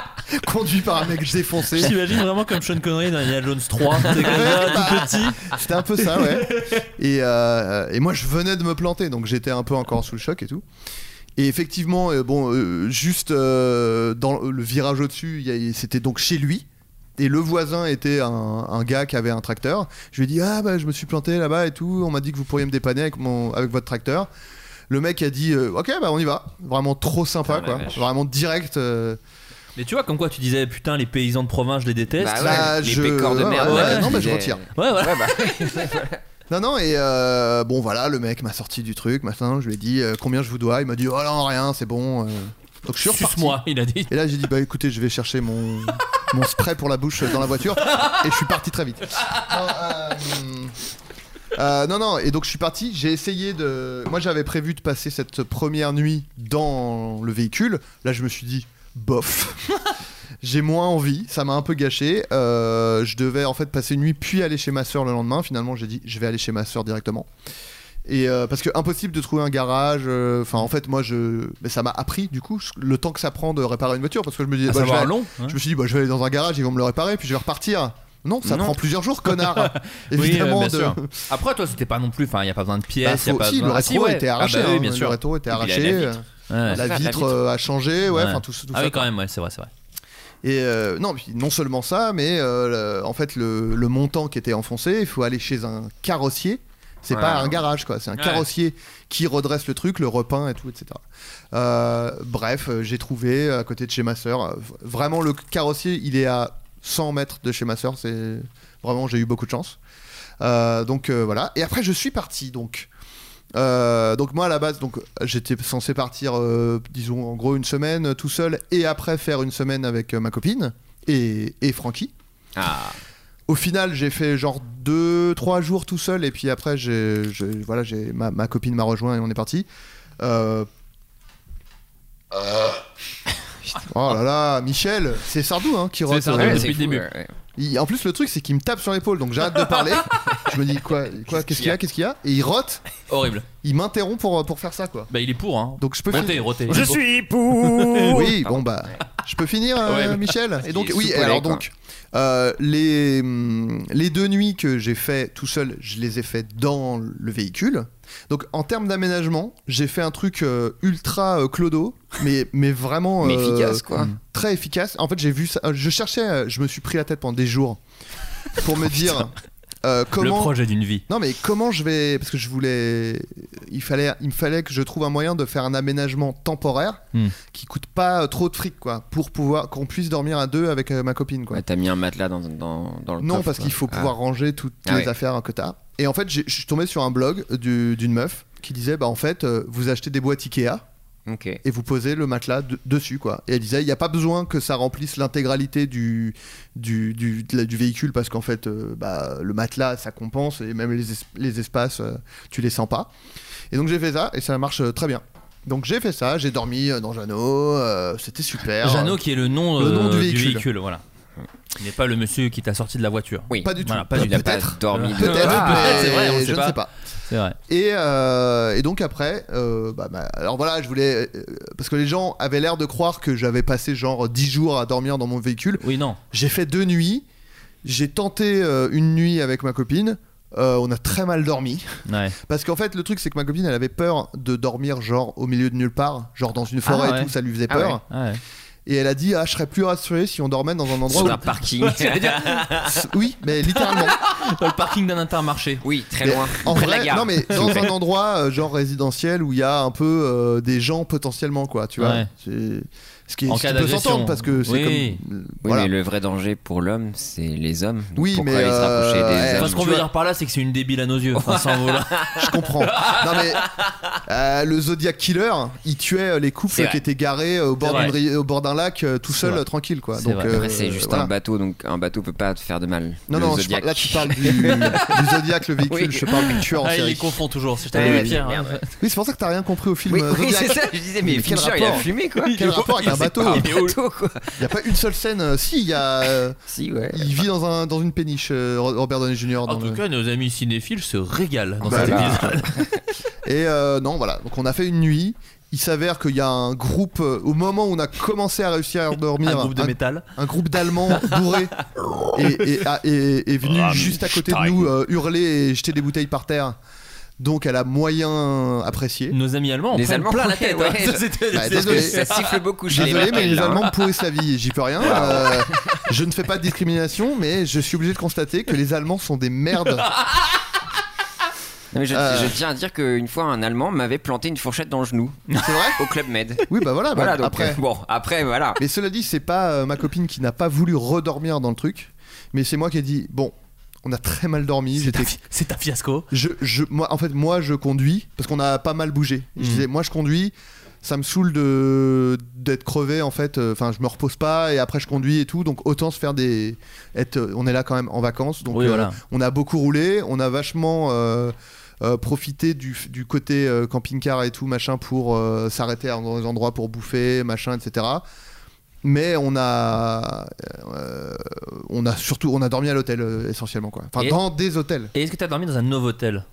*laughs* conduit par un mec défoncé. J'imagine vraiment comme Sean Connery dans Indiana Jones *laughs* 3, c'est comme ça, tout petit. C'était un peu ça, ouais. Et, euh, et moi, je venais de me planter, donc j'étais un peu encore sous le choc et tout. Et effectivement, euh, bon, euh, juste euh, dans le virage au-dessus, il y a- c'était donc chez lui. Et le voisin était un, un gars qui avait un tracteur. Je lui ai dit Ah, bah, je me suis planté là-bas et tout. On m'a dit que vous pourriez me dépanner avec, mon, avec votre tracteur. Le mec a dit euh, Ok, bah, on y va. Vraiment trop sympa, Putain, Ah, la quoi. vache. Vraiment direct. euh, Mais tu vois, comme quoi tu disais, putain, les paysans de province, je les déteste. Bah Bah, ouais, les je- pécores de ouais, merde. ouais, là, non, tu bah, je disais. retire. Ouais, voilà. Ouais, bah. Non, non, et euh, bon, voilà, le mec m'a sorti du truc, machin. Je lui ai dit euh, combien je vous dois. Il m'a dit, oh non, rien, c'est bon. euh. Donc je suis reparti. Suce-moi, il a dit. Et là, j'ai dit, bah écoutez, je vais chercher mon, mon spray pour la bouche dans la voiture. Et je suis parti très vite. Non, euh, euh, non, non, et donc je suis parti. J'ai essayé de. Moi, j'avais prévu de passer cette première nuit dans le véhicule. Là, je me suis dit, bof. J'ai moins envie, ça m'a un peu gâché. Euh, je devais en fait passer une nuit puis aller chez ma soeur le lendemain. Finalement, j'ai dit je vais aller chez ma soeur directement. Et euh, parce que impossible de trouver un garage. euh, Enfin, en fait, moi, je, mais ça m'a appris du coup ce- le temps que ça prend de réparer une voiture parce que je me disais, À bah, je, vais- savoir long. hein. je me suis dit, bah, je vais aller dans un garage, ils vont me le réparer, puis je vais repartir. Non, ça Non. prend plusieurs jours, connard. *laughs* Oui, Évidemment, euh, bien de- sûr. Après, toi, c'était pas non plus. Enfin, il y a pas besoin de Bah, pièces. faut- y a pas si, le besoin- Ah, rétro si, ouais. a été Ah, bah arraché. oui, hein, bien sûr. Le rétro a été Et puis, la- arraché. la euh, vitre. Ouais. La la vitre vitre. euh, a changé, ouais, Ouais. enfin tout, ça- tout Ah ça. oui, quoi. quand même, ouais, c'est vrai, c'est vrai. Et euh, non, puis non seulement ça, mais euh, le- en fait, le, le montant qui était enfoncé, il faut aller chez un carrossier. C'est pas Ouais. un garage, quoi. C'est un Ouais. carrossier qui redresse le truc, le repeint et tout, etc. Euh, bref, euh, j'ai trouvé euh, à côté de chez ma sœur. euh, v- Vraiment, le carrossier, il est à 100 mètres de chez ma sœur. C'est vraiment, j'ai eu beaucoup de chance. Euh, donc euh, voilà. Et après, je suis parti. Donc, Euh, donc moi à la base, donc j'étais censé partir, euh, disons en gros une semaine euh, tout seul, et après faire une semaine avec euh, ma copine et, et Francky. Ah. Au final, j'ai fait genre deux, trois jours tout seul, et puis après, j'ai, je- voilà, j'ai ma, ma copine m'a rejoint et on est parti. Euh, Oh là là, Michel, c'est Sardou hein, qui rote. Sardou, euh, Ouais, depuis Ah. c'est le fou, début. ouais, ouais. il- en plus, le truc, c'est qu'il me tape sur l'épaule, donc j'arrête de *laughs* parler. Je me dis quoi, quoi qu'est-ce qu'il y a, qu'est-ce qu'il y a, et il rote. Horrible. Il m'interrompt pour, pour faire ça, quoi. Bah, il est pour, hein. Donc je peux Roté, finir. roté. Je suis. Oui, bon bah, Je peux finir, euh, Oh. *laughs* Ouais. Michel Et donc, Il est oui, sous-collé, alors quoi. donc, euh, les, hum, les deux nuits que j'ai fait tout seul, je les ai fait dans le véhicule. Donc, en termes d'aménagement, j'ai fait un truc euh, ultra euh, clodo, mais, mais vraiment. *laughs* euh, Mais efficace, quoi. Très efficace. En fait, j'ai vu ça. euh, Je cherchais, euh, je me suis pris la tête pendant des jours pour Oh, me dire euh, Le comment. projet d'une vie. Non mais comment je vais parce que je voulais il fallait il me fallait que je trouve un moyen de faire un aménagement temporaire Hmm. qui coûte pas euh, trop de fric quoi pour pouvoir qu'on puisse dormir à deux avec euh, ma copine quoi. Ouais, T'as mis un matelas dans, dans, dans le non coffre, parce quoi. qu'il faut Ah. pouvoir ranger toutes Ah les ouais. affaires que t'as. Et en fait j'ai- je suis tombé sur un blog du- d'une meuf qui disait bah en fait euh, vous achetez des boîtes Ikea Ah, Ok. et vous posez le matelas de- dessus quoi. Et elle disait il n'y a pas besoin que ça remplisse l'intégralité du du, du, de la- du véhicule parce qu'en fait euh, bah, le matelas ça compense et même les, es- les espaces euh, tu les sens pas. Et donc j'ai fait ça et ça marche euh, très bien. Donc j'ai fait ça, j'ai dormi euh, dans Jeannot, euh, c'était super. Jeannot qui est le nom, Le nom euh, du véhicule. voilà. Il n'est pas le monsieur qui t'a sorti de la voiture. Oui. Pas du tout. Voilà, pas du Il n'a tout. pas Peut-être. dormi. Peut-être. Peut-être, Ah, mais c'est *laughs* vrai, on je sait ne pas. sais pas. C'est vrai. Et, euh, et donc après, euh, bah, bah, alors voilà, je voulais. euh, parce que les gens avaient l'air de croire que j'avais passé genre 10 jours à dormir dans mon véhicule. Oui, non. J'ai fait deux nuits. J'ai tenté euh, une nuit avec ma copine. Euh, on a très mal dormi. Ouais. Parce qu'en fait, le truc, c'est que ma copine, elle avait peur de dormir, genre, au milieu de nulle part, genre dans une forêt Ah ouais. et tout, ça lui faisait Ah peur. ouais. Ouais. Et elle a dit, ah, je serais plus rassuré si on dormait dans un endroit *laughs* Sur un où. parking. Oui, *laughs* mais Ah littéralement. Dans le parking d'un intermarché. *laughs* oui, très Mais loin. En près de la vrai, gare. non, *laughs* mais dans un endroit, euh, genre résidentiel, où il y a un peu euh, des gens potentiellement, quoi, tu vois. Ouais. C'est- Ce qui, est, En ce cas qui peut d'agression. s'entendre, parce que c'est Oui. comme. euh, Oui, voilà. mais le vrai danger pour l'homme, c'est les hommes. Donc Oui, pourquoi mais, aller se rapprocher euh, des ouais. Enfin, hommes ce qu'on Tu veut vois- dire par là, c'est que c'est une débile à nos yeux. Enfin, sans *laughs* vouloir. Je comprends. Non mais euh, le Zodiac Killer, il tuait euh, les C'est couples vrai. qui étaient garés euh, au bord, C'est vrai. d'une ri- au bord d'un lac euh, tout C'est seul, vrai. euh, tranquille quoi. C'est Donc vrai. Après, c'est euh, juste voilà. un bateau, donc un bateau peut pas te faire de mal. Non Le non, je Zodiac. parle- là tu parles du, du Zodiac le véhicule, Oui. je parle du tueur en Ah, il les série. confond toujours. C'est Ouais, un ouais, pire, merde, *laughs* hein. Oui, c'est pour ça que t'as rien compris au film Oui, euh, oui, c'est Zodiac. ça, je disais, mais, Mais quel Fincher, il a rapport fumé *laughs* quoi. Quel rapport avec un bateau Il est bateau hein. quoi. Il n'y a pas une seule scène. euh, si, il y a, euh, *laughs* Si, ouais. il vit dans un dans une péniche euh, Robert Downey Jr. En dans tout le- cas, nos amis cinéphiles se régalent dans Bah, cet là. *laughs* épisode. Et euh, non, voilà. Donc on a fait une nuit. Il s'avère qu'il y a un groupe euh, au moment où on a commencé à réussir à dormir, Un groupe de un- métal. un groupe d'Allemands bourrés et, et- a- et- est venu Ah, juste à côté de nous euh, hurler et jeter des bouteilles par terre. Donc elle a moyen apprécié. Nos amis allemands en Les prennent Allemands, plein la ouais, tête. ouais. hein. *laughs* Ça, c'était- Bah, c'est- Parce que désolé. ça siffle beaucoup chez Désolé, mais les Merkel, Allemands hein. me pourrissent la vie, j'y peux rien. Euh, je ne fais pas de discrimination, mais je suis obligé de constater que les Allemands sont des merdes. Non, mais je, Euh. je tiens à dire qu'une fois, un Allemand m'avait planté une fourchette dans le genou C'est vrai au Club Med. Oui, bah voilà, bah, voilà, donc après. euh, bon, après, voilà. Mais cela dit, c'est pas euh, ma copine qui n'a pas voulu redormir dans le truc, mais c'est moi qui ai dit bon, on a très mal dormi, j'étais C'est un fiasco. je, je- moi, en fait, moi, je conduis parce qu'on a pas mal bougé. Mhm. Je disais, moi, je conduis. Ça me saoule de d'être crevé en fait. euh, Enfin, je me repose pas et après je conduis et tout. Donc autant se faire des. Être, euh, on est là quand même en vacances. Donc Oui, euh, voilà. on a beaucoup roulé. On a vachement euh, euh, profité du, du côté euh, camping-car et tout machin pour euh, s'arrêter à- dans des endroits pour bouffer machin etc. Mais on a euh, on a surtout on a dormi à l'hôtel euh, essentiellement quoi. Enfin Et- dans des hôtels. Et est-ce que t'as dormi dans un Novotel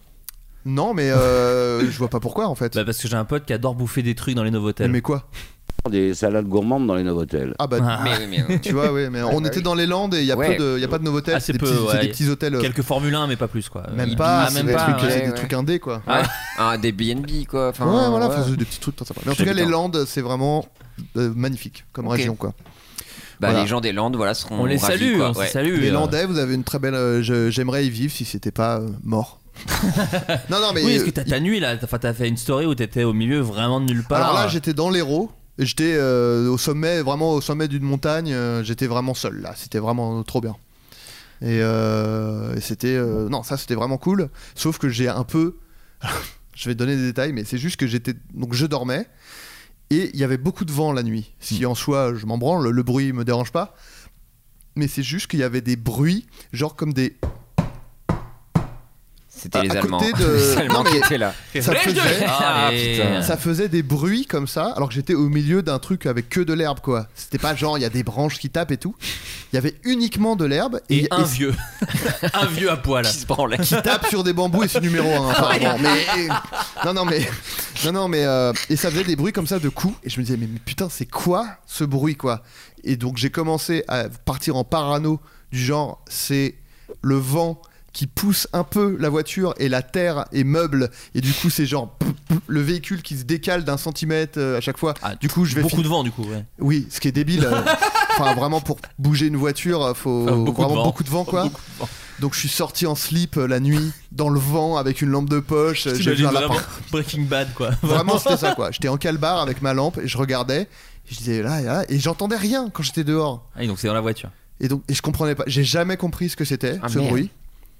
Non, mais euh, je vois pas pourquoi en fait. Bah parce que j'ai un pote qui adore bouffer des trucs dans les Novotels. mais quoi Des salades gourmandes dans les Novotels. Ah bah. *laughs* Ah, Mais oui, mais euh, Tu vois, ouais, mais on était dans les Landes et il y a Ouais. peu de, y a pas de Novotel, Ah, c'est c'est des, peu, petits- c'est ouais. des petits hôtels, euh, Quelques Formule 1 mais pas plus quoi. même Il- pas, ah, c'est même des, pas, trucs, euh, ouais. c'est des ouais. trucs indés quoi. ouais, un des BNB quoi. Enfin, ouais, voilà, ouais. faut- c'est des petits trucs pas sympas. Mais en tout cas, les J'habite Landes, c'est vraiment euh, magnifique comme Ok. région quoi. Bah, voilà. les gens des Landes, voilà, seront On les ravis, salue, hein, quoi, on se ouais. salue. Les euh. Landais, vous avez une très belle. euh, je- J'aimerais y vivre si c'était pas euh, *laughs* mort. non, non, mais. Oui, est-ce euh, que t'as ta nuit là Enfin, t'as fait une story où t'étais au milieu vraiment de nulle part. Bah, Alors là, *laughs* Ah. j'étais dans l'Hérault. et J'étais euh, au sommet, vraiment au sommet d'une montagne. euh, j'étais vraiment seul là. C'était vraiment trop bien. Et, euh, et c'était euh, non, ça c'était vraiment cool. Sauf que j'ai un peu, *laughs* je vais te donner des détails, mais c'est juste que j'étais donc je dormais et il y avait beaucoup de vent la nuit. Si Hmm. en soi je m'en branle, le bruit me dérange pas. Mais c'est juste qu'il y avait des bruits, genre comme des C'était à- les à Allemands. *laughs* côté de- Les Allemands Non, mais- qui étaient là. Ça faisait- Ah, Allez. putain. ça faisait des bruits comme ça, alors que j'étais au milieu d'un truc avec que de l'herbe, quoi. C'était pas genre, il y a des branches qui tapent et tout. Il y avait uniquement de l'herbe Et, et, un et- *laughs* vieux. un vieux à poil. Qui se branlait. qui tape sur des bambous et c'est numéro un hein, Ah apparemment. Mais non non mais non non mais euh, et ça faisait des bruits comme ça de coups et je me disais mais, mais putain c'est quoi ce bruit quoi Et donc j'ai commencé à partir en parano du genre c'est le vent qui pousse un peu la voiture et la terre est meuble et du coup c'est genre pouf, pouf, le véhicule qui se décale d'un centimètre euh, à chaque fois. Ah, du coup je vais Beaucoup de vent, du coup, ouais. oui, ce qui est débile. *laughs* euh, Enfin, vraiment, pour bouger une voiture, euh, faut Faut beaucoup de vraiment vent. beaucoup de vent, quoi. Donc, je suis sorti en slip euh, la nuit, dans le vent, avec une lampe de poche. euh, J'ai vu T'imagines un vraiment lapin. Breaking Bad, quoi. *laughs* Vraiment, c'était ça, quoi. J'étais en calbar avec ma lampe et je regardais. et Je disais là, là, et j'entendais rien quand j'étais dehors. Ah, et donc c'est dans la voiture. Et donc, et je comprenais pas. J'ai jamais compris ce que c'était, Ah, ce merde. bruit.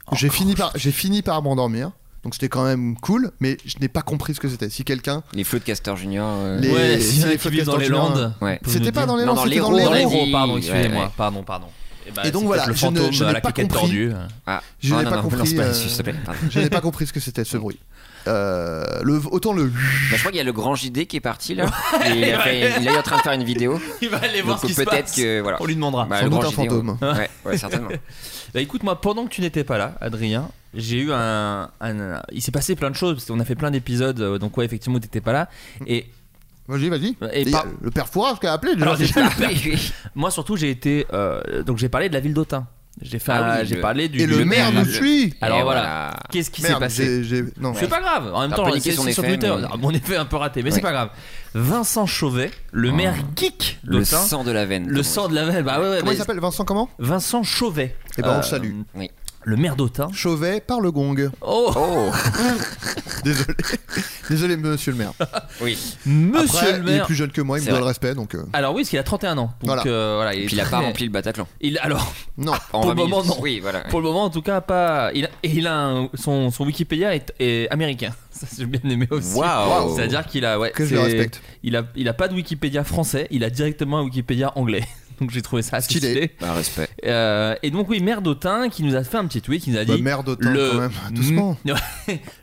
Oh. J'ai fini par, j'ai fini par m'endormir. Donc, c'était quand même cool, mais je n'ai pas compris ce que c'était. Si quelqu'un, Les flots de Castor Junior. euh, Les- ouais, si si les qui vivent dans podcasteurs les du Nord, Landes. Ouais. peuvent c'était nous pas dire. dans les Non, Landes, dans c'était les dans les roues, Dans les Landes. vas-y. Landes, pardon, Ouais, excusez-moi. ouais. Pardon, pardon. bah, Et donc c'est voilà, peut-être le je ne- fantôme je à n'ai la pas claquette compris. tordue. Ah, Je non, n'ai non, pas non, compris, lance pas euh, là-dessus, s'il te plaît. pardon. Je n'ai pas compris ce que c'était ce bruit. Euh, le, autant le Bah, je crois qu'il y a le grand JD qui est parti là. Et *laughs* il, a fait- il est en train de faire une vidéo. *laughs* Il va aller voir Donc ce qui se peut-être passe. que voilà. On lui demandera. Bah, Sans le doute grand un JD, fantôme. *laughs* on- Ouais, ouais, certainement. Bah écoute moi pendant que tu n'étais pas là Adrien j'ai eu un, un- il s'est passé plein de choses parce qu'on a fait plein d'épisodes euh, donc ouais effectivement tu t'étais pas là et euh, Vas-y, vas-y. Et Et par- Le père Fourage qui a appelé. Alors, déjà. j'ai- Ah, oui, oui. moi surtout j'ai été euh, donc j'ai parlé de la ville d'Autun j'ai fait Ah un- oui, j'ai le- parlé du Et le du- maire nous le- suit. alors Et voilà, voilà. qu'est-ce qui s'est Merde, passé j'ai- j'ai- non. c'est pas grave en même T'as temps pas niqué c'est son c'est sur effet, Twitter mais- Ah, mon effet un peu raté mais c'est Ouais. pas grave Vincent Chauvet le Ah. maire geek Le d'Autun sang de la veine. le sang de la veine bah ouais, ouais Comment mais- il s'appelle Vincent comment Vincent Chauvet Eh ben, on Euh, le salue. Oui. le maire d'Autun Chauvet par le gong. oh Oh Désolé. *laughs* Désolé, monsieur le maire. Oui. monsieur Après, le Il maire est plus jeune que moi, il me C'est doit vrai. le respect, donc. euh, Alors oui, parce qu'il a 31 ans. Donc Voilà. euh, voilà, il, Et est puis il a très- pas rempli le Bataclan. il- alors Non. En Pour le 20 moment, minutes. non. Oui, voilà. pour le moment, en tout cas, pas. Il a, et il a un- son, son Wikipédia est, est américain. *laughs* Ça, j'ai bien aimé aussi. Waouh. C'est-à-dire qu'il a ouais, Que je c'est- le respecte. Il a il a pas de Wikipédia français. Il a directement un Wikipédia anglais. *laughs* Donc j'ai trouvé ça assez Stylé. stylé. Bah, respect. Euh, et donc oui, Mère d'Autun qui nous a fait un petit tweet qui nous a dit Bah, merde, autant le quand même. *laughs* Doucement.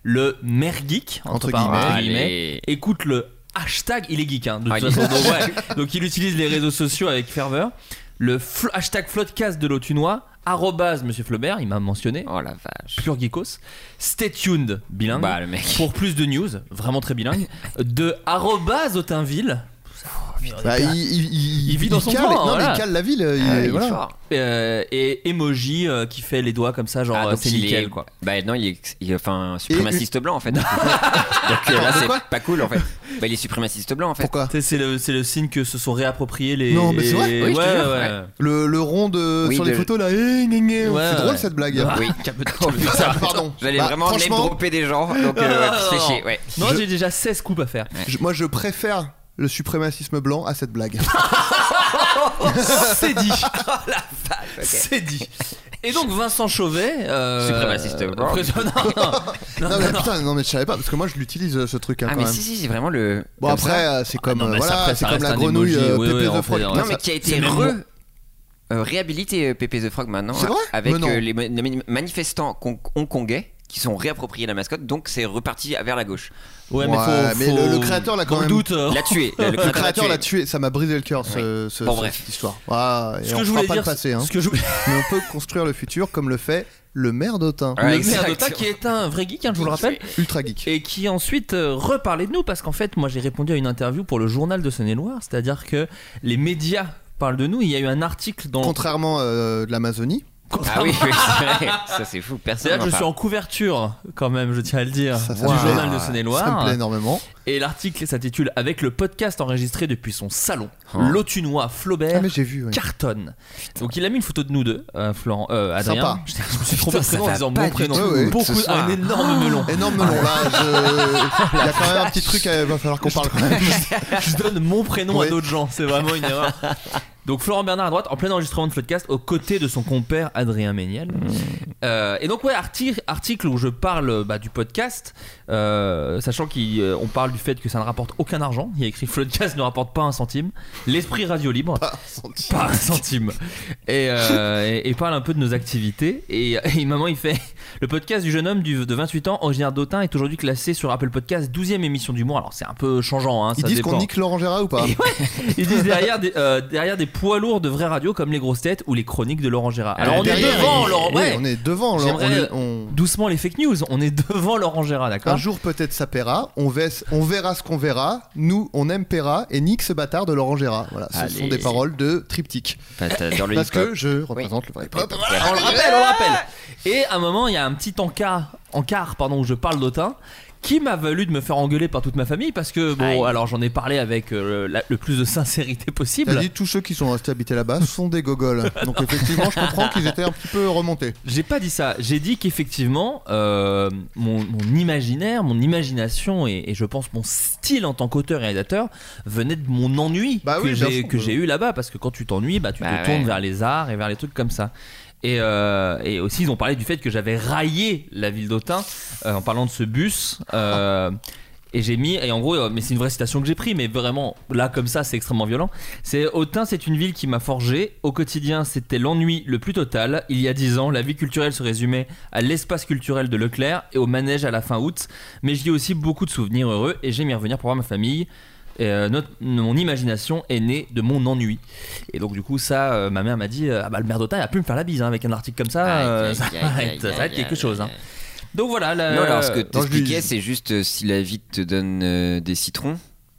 le maire geek entre, Entre par- guillemets. entre Allez. écoute le hashtag il est geek hein, de Ah, toute il est façon donc, ouais. Donc, il utilise les réseaux sociaux avec ferveur le fl- hashtag floodcast de l'autunois arrobase monsieur Flaubert il m'a mentionné Oh la vache. pure geekos stay tuned bilingue Bah, le mec. pour plus de news vraiment très bilingue de arrobase autinville Bah, il, il- il- Il vit dans son cale, coin, Non, mais voilà. il cale la ville. il Ah, est- il est voilà. fort. Euh, et emoji euh, qui fait les doigts comme ça genre Ah, euh, donc c'est il nickel est- quoi Bah non, il est, il est- enfin suprémaciste blanc *laughs* en fait. donc euh, là Pardon, c'est quoi pas cool en fait. Bah il est suprémaciste blanc en fait. Pourquoi Tu sais, c'est le, c'est le signe que se sont réappropriés les Non, mais c'est vrai. Oui, je te ouais, *laughs* jure, ouais. le, le rond de, Oui, sur les de- photos là. eh, gna, gna, Ouais, C'est drôle ouais. cette blague. Oui. *laughs* Oh, putain. Pardon. J'allais Bah, vraiment name franchement, dropper des gens donc euh, ouais, tu te fais chier, *laughs* ouais. Non, Je- j'ai déjà 16 coupes à *laughs* faire. je- moi, je préfère le suprémacisme blanc à *laughs* cette blague. C'est dit. *laughs* C'est dit. Et donc Vincent Chauvet, euh, Suprémaciste euh, blanc. président- *laughs* non, non, Non, mais non, non. putain, non, mais je savais pas, parce que moi je l'utilise euh, ce truc hein, Ah quand mais même. si si, c'est vraiment le Bon, comme après, ça. euh, c'est comme, non, euh, mais ça, voilà, après, c'est ça comme reste la un grenouille emoji, euh, oui, Pépé oui, the on Frog. fait- Ouais, Non, mais ça- qui a c'est été même re. bon. euh, réhabilité euh, Pépé the Frog maintenant. C'est vrai Avec Mais non. euh, les, ma- les mani- manifestants con- hongkongais qui sont réappropriés la mascotte, donc c'est reparti vers la gauche. Ouais, mais, Ouais, faut, mais faut- le- le créateur, là, quand dans le même. doute. euh, L'a tué. Le, Oh. *laughs* Le créateur l'a tué, ça m'a brisé le cœur ce, ce- Bon, ce- bref. cette histoire. Ah, et ce on que je fera voulais pas dire, le passé, hein. ce que je voulais- mais on peut construire le futur comme le fait le maire d'Autun, Ouais, le maire d'Otta exactement. qui est un vrai geek, hein, je vous le rappelle, ultra geek. et qui ensuite euh, reparlait de nous parce qu'en fait, moi, j'ai répondu à une interview pour le journal de Saône-et-Loire, c'est-à-dire que les médias parlent de nous. Il y a eu un article dans Contrairement euh, de l'Amazonie, Ah oui, oui, c'est *laughs* vrai. ça c'est fou. Personne. C'est-à-dire que je n'en suis parle. en couverture, quand même, je tiens à le dire, ça, ça du me plaît. journal de ça me Saône-et-Loire. plaît énormément. Et l'article s'intitule Avec le podcast enregistré depuis son salon, Oh. l'autunois Ah, Flaubert mais j'ai vu. ouais. cartonne. Donc il a mis une photo de nous deux, euh, Florent, euh, Adrien. Sympa. Je, je me suis trompé Putain, de ça prénom en va disant pas mon du prénom. tout, ouais, Beaucoup, ce soir. un énorme melon. Énorme melon là, *laughs* je- il y a quand même un petit truc, à- va falloir qu'on parle *laughs* quand même. *laughs* je donne mon prénom Ouais. à d'autres gens, c'est vraiment une erreur. Donc Florent Bernard à droite, en plein enregistrement de podcast, aux côtés de son compère Adrien Méniel. Euh, et donc ouais, arti- article où je parle bah, du podcast, euh, sachant qu'on parle du fait que ça ne rapporte aucun argent. Il y a écrit Floodcast ne rapporte pas un centime. L'esprit radio libre, Ah, senti. pas un centime. Et, euh, et, et parle un peu de nos activités. Et, et maman, il fait le podcast du jeune homme du- de 28 ans, originaire d'Autun, est aujourd'hui classé sur Apple Podcast 12e émission du mois. Alors c'est un peu changeant. Hein, Ils ça disent qu'on dépend. nique Laurent Gérard ou pas Et *laughs* ouais, ils disent derrière des, euh, derrière des poids lourds de vraies radios comme les grosses têtes ou les chroniques de Laurent Gérard. Alors on est Derrière, devant il- Laurent. oui, ouais. on est devant Laurent. J'aimerais- On est- on- Doucement les fake news, on est devant Laurent Gérard, Un d'accord jour peut-être ça paiera, on, vais- on verra ce qu'on verra, nous on aime paiera et nique ce bâtard de Laurent Gérard. Voilà, ce sont Allez. des paroles de triptyque. euh, Dans le Parce hip-hop. que je représente le vrai hip-hop. On le rappelle, on le rappelle. Et à un moment, il y a un petit encart, encart pardon, où je parle d'Autun qui m'a valu de me faire engueuler par toute ma famille parce que bon Aïe. alors j'en ai parlé avec euh, la- le plus de sincérité T'as possible dit tous ceux qui sont restés habiter là-bas sont des gogoles. Donc effectivement, je comprends qu'ils étaient un petit peu remontés. J'ai pas dit ça. J'ai dit qu'effectivement, euh, mon, mon imaginaire, mon imagination et, et je pense mon style en tant qu'auteur et réalisateur venait de mon ennui Bah que oui, bien j'ai sûr. que j'ai eu là-bas. Parce que quand tu t'ennuies, bah, tu Bah te ouais. tournes vers les arts et vers les trucs comme ça. Et, euh, et aussi, ils ont parlé du fait que j'avais raillé la ville d'Autun euh, en parlant de ce bus. euh, et j'ai mis, et en gros, euh, mais c'est une vraie citation que j'ai pris, mais vraiment, là, comme ça, c'est extrêmement violent. C'est Autun, c'est une ville qui m'a forgé. Au quotidien, c'était l'ennui le plus total. Il y a dix ans, la vie culturelle se résumait à l'espace culturel de Leclerc et au manège à la fin août. Mais j'y ai aussi beaucoup de souvenirs heureux et j'aime y revenir pour voir ma famille. Et, euh, notre- mon imagination est née de mon ennui. Et donc, du coup, ça, euh, ma mère m'a dit euh, Ah bah, le maire d'Autun, il a plus me faire la bise hein, avec un article comme ça. euh, ça va être- ça va être quelque chose. hein. Donc voilà. la- Non, alors ce que Euh, non, je lui- t'expliquais, c'est juste euh, si la vie te donne euh, des citrons,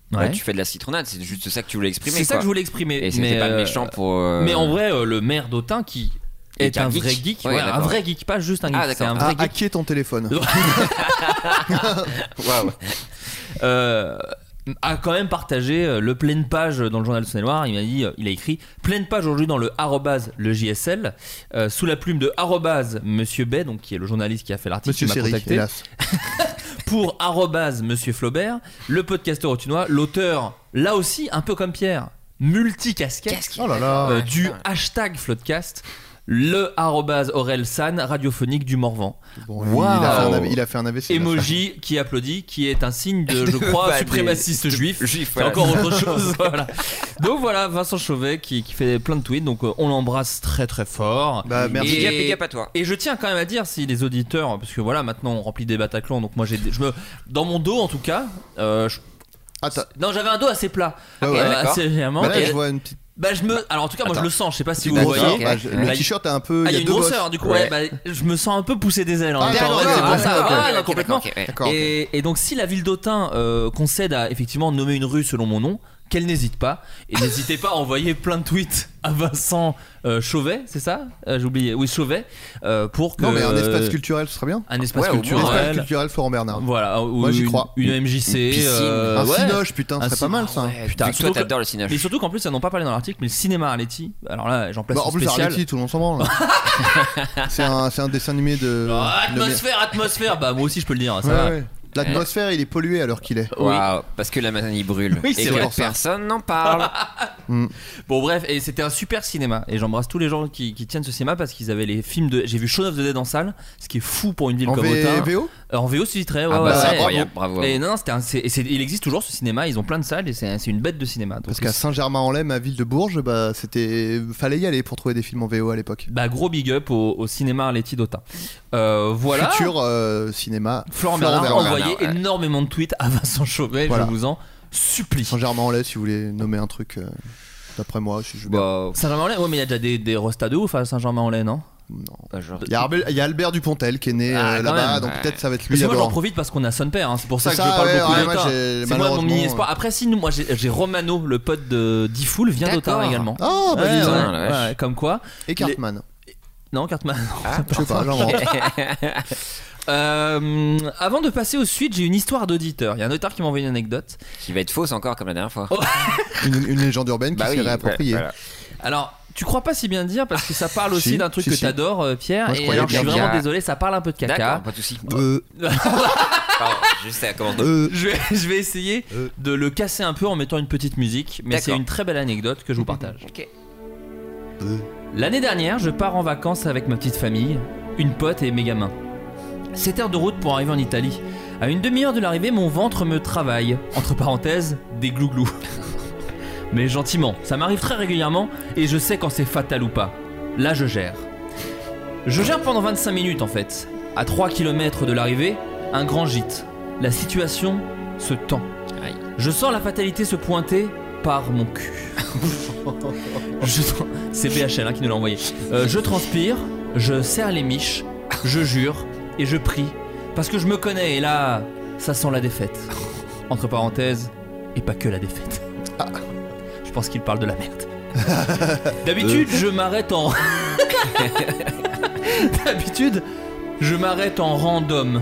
bah, Ouais. tu fais de la citronade. C'est juste ça que tu voulais exprimer. C'est ça quoi. que je voulais exprimer. Et c'était mais, pas euh, méchant pour. euh, Mais en vrai, euh, le maire d'Autun qui Et est qui est un un geek. vrai geek, Ouais, ouais, un d'accord. vrai geek, pas juste un geek, Ah, c'est d'accord. un vrai À geek. hacker ton téléphone. waouh. Euh, a quand même partagé euh, le pleine page dans le journal de Seine-Loire. Il m'a dit, euh, il a écrit pleine page aujourd'hui dans le arrobase le JSL euh, sous la plume de arrobase Monsieur Bay, donc qui est le journaliste qui a fait l'article, qui Monsieur m'a Seri, contacté hélas. pour arrobase Monsieur Flaubert, le podcasteur autunois, l'auteur là aussi un peu comme Pierre, multi casquette. Qu'est-ce qu'il Oh là Euh, là. du hashtag Floodcast, le arrobase Aurel San, radiophonique du Morvan. Bon, lui, il, a fait un, Waouh. av- il a fait un AVC. là. Emoji qui applaudit, qui est un signe de, je crois, Bah, suprémaciste des- juif. Juif, C'est voilà. encore autre chose. voilà. Donc voilà, Vincent Chauvet qui, qui fait plein de tweets. Donc euh, on l'embrasse très très fort. Bah merci. Et- Big up, big up à toi. Et je tiens quand même à dire si les auditeurs, parce que voilà, maintenant on remplit des Bataclan, donc moi j'ai, des- je me, dans mon dos en tout cas, euh, je- Attends. non j'avais un dos assez plat, Ah ouais. euh, d'accord. assez légèrement. Bah là, Et- je vois une petite. bah, je me, alors en tout cas moi je Attends. le sens, je sais pas si petite vous grosseur. voyez. Bah, je- Là, Le il- t-shirt est un peu. Ah, il y a une deux bosses. grosseur, du coup, ouais, bah, je me sens un peu poussé des ailes en Ah, même temps. d'accord, Ouais, d'accord, c'est pour ça, d'accord, ouais, ok, non, ok, complètement. d'accord, Ah, ok, ouais. D'accord. Et, et donc, si la ville d'Autun euh, concède à effectivement nommer une rue selon mon nom, qu'elle n'hésite pas. Et n'hésitez pas à envoyer plein de tweets à Vincent euh, Chauvet, c'est ça Euh, J'ai oublié. Oui, Chauvet. euh, pour que, Non, mais un espace euh, culturel, ce serait bien. Un espace Ouais, au moins. Un espace culturel. culturel Florent Bernard. Voilà, ou Moi, j'y une- crois. Une MJC. Une piscine. euh, Un ouais. cinoche, putain, Un ah ce serait pas cin- mal ça. Ouais, Putain, vu que toi surtout que- t'adores le cinéma. Mais surtout qu'en plus, ils n'ont pas parlé dans l'article, mais le cinéma Arletty. Alors là, j'en place Bah, en une plus, spéciale. Arletty, tout le monde *laughs* s'en branle. c'est, un, c'est un dessin animé de. Ah, de- atmosphère, atmosphère. Bah moi aussi je peux le dire. Ça euh, Ouais, va. ouais. L'atmosphère, il est pollué alors qu'il est. Waouh, parce que la matinée il brûle. Oui, c'est et que vrai. Ah, la personne n'en parle. Bon bref, et c'était un super cinéma. Et j'embrasse tous les gens qui, qui tiennent ce cinéma parce qu'ils avaient les films de. J'ai vu Shaun of the Dead en salle, ce qui est fou pour une ville En comme V- Autun. VO Euh, En VO sous-titré, ouais, ah ouais, bah, c'est ouais. incroyable, bravo. Et non, non, c'était un- c'est- et c'est- il existe toujours ce cinéma. Ils ont plein de salles et c'est c'est une bête de cinéma. Donc, Parce qu'à Saint-Germain-en-Laye, ma ville de Bourges, bah, c'était. Fallait y aller pour trouver des films en VO à l'époque. bah gros big up au, au cinéma Arletty d'Autun. Euh, voilà. Futur euh, cinéma. Florent Florent Bernard a Bernard, envoyé ouais. énormément de tweets à Vincent Chauvet. Voilà. Je vous en supplie. Saint-Germain-en-Laye, si vous voulez nommer un truc. euh, D'après moi, si je Bah, Saint-Germain-en-Laye, ouais, mais il y a déjà des, des rostas de ouf à Saint-Germain-en-Laye, non bah, genre, Il y, a Arbel- il y a Albert Dupontel qui est né Ah, euh, quand là-bas, même. donc Ouais. peut-être ça va être lui Parce que moi j'en d'abord. profite parce qu'on a son père, hein, c'est pour ça que C'est je ça, parle ouais, beaucoup ouais, d'Autun. moi, j'ai- C'est moi mon malheureusement, mini espoir. Après si nous, moi j'ai j'ai Romano, le pote de Difool, vient d'Autun D'accord. également. Ah, bah, Ouais, dis donc. Putain, la ouais, vache. ouais, comme quoi. Et Cartman. Non, Cartman. *laughs* Je sais pas, j'invente. Euh, avant de passer aux suites, j'ai une histoire d'auditeur. Il y a un auditeur qui m'a envoyé une anecdote. qui va être fausse encore comme la dernière Oh, fois. une, une légende urbaine qui Bah s'est oui, réappropriée. ouais, voilà. Alors, tu crois pas si bien dire parce que ça parle aussi *laughs* Si, d'un truc si, que si. t'adores, euh, Pierre. Moi, je et croyais alors, je suis bien vraiment qu'il y a- désolé, ça parle un peu de D'accord, *laughs* caca. pas de soucis. Euh, Pardon, juste ça commence de- euh, Je vais, je vais essayer de le casser un peu en mettant une petite musique, mais c'est D'accord. une très belle anecdote Mmh. que je vous partage. Ok. L'année dernière, je pars en vacances avec ma petite famille. une pote et mes gamins. 7 heures de route pour arriver en Italie. À une demi-heure de l'arrivée, mon ventre me travaille. Entre parenthèses, des glouglous. *laughs* Mais gentiment, ça m'arrive très régulièrement et je sais quand c'est fatal ou pas. Là, je gère. Je gère pendant 25 minutes en fait. À 3 km de l'arrivée, un grand gîte. La situation se tend. Je sens la fatalité se pointer par mon cul. Je tra- C'est BHL hein, qui nous l'a envoyé. Euh, je transpire, je serre les miches, je jure et je prie. Parce que je me connais et là, ça sent la défaite. Entre parenthèses, et pas que la défaite. Je pense qu'il parle de la merde. D'habitude, je m'arrête en. *laughs* D'habitude, je m'arrête en random.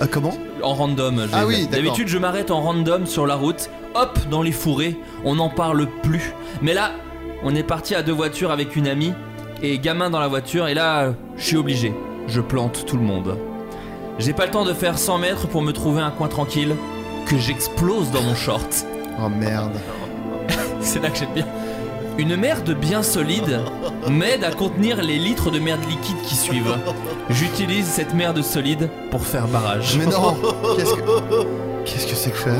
Ah, comment En random, je Ah veux oui, dire. d'accord. D'habitude, je m'arrête en random sur la route. Hop, dans les fourrés, on n'en parle plus. Mais là, on est parti à deux voitures avec une amie et gamin dans la voiture. Et là, je suis obligé. Je plante tout le monde. J'ai pas le temps de faire 100 mètres pour me trouver un coin tranquille que j'explose dans mon short. *laughs* Oh merde. C'est là que j'aime bien. Une merde bien *laughs* solide m'aide à contenir les litres de merde liquide qui suivent. J'utilise cette merde solide pour faire barrage. *laughs* Mais non Qu'est-ce que. Qu'est-ce que c'est que ça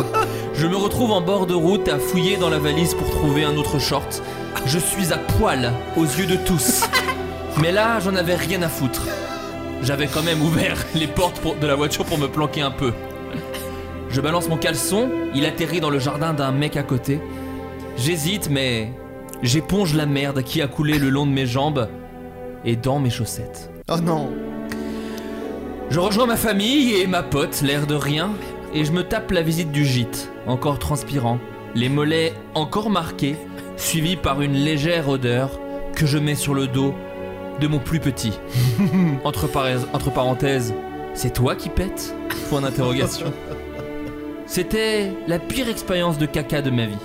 Je me retrouve en bord de route à fouiller dans la valise pour trouver un autre short. Je suis à poil aux yeux de tous. Mais là, j'en avais rien à foutre. J'avais quand même ouvert les portes pour- de la voiture pour me planquer un peu. Je balance mon caleçon, il atterrit dans le jardin d'un mec à côté. J'hésite, mais j'éponge la merde qui a coulé le long de mes jambes et dans mes chaussettes. Oh non Je rejoins ma famille et ma pote, l'air de rien, et je me tape la visite du gîte, encore transpirant, les mollets encore marqués, suivi par une légère odeur que je mets sur le dos de mon plus petit. entre, paré- entre parenthèses, c'est toi qui pètes Point d'interrogation. C'était la pire expérience de caca de ma vie.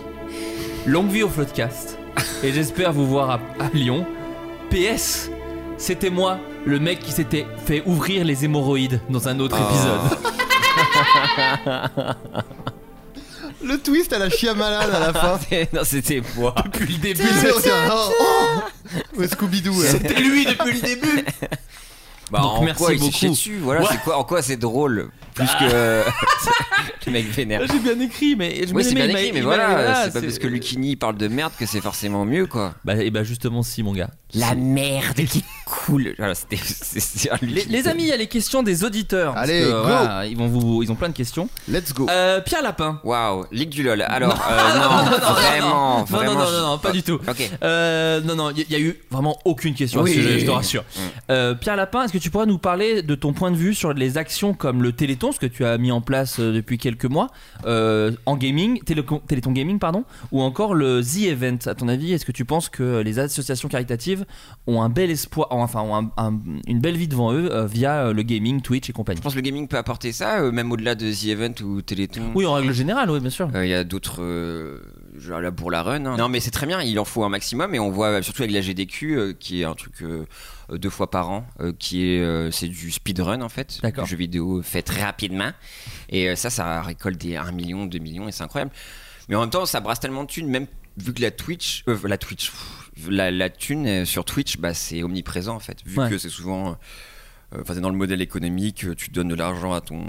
Longue vie au Floodcast, et j'espère vous voir à, à Lyon. PS, c'était moi, le mec qui s'était fait ouvrir les hémorroïdes dans un autre Ah. épisode. Le twist à la chia malade à *laughs* la fin *laughs* non, c'était moi. Depuis le début, Puis le regard, oh, oh Ouais, Scooby-Doo ouais. c'était lui depuis le début. Bah, Donc, en merci quoi il s'est beaucoup. chié dessus, voilà, Ouais. c'est quoi, en quoi c'est drôle Plus *laughs* que *laughs* le mec vénère. Ah, J'ai bien écrit, mais je me Oui, c'est dis, bien il m'a- écrit, mais il m'a- voilà, ah, c'est pas parce que Lucini parle de merde que c'est forcément mieux, quoi. Bah, et bah justement, si, mon gars. La merde qui coule. *laughs* Voilà, c'était. c'est- c'est un Les, Lucchini. les amis, il y a les questions des auditeurs. parce Allez, que, go. voilà, ils, vont vous, ils ont plein de questions. Let's Oh. go Euh, Pierre Lapin. Waouh, Ligue du LOL. *laughs* Alors, euh, non, vraiment, non, vraiment. non, non, non, pas du tout. Ok. Euh, non, non, il y, il y a eu vraiment aucune question à Oui. Mm. ce sujet, je te rassure. Euh, Pierre Lapin, est-ce que tu pourrais nous parler de ton point de vue sur les actions comme le Téléthon, ce que tu as mis en place euh, depuis quelques mois, euh, en gaming, Télécom- Téléthon Gaming, pardon, ou encore le The Event À ton avis, est-ce que tu penses que les associations caritatives ont un bel espoir, oh, enfin, ont un- un- une belle vie devant eux euh, via euh, le gaming, Twitch et compagnie Je pense que le gaming peut apporter ça, euh, même au-delà de The Event ou Téléthon. Oui, en règle générale, oui, bien sûr. Euh, Il y a d'autres. euh, genre là pour la run. hein. Non, mais c'est très bien, il en faut un maximum. Et on voit euh, surtout avec la GDQ, euh, qui est un truc euh, euh, deux fois par an, euh, qui est euh, c'est du speedrun en fait. D'accord. Du jeu vidéo fait rapidement. Et euh, ça, ça récolte des 1 million, 2 millions, et c'est incroyable. Mais en même temps, ça brasse tellement de thunes, même vu que la Twitch. euh, la Twitch. pff, La, la thune euh, sur Twitch, bah, c'est omniprésent en fait. Vu Ouais. que c'est souvent. euh, euh, Enfin, t'es dans le modèle économique, euh, tu donnes de l'argent à ton,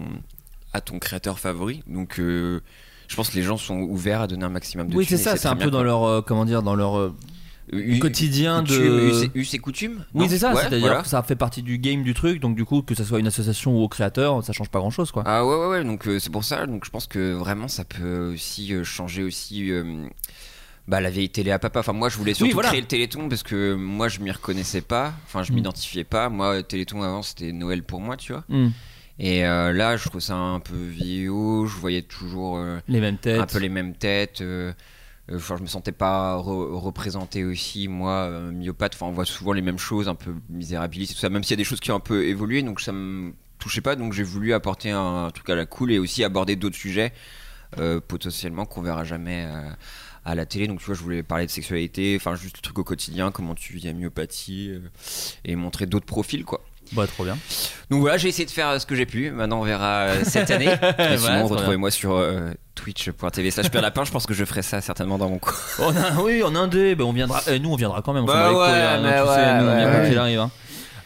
à ton créateur favori. Donc, euh, je pense que les gens sont ouverts à donner un maximum de Oui, thunes c'est et ça, c'est très un bien, peu dans quoi. leur, euh, comment dire, dans leur euh, Eu- quotidien coutume, eu de. ses- eu ses coutumes Oui, non c'est ça, Ouais, c'est-à-dire voilà. que ça fait partie du game du truc, donc du coup, que ça soit une association ou au créateur, ça change pas grand-chose, quoi. Ah ouais, ouais, ouais, donc euh, c'est pour ça, donc je pense que vraiment ça peut aussi euh, changer aussi euh, bah, la vieille télé à papa. Enfin, moi je voulais surtout voilà. créer le Téléthon parce que moi je m'y reconnaissais pas, enfin je Mm. m'identifiais pas. Moi, Téléthon avant c'était Noël pour moi, tu vois. Hmm, Et euh, là, je trouve ça un peu vieillot, je voyais toujours euh, Les mêmes têtes. un peu les mêmes têtes. euh, euh, Enfin, je me sentais pas re- représenté aussi, moi, euh, myopathe. Enfin, on voit souvent les mêmes choses, un peu misérabiliste et tout ça, même s'il y a des choses qui ont un peu évolué, donc ça me touchait pas. Donc j'ai voulu apporter un, truc à la cool et aussi aborder d'autres sujets euh, potentiellement qu'on verra jamais euh, à la télé. Donc tu vois, je voulais parler de sexualité, enfin, juste le truc au quotidien, comment tu vis la myopathie euh, et montrer d'autres profils, quoi. Bah, trop bien. Donc voilà, j'ai essayé de faire euh, ce que j'ai pu. Maintenant, on verra euh, *laughs* cette année. Voilà, Et trop sinon, retrouvez-moi sur euh, twitch.tv slash Pierre Lapin. Je pense que je ferai ça certainement dans mon cours. Oh, On a- oui, en Indé, bah, on viendra. eh, nous, on viendra quand même. on s'en Bah bat les couilles, ouais, hein, mais tu sais, ouais, nous, on vient ouais, quand ouais. il arrive, hein.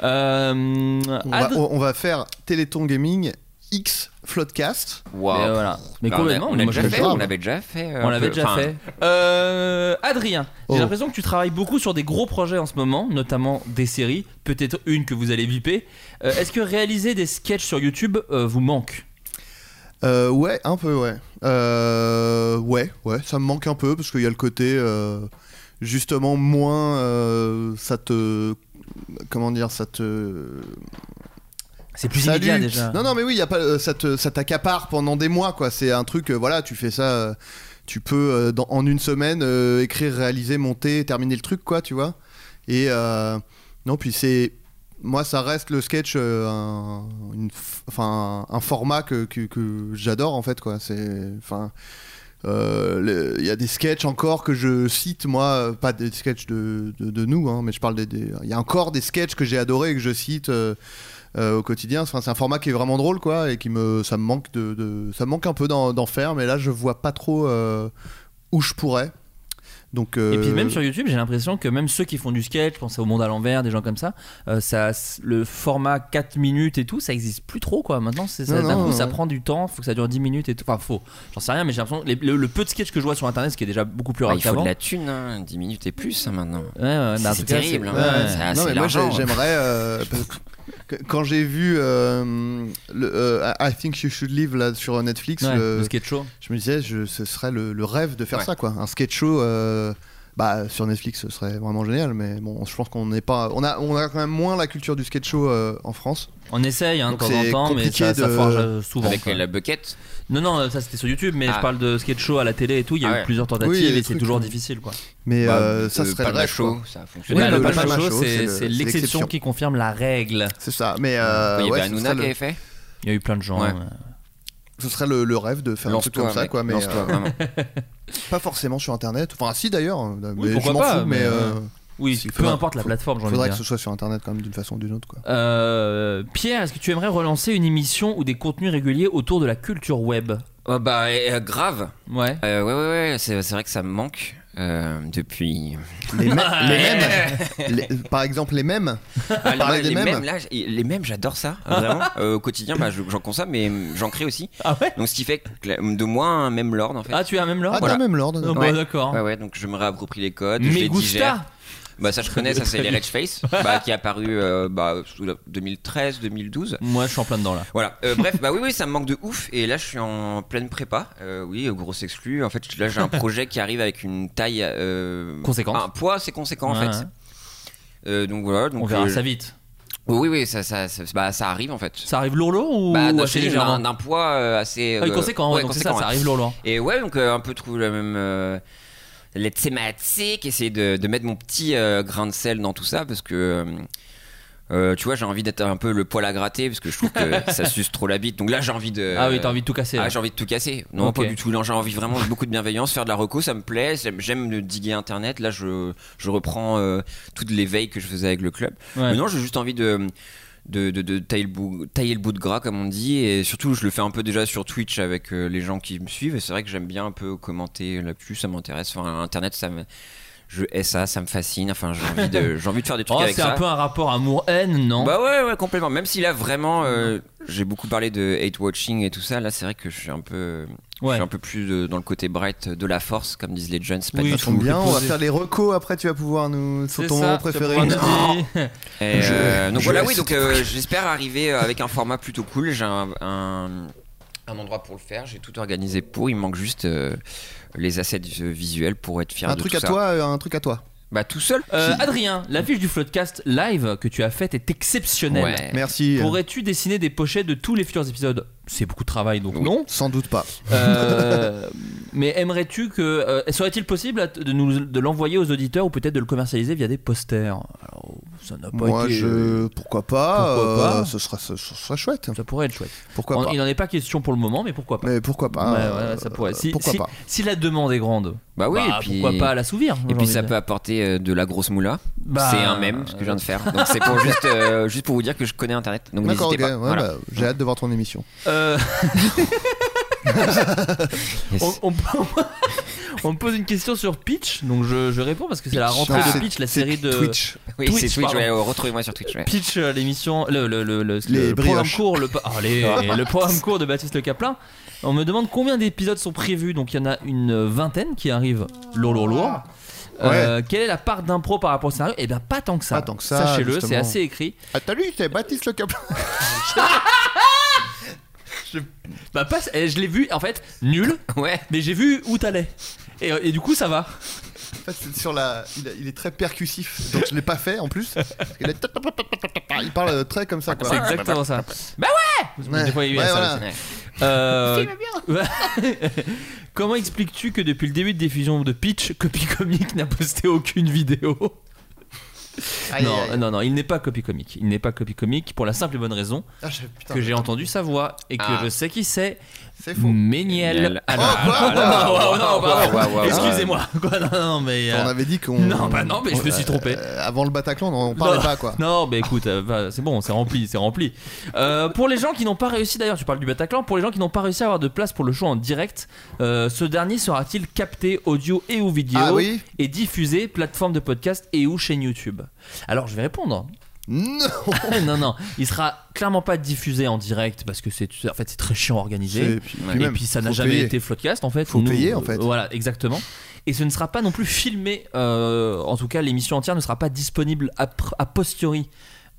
Euh, On, Ad- va, on- on va faire Téléthon Gaming X Floodcast. Waouh. Mais voilà. Mais Bah, complètement, on, a- on a moi, je déjà le fait, fais. on l'avait déjà fait. euh, On un l'avait peu. déjà Enfin, fait. Euh, Adrien, j'ai Oh. l'impression que tu travailles beaucoup sur des gros projets en ce moment, notamment des séries, peut-être une que vous allez viper. Euh, Est-ce que réaliser des sketchs sur YouTube euh, vous manque Euh, ouais, un peu, ouais. Euh, ouais, ouais, ça me manque un peu parce qu'il y a le côté euh, justement moins. euh, ça te. Comment dire Ça te. C'est plus Salut. immédiat déjà. Non, non, mais oui, y a pas, euh, ça te- ça t'accapare pendant des mois, quoi. C'est un truc, euh, voilà, tu fais ça. euh, tu peux, euh, dans- en une semaine, euh, écrire, réaliser, monter, terminer le truc, quoi, tu vois. Et. euh, non, puis c'est. Moi, ça reste le sketch, euh, un, une f- enfin, un format que, que- que j'adore, en fait, quoi. C'est. Enfin. euh, le- Il y a des sketchs encore que je cite, moi, euh, pas des sketchs de, de- de nous, hein, mais je parle des. des- Il y a encore des sketchs que j'ai adorés et que je cite. euh, euh, au quotidien. Enfin, c'est un format qui est vraiment drôle, quoi, et qui me, ça me manque de, de- ça me manque un peu d'en d'en faire, mais là, je vois pas trop euh, où je pourrais. Donc, Et puis euh, même sur YouTube, j'ai l'impression que même ceux qui font du sketch, je pense au monde à l'envers, des gens comme ça, euh, ça le format 4 minutes et tout, ça existe plus trop quoi. Maintenant, c'est ça, Non, d'un non, coup, ça ouais. prend du temps, faut que ça dure 10 minutes et tout. Enfin, faux. J'en sais rien, mais j'ai l'impression que les- le, le peu de sketchs que je vois sur internet, ce qui est déjà beaucoup plus bah, rare il faut qu'avant. de la thune, hein, 10 minutes et plus hein, maintenant. Ouais, ouais, bah, en C'est tout cas, terrible, c'est- hein. hein. ouais, ouais. Ça- Ah, non, c'est mais moi, j'ai- l'argent. j'aimerais. euh, *laughs* parce que- quand j'ai vu euh, le, euh, I I Think You Should Live là sur Netflix, Ouais, le- le sketch show. je me disais, je- ce serait le, le rêve de faire Ouais. ça, quoi. Un sketch show. euh, bah, sur Netflix, ce serait vraiment génial, mais bon, je pense qu'on n'est pas. On a, on a quand même moins la culture du sketch show euh, en France. On essaye hein, de Donc temps en c'est temps, mais ça, compliqué ça de- forge euh, souvent. Avec quoi. la bucket. Non, non, ça c'était sur YouTube, mais Ah. je parle de sketch show à la télé et tout. Il y a Ah eu ouais. plusieurs tentatives Oui, il y a des et c'est trucs, toujours hein. difficile quoi. Mais bah, euh, ça euh, serait le Palma rêve. quoi. Show, ça a Ouais, fonctionné. Ouais, le le Palma Palma Show, Show, c'est c'est le- c'est c'est l'exception l'exception. qui confirme la règle. C'est ça, mais Il euh, y ouais, avait ce, Hanouna serait qui le, avait fait. Il y a eu plein de gens. Ouais. ouais. ce serait le- le rêve de faire un truc Lance-toi, comme ça, mec. quoi, mais Lance-toi, hein. euh, vraiment. *laughs* pas forcément sur internet. Enfin, si d'ailleurs, euh, mais je pourquoi m'en pas, fous, mais, mais euh, euh, Oui, S'il peu faudra- importe la faut- plateforme, j'ai envie de faudrait que dire. ce soit sur internet quand même d'une façon ou d'une *laughs* autre, quoi. Euh, Pierre, est-ce que tu aimerais relancer une émission ou des contenus réguliers autour de la culture web Oh, bah, euh, grave. Ouais. Euh, ouais, ouais, ouais, c'est c'est vrai que ça me manque euh, depuis. Les, mê- les *laughs* mêmes, les- par exemple, les mêmes. Ah, Parler les, des les mêmes. Ah. mêmes, là, j- les mêmes, j'adore ça, vraiment. Euh, au quotidien, bah, je- j'en consomme, mais mm, j'en crée aussi. Ah ouais Donc, ce qui fait que la- de moi un même lord, en fait. Ah, tu as même Ah, l'ordre t'as même l'ordre. Oh, bah, Ouais. D'accord. ouais, ouais, donc je me réapproprie les codes, je Mais les digère. Gusta Bah, ça, je *laughs* connais, ça, c'est les Red Face, bah, qui est apparu euh, bah, sous la- 2013, 2012. Moi, je suis en plein dedans là. Voilà. Euh, bref, bah oui, oui, ça me manque de ouf. Et là, je suis en pleine prépa. Euh, oui, grosse exclu. En fait, là, *laughs* j'ai un projet qui arrive avec une taille. Euh, Conséquente. Un poids, c'est conséquent, en Ouais, fait. ouais. Euh, donc voilà. Donc, On verra euh, ça vite. Oui, oui, ça, ça, ça, bah, ça arrive, en fait. Ça arrive lourd lourd ou Bah, d'un- assez d'un légèrement d'un poids euh, assez. Ah oui, euh, conséquent, ouais, ouais, donc c'est ça, conséquent, ça ouais. arrive lourd lourd. Et ouais, donc euh, un peu trouver la même. euh, les thématiques, essayer de, de mettre mon petit euh, grain de sel dans tout ça parce que. euh, euh, tu vois, j'ai envie d'être un peu le poil à gratter parce que je trouve *laughs* que ça suce trop la bite. Donc là, j'ai envie de. Ah oui, t'as envie de tout casser. là. Euh, Ah, j'ai envie de tout casser. Non, Ok. pas du tout. Non, j'ai envie vraiment de beaucoup de bienveillance, faire de la reco, ça me plaît. J'aime- J'aime le diguer internet. Là, je, je reprends euh, toutes les veilles que je faisais avec le club. Ouais. Mais non, j'ai juste envie de. De, de, de tailler, le bout, tailler le bout de gras comme on dit et surtout je le fais un peu déjà sur Twitch avec euh, les gens qui me suivent et c'est vrai que j'aime bien un peu commenter là-dessus ça m'intéresse enfin internet ça me je hais ça ça me fascine enfin j'ai *laughs* envie de j'ai envie de faire des trucs Oh, avec c'est ça un peu un rapport amour-haine, non bah ouais, ouais, complètement. Même si là, vraiment, euh, j'ai beaucoup parlé de hate watching et tout ça. Là, c'est vrai que je suis un peu, je Ouais. suis un peu plus de- dans le côté bright de la force, comme disent les jeunes. c'est pas Oui, du Ça je tout. tombe bien, on va poser. faire les recos après, tu vas pouvoir nous. sur C'est ton ça, moment tu vas préféré. pouvoir *laughs* nous dire. Et, euh, donc je voilà, laisse oui, donc cette euh, j'espère arriver euh, avec un format plutôt cool. J'ai un, un- un endroit pour le faire, j'ai tout organisé pour. Il me manque juste euh, les assets euh, visuels pour être fier Un de truc tout à ça. toi, euh, un truc à toi. Bah tout seul. Euh, Adrien, l'affiche du Floodcast live que tu as faite est exceptionnelle. Ouais. Merci. euh, Pourrais-tu dessiner des pochettes de tous les futurs épisodes C'est beaucoup de travail donc *laughs* non. Sans doute pas. Euh, mais aimerais-tu que. euh, serait-il possible à t- de, nous, de l'envoyer aux auditeurs ou peut-être de le commercialiser via des posters Alors, ça n'a pas Moi, été. je. Pourquoi pas, Pourquoi euh, pas Ce sera, ce, ce sera chouette. Ça pourrait être chouette. Pourquoi On- pas il n'en est pas question pour le moment, mais pourquoi pas Mais pourquoi pas Ouais, euh, ouais, ça pourrait. Si, Pourquoi si- pas si la demande est grande, Bah oui, bah, et puis. pourquoi pas l'assouvir j'ai Et puis envie ça de peut dire. apporter euh, de la grosse moula. Bah, c'est un mème ce que je viens de faire. Donc c'est *laughs* pour juste, euh, juste pour vous dire que je connais Internet. Donc n'hésitez D'accord, ok. pas. ouais, Voilà. bah, J'ai hâte de voir ton émission. Euh, Oh, Yes. on, on- *laughs* On me pose une question sur Pitch, donc je, je réponds parce que c'est la Pitch. rentrée Ah, de c'est- Pitch, la c'est série de Twitch. Oui, Twitch, c'est Twitch, pardon. ouais, euh, retrouvez-moi sur Twitch. ouais. Pitch, euh, l'émission, le, le, le, le, Les le programme brioches. court, le, pa- oh, *laughs* les- le programme court de Baptiste Le Caplin. On me demande combien d'épisodes sont prévus, donc il y en a une vingtaine qui arrivent lourd, lourd, lourd. Euh, quelle est la part d'impro par rapport au scénario Eh bien, pas tant que ça. Pas tant que ça, Sachez-le, c'est justement. assez écrit. Ah, t'as lu, c'est Baptiste Le *laughs* Caplin. Bah, pas, eh, je l'ai vu, en fait, *laughs* nul, Ouais. mais j'ai vu où t'allais. Et, euh, et du coup, ça va. En fait, c'est sur la... il, a- il est très percussif, donc je l'ai pas fait en plus. Il, est- il parle euh, très comme ça, quoi. C'est exactement ça. Bah ouais Des fois, il y a Ouais, ça voilà. *laughs* aussi. Euh, *laughs* Comment expliques-tu que depuis le début de diffusion de Pitch, Copy Comic n'a posté aucune vidéo Aïe, non, euh, aïe, aïe. non, non, il n'est pas Copy Comic. Il n'est pas Copy Comic pour la simple et bonne raison Ah, je- putain, que j'ai Mm. entendu sa voix et que Ah. je sais qui c'est. c'est faux. Méniel. Méniel. Ah, non, ah, Oh, waouh, *laughs* non, waouh, waouh, non, waouh, pardon. waouh, waouh. Excusez-moi. *laughs* Quoi, non, non, mais. euh, On avait dit qu'on. Non, bah non, mais je me suis trompé. Euh, avant le Bataclan, on en parlait Non. pas, quoi. Non, mais écoute, euh, va, c'est bon, c'est rempli, c'est rempli. Euh, pour les gens qui n'ont pas réussi, d'ailleurs, tu parles du Bataclan, pour les gens qui n'ont pas réussi à avoir de place pour le show en direct, euh, ce dernier sera-t-il capté audio et ou vidéo Ah oui et diffusé plateforme de podcast et ou chaîne YouTube Alors, je vais répondre. hein. Non *laughs* non, non, il sera clairement pas diffusé en direct parce que c'est en fait, c'est très chiant à organiser. Et puis, Ouais. puis Et même, puis ça faut n'a jamais payer. été Floodcast en fait. Faut payer, en fait. euh, Voilà, exactement. Et ce ne sera pas non plus filmé. euh, en tout cas, l'émission entière ne sera pas disponible a, pr- a posteriori.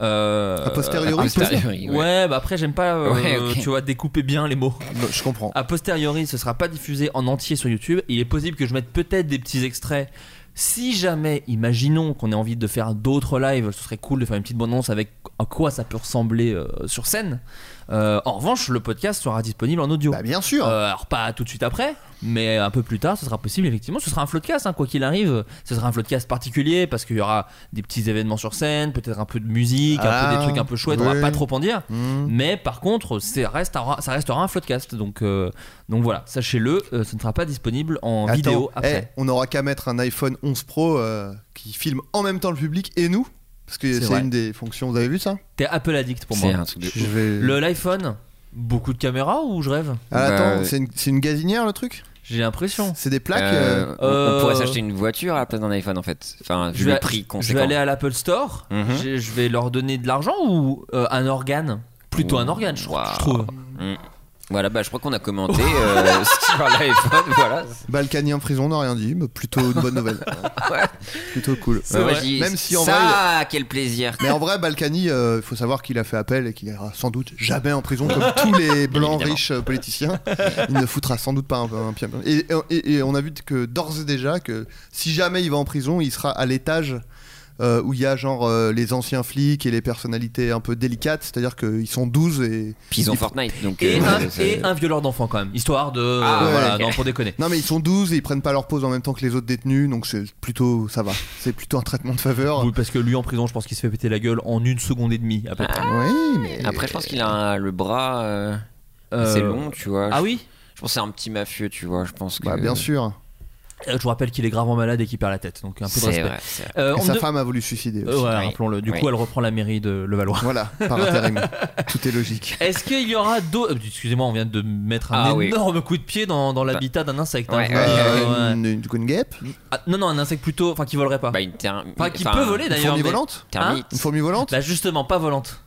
Euh, A Ah, posteriori, a posteriori. posteriori, Ouais. ouais. bah après j'aime pas euh, Ouais, ok. tu vois découper bien les mots. Non, Je comprends. A posteriori, ce sera pas diffusé en entier sur YouTube. Il est possible que je mette peut-être des petits extraits. Si jamais, imaginons qu'on ait envie de faire d'autres lives, ce serait cool de faire une petite bande-annonce avec à quoi ça peut ressembler euh, sur scène. Euh, en revanche, le podcast sera disponible en audio. Bah, bien sûr. Euh, alors pas tout de suite après, mais un peu plus tard, ce sera possible effectivement. Ce sera un floodcast, hein, quoi qu'il arrive. Ce sera un floodcast particulier parce qu'il y aura des petits événements sur scène, peut-être un peu de musique, un peu Ah, des trucs un peu chouettes. On va oui. pas trop en dire, Hmm. mais par contre, c'est restera, ça restera un floodcast. Donc, euh, donc voilà, sachez-le, euh, ce ne sera pas disponible en Attends, vidéo après. eh, on n'aura qu'à mettre un iPhone 11 Pro euh, qui filme en même temps le public et nous. Parce que C'est c'est vrai. une des fonctions. Vous avez vu ça T'es Apple addict pour C'est moi. un truc de. Je vais. Le l'iPhone, beaucoup de caméras ou je rêve Ah, Bah, attends, ouais. c'est une, c'est une gazinière le truc J'ai l'impression. C'est des plaques euh, Euh, on- Euh, On pourrait s'acheter une voiture à la place d'un iPhone en fait. Enfin, Je vu vais- le prix Je vais conséquent. aller à l'Apple Store, Mhm. j'ai- je vais leur donner de l'argent ou euh, un organe Plutôt un organe, je, Waouh. je trouve. Mm. Voilà, bah je crois qu'on a commenté euh, *laughs* sur l'iPhone, voilà. Balkany en prison, on n'a rien dit, mais plutôt une bonne nouvelle. *laughs* Ouais. Plutôt cool. Bah, vrai. moi, je dis, Même si en vrai. ça, quel plaisir. Mais en vrai, Balkany, il faut savoir qu'il a fait appel et qu'il ira sans doute jamais en prison comme tous les blancs évidemment. riches euh, politiciens. Il ne foutra sans doute pas un, un pied. Et, et- et on a vu que d'ores et déjà que si jamais il va en prison, il sera à l'étage euh, où il y a genre euh, les anciens flics et les personnalités un peu délicates. C'est-à-dire qu'ils sont 12 et Puis ils ont Fortnite, donc. Et, euh, un, ça- et un violeur d'enfant quand même, histoire de... euh, Ah, voilà, ouais. non, pour déconner. *laughs* Non mais ils sont 12 et ils prennent pas leur pause en même temps que les autres détenus, donc c'est plutôt ça va. C'est plutôt un traitement de faveur. Oui, parce que lui en prison, je pense qu'il se fait péter la gueule en une seconde et demie Ah, à peu près. Oui, mais Après, je pense qu'il a un- le bras euh, Euh, assez long, tu vois. Ah oui Je pense que c'est un petit mafieux, tu vois. Je pense que. bah bien sûr. Euh, Je vous rappelle qu'il est gravement malade et qu'il perd la tête, donc un peu de C'est respect. vrai, c'est vrai. Euh, Et on sa me de- femme a voulu se suicider. Euh, aussi. voilà, Oui. rappelons-le. Du Oui. coup, elle reprend la mairie de *laughs* Levallois. Voilà, *laughs* par intérim. Tout est logique. Est-ce qu'il y aura d'autres. Excusez-moi, on vient de mettre un Ah oui. énorme coup de pied dans, dans l'habitat d'un insecte. hein. Ouais, ouais, Euh, Euh, ouais. une- une- Du coup, une guêpe Ah, non, non, un insecte plutôt. Enfin, qui volerait pas. Bah, une terme. Ah. Enfin, qui peut voler Une d'ailleurs. fourmi Hein, mais- volante Termite. Une fourmi volante Bah, justement, pas volante.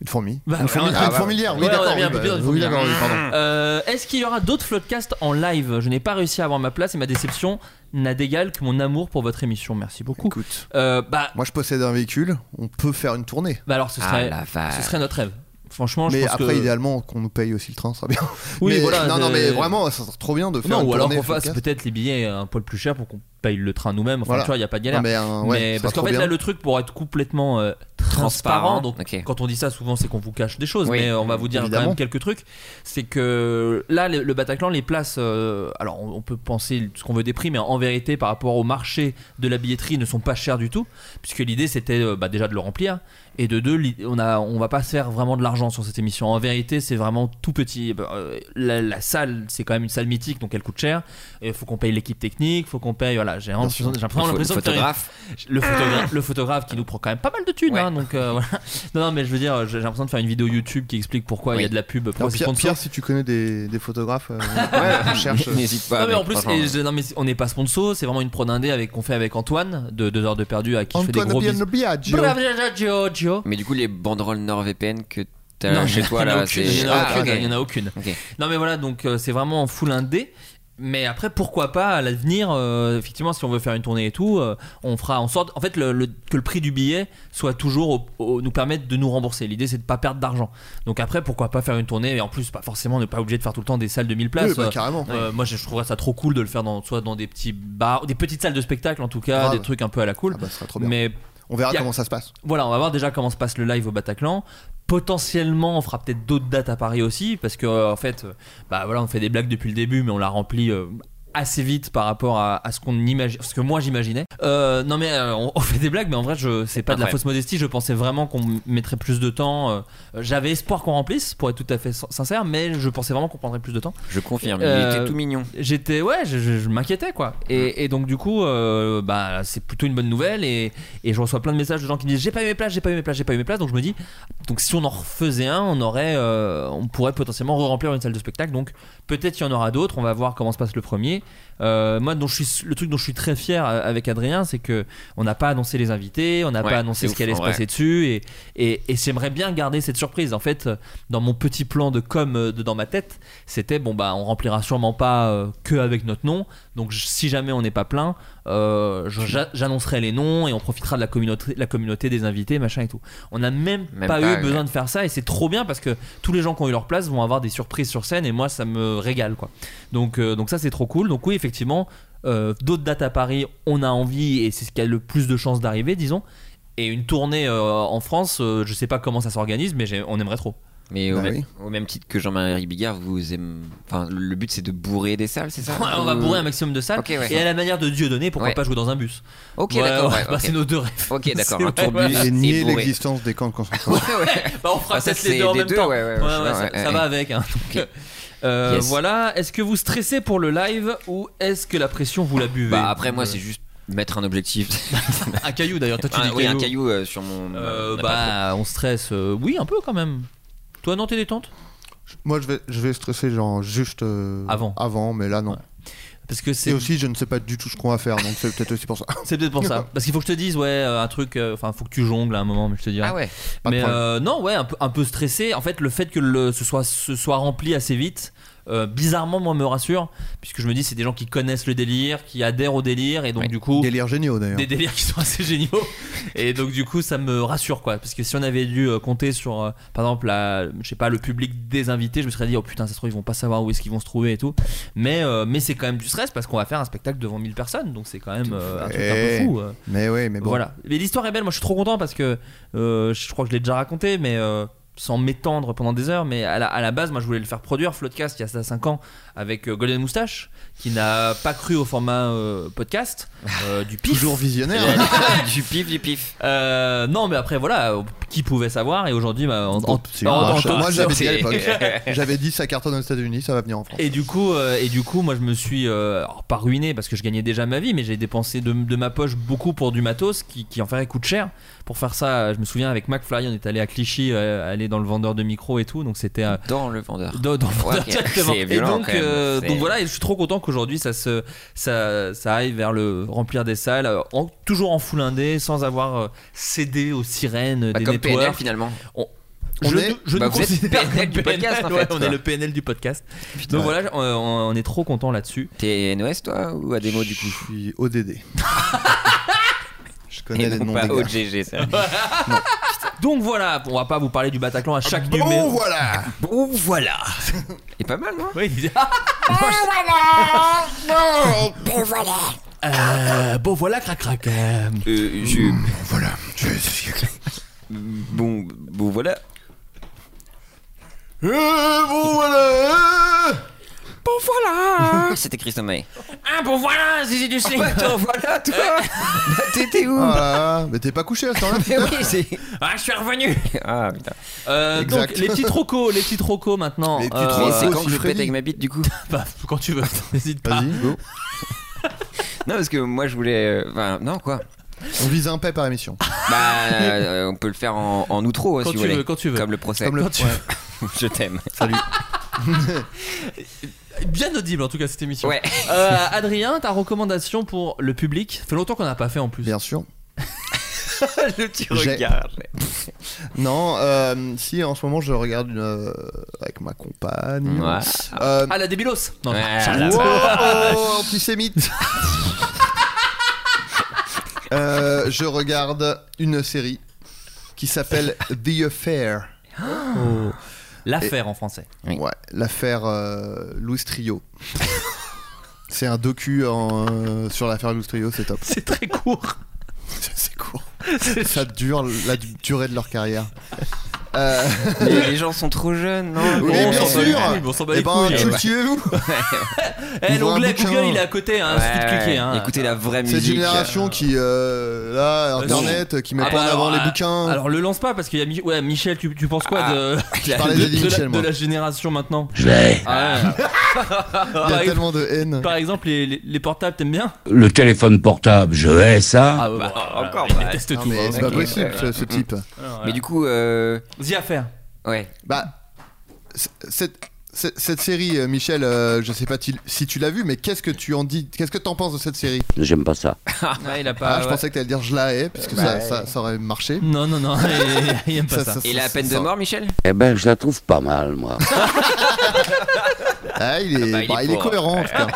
Une fourmi. Bah, Une fourmi- ouais, ah, ouais. une fourmilière, oui, Ouais, on a d'accord. mis un oui, peu bah, plus dans une oui, d'accord, oui, pardon. Euh, Est-ce qu'il y aura d'autres floodcasts en live Je n'ai pas réussi à avoir ma place et ma déception n'a d'égal que mon amour pour votre émission. Merci beaucoup. Écoute, Euh, bah, moi je possède un véhicule, on peut faire une tournée. bah alors ce Ah serait, la ce vache. serait notre rêve. Franchement, je Mais pense après, que. idéalement, qu'on nous paye aussi le train, ça sera bien. Oui, Mais- voilà. Non, non, je- mais vraiment, ça serait trop bien de faire Non, une ou alors tournée. qu'on fasse podcast. peut-être les billets un poil plus cher pour qu'on paye le train nous-mêmes. Enfin, Voilà. tu vois, il n'y a pas de Non, galère. mais, euh, ouais, Mais parce ça sera qu'en trop fait, bien. là, le truc pour être complètement euh, transparent, Transparent, donc ok. quand on dit ça, souvent c'est qu'on vous cache des choses, Oui, mais on va vous dire quand évidemment. même quelques trucs. C'est que là, le, le Bataclan, les places, euh, alors on, on peut penser ce qu'on veut des prix, mais en vérité, par rapport au marché de la billetterie, ne sont pas chères du tout, puisque l'idée c'était euh, bah, déjà de le remplir, et de deux, l'i- on, a, on va pas se faire vraiment de l'argent sur cette émission. En vérité, c'est vraiment tout petit. Bah, euh, La, la salle, c'est quand même une salle mythique, donc elle coûte cher. Il faut qu'on paye l'équipe technique, faut qu'on paye. Voilà, j'ai vraiment sûr. j'ai vraiment Pho- l'impression de faire une- photographe. le photographe, le photographe qui nous prend quand même pas mal de thunes. Ah. Ouais. hein, donc, donc euh, *laughs* voilà. Non, non, mais je veux dire, j'ai j'ai l'impression de faire une vidéo YouTube qui explique pourquoi il y a de la pub pour Alors, les Pierre, sponsors. Pierre, si tu connais des, des *laughs* photographes, euh, Ouais, *laughs* on cherche. *laughs* N'hésite pas. non mais en mec, plus, franchement. et je- non, mais on n'est pas sponsor, c'est vraiment une prod indé avec qu'on fait avec Antoine de 2 heures de perdu à qui je fais des Antoine gros Bien bisous. Biagio. Bravo, Gio, Gio. Mais du coup, les banderoles NordVPN que t'as Non, chez *laughs* toi il y en a là, aucune, c'est. il y en a Ah, aucune, ok. il y en a aucune. Ok. Non mais voilà, donc euh, c'est vraiment en full indé. Mais après, pourquoi pas à l'avenir, euh, effectivement, si on veut faire une tournée et tout, euh, on fera en sorte, en fait, le- le- que le prix du billet soit toujours au- au- nous permettre de nous rembourser. L'idée, c'est de pas perdre d'argent. Donc après, pourquoi pas faire une tournée et en plus, pas forcément, ne pas obligé de faire tout le temps des salles de 1000 places. Oui, bah, euh, carrément. euh, Moi, je, je trouverais ça trop cool de le faire dans, soit dans des petits bars, des petites salles de spectacle en tout cas, Grave. des trucs un peu à la cool. Ah bah, ce sera trop bien. mais On verra y a- comment ça se passe. voilà, on va voir déjà comment se passe le live au Bataclan. Potentiellement, on fera peut-être d'autres dates à Paris aussi, parce que euh, en fait, euh, bah voilà, on fait des blagues depuis le début, mais on la remplit euh, assez vite par rapport à, à ce qu'on imagine, ce que moi j'imaginais. Euh, non mais euh, on, *laughs* on fait des blagues, mais en vrai, je c'est pas de la Incroyable. fausse modestie. Je pensais vraiment qu'on mettrait plus de temps. euh, J'avais espoir qu'on remplisse, pour être tout à fait sin- sincère, mais je pensais vraiment qu'on prendrait plus de temps Je confirme, Euh, il était tout mignon. j'étais ouais je, je- je m'inquiétais quoi et, et donc du coup euh, bah c'est plutôt une bonne nouvelle et, et je reçois plein de messages de gens qui disent j'ai pas eu mes places j'ai pas eu mes places j'ai pas eu mes places donc je me dis donc si on en refaisait un on aurait euh, on pourrait potentiellement remplir une salle de spectacle donc peut-être il y en aura d'autres on va voir comment se passe le premier Euh, moi dont je suis le truc dont je suis très fier euh, avec Adrien c'est que on n'a pas annoncé les invités on n'a Ouais, pas annoncé c'est ce qui ouf, allait en se vrai. passer dessus et, et, et j'aimerais bien garder cette surprise en fait euh, dans mon petit plan de com euh, de dans ma tête c'était bon bah on remplira sûrement pas euh, que avec notre nom donc j- si jamais on n'est pas plein euh, je- j'a- j'annoncerai les noms et on profitera de la communauté la communauté des invités machin et tout on n'a même, Même pas, pas, eu ouais. besoin de faire ça et c'est trop bien parce que tous les gens qui ont eu leur place vont avoir des surprises sur scène et moi ça me régale quoi donc euh, donc ça c'est trop cool donc oui effectivement euh, d'autres dates à Paris on a envie et c'est ce qui a le plus de chances d'arriver disons et une tournée euh, en France, euh, je sais pas comment ça s'organise, mais j'ai- on aimerait trop. Mais au, Bah même, oui. au même titre que Jean-Marie Bigard, vous aimez. Enfin, le but c'est de bourrer des salles, c'est ça *laughs* on va Ou- bourrer un maximum de salles. Ok, ouais. Et à la manière de Dieu donné, pourquoi Ouais. pas jouer dans un bus Ok, Ouais, d'accord. ouais, ouais, bah, ok. C'est nos deux rêves. Ok, d'accord, *laughs* C'est un vrai, tourbus ouais. Et nier et bourré. l'existence des camps de *laughs* concentration. *laughs* Ouais, ouais. Bah, on fera Ah, ça, peut-être c'est les deux en les même deux, temps. ouais, ouais, ouais, je- ça, ouais, ça ouais. va avec. hein. Donc, euh, Yes. Voilà. Est-ce que vous stressez pour le live ou est-ce que la pression vous la buvez Bah, après, moi, Euh, c'est juste mettre un objectif. un caillou d'ailleurs. Toi, tu Ah, dis oui, caillou. un caillou euh, sur mon. Euh, mon appart. bah, on stresse. euh, oui, un peu quand même. Toi, non, t'es détente Moi, je vais, je vais stresser genre juste euh, Avant. mais là non. Ouais. Parce que Et c'est aussi, je ne sais pas du tout ce qu'on va faire, donc c'est peut-être aussi pour ça. C'est peut-être pour ça. Parce qu'il faut que je te dise, ouais, euh, un truc. euh, Enfin, faut que tu jongles à un moment, mais je te dirai. Ah ouais. Pas de mais problème. euh, non, ouais, un peu, un peu stressé. En fait, le fait que le, ce, soit, ce soit rempli assez vite, euh, bizarrement, moi, me rassure. Puisque je me dis, c'est des gens qui connaissent le délire, qui adhèrent au délire. Et donc, Ouais. du coup, Délire géniaux d'ailleurs. euh, des délires qui sont assez géniaux. Et donc du coup, ça me rassure quoi. Parce que si on avait dû euh, compter sur, euh, par exemple, la, je sais pas, le public des invités, je me serais dit, oh putain, ça se trouve, ils vont pas savoir où est-ce qu'ils vont se trouver et tout. Mais, euh, mais c'est quand même du stress parce qu'on va faire un spectacle devant 1000 personnes. Donc c'est quand même euh, un truc un fait. peu fou. euh. Mais oui, Eh, mais bon. Voilà. Mais l'histoire est belle. Moi, je suis trop content parce que euh, je crois que je l'ai déjà raconté, mais euh, sans m'étendre pendant des heures. Mais à la, à la base, moi, je voulais le faire produire Floodcast il y a 5 ans avec euh, Golden Moustache, qui n'a pas cru au format euh, podcast euh, du pif. Toujours visionnaire. hein. *laughs* du pif, du pif. Euh, non, mais après, voilà, euh, qui pouvait savoir Et aujourd'hui, bah, en- en- Bon, c'est en- marche. en- *laughs* Moi, j'avais dit à c'est- l'époque. J'avais dit ça cartonne aux États-Unis, ça va venir en France. Et du coup, euh, et du coup, moi, je me suis euh, alors, pas ruiné parce que je gagnais déjà ma vie, mais j'ai dépensé de, de ma poche beaucoup pour du matos qui, qui en ferait coûte cher. Pour faire ça, je me souviens avec McFly, on est allé à Clichy, euh, aller dans le vendeur de micro et tout, donc c'était euh, Dans le vendeur. dans, dans le vendeur ok. directement. C'est Et violent, donc, quand même. euh, C'est- donc voilà, et je suis trop content qu'aujourd'hui ça se ça, ça aille vers le remplir des salles, euh, en- toujours en full indé, sans avoir euh, cédé aux sirènes Bah, des comme PNL networks. finalement. On je est- nous- je bah, nous vous êtes considère PNL du comme podcast, en ouais, fait, on quoi. est le PNL du podcast. Donc voilà, on, on est trop content là-dessus. T'es NOS toi ou à des mots du Je coup suis ODD. *laughs* je connais Et les non noms pas des gars. OGG *laughs* ça. Donc voilà, on va pas vous parler du Bataclan à chaque Bon, numéro. voilà Bon voilà. Et pas mal non Oui, il dit, ah, *laughs* euh, bon voilà, crac crac. euh, Euh, je... Hmm. Voilà. Je- Bon, bon voilà. Euh, bon, voilà Ah, C'était Christophe Maé. Ah bon voilà, Zizi du Sling. Euh, Attends, voilà toi Bah, T'étais où Ah, mais t'es pas couché à ce temps-là Mais putain. *laughs* oui, c'est. Ah je suis revenu. Ah putain. Euh, donc Exact. les petits trocos, les petits trocos maintenant. Les petits Euh, Mais trocos. c'est oh, quand si que je Freddy. pète avec ma bite du coup bah, quand tu veux, *laughs* n'hésite pas. Vas-y, go. Non, parce que moi je voulais. euh, Enfin, non, quoi On vise un paix par émission. Bah, euh, on peut le faire en, en outro hein, Quand si tu vous voulez. veux, quand tu veux. Comme le procès. Comme le- tu *laughs* Je t'aime. Bien audible en tout cas cette émission. Ouais. Euh, Adrien, ta recommandation pour le public Ça fait longtemps qu'on n'a pas fait en plus. *laughs* Bien sûr. le petit J'ai- regard. Non, euh, si en ce moment je regarde une, euh, avec ma compagne. Ouais. Euh, Ah, la débilos Non, Ouais, ça- la- wow, oh, antisémite. *laughs* Euh, je regarde une série qui s'appelle The Affair. L'affaire en français. Oui. Ouais, l'affaire euh, Louis Trio. c'est un docu en, euh, sur l'affaire Louis Trio, c'est *laughs* top. *laughs* C'est très court. C'est court. Ça dure la du- durée de leur carrière. Euh, Les, les gens sont trop jeunes, non Oh, on Oui, Bon, bien s'en bat les sûr. couilles, on s'en bat eh les ben, couilles. cultivez-vous. Eh, Ils ont un l'onglet bouquin. Google, il est à côté, hein, Ouais, suffit de cliquer. ouais. hein. Écoutez la vraie Cette musique. génération qui, euh, là, Internet, qui met Ah pas bah en avant alors, les euh, bouquins. Alors le lance pas parce qu'il y a Mi- ouais, Michel, tu, tu penses quoi Ah, de, je parlais de- d'Eddie de la- Michel, de moi. la génération maintenant Je l'ai. Ah ouais. Il y a par, ex- tellement de haine. par exemple, les, les- les portables, t'aimes bien Le téléphone portable, je hais ça. Ah ouais, bah, encore, il bah, déteste Non, tout. mais hein. c'est pas ok. possible, ce, ce type. Alors, Mais du coup, euh, euh, The Affair. ouais. Bah, c- cette, cette, cette série, euh, Michel, euh, je sais pas ti- si tu l'as vue, mais qu'est-ce que tu en dis Qu'est-ce que t'en penses de cette série J'aime pas ça. il a Ah, je pensais que t'allais dire je la hais, parce que ça, ça, ça aurait marché. Non, non, *laughs* non, il, il aime Mm, pas ça. Et la peine de ça- mort, Michel Eh ben, je la trouve pas mal, moi. Ah, il est, Ah bah, il bah, est il est pour. cohérent en tout *laughs* cas.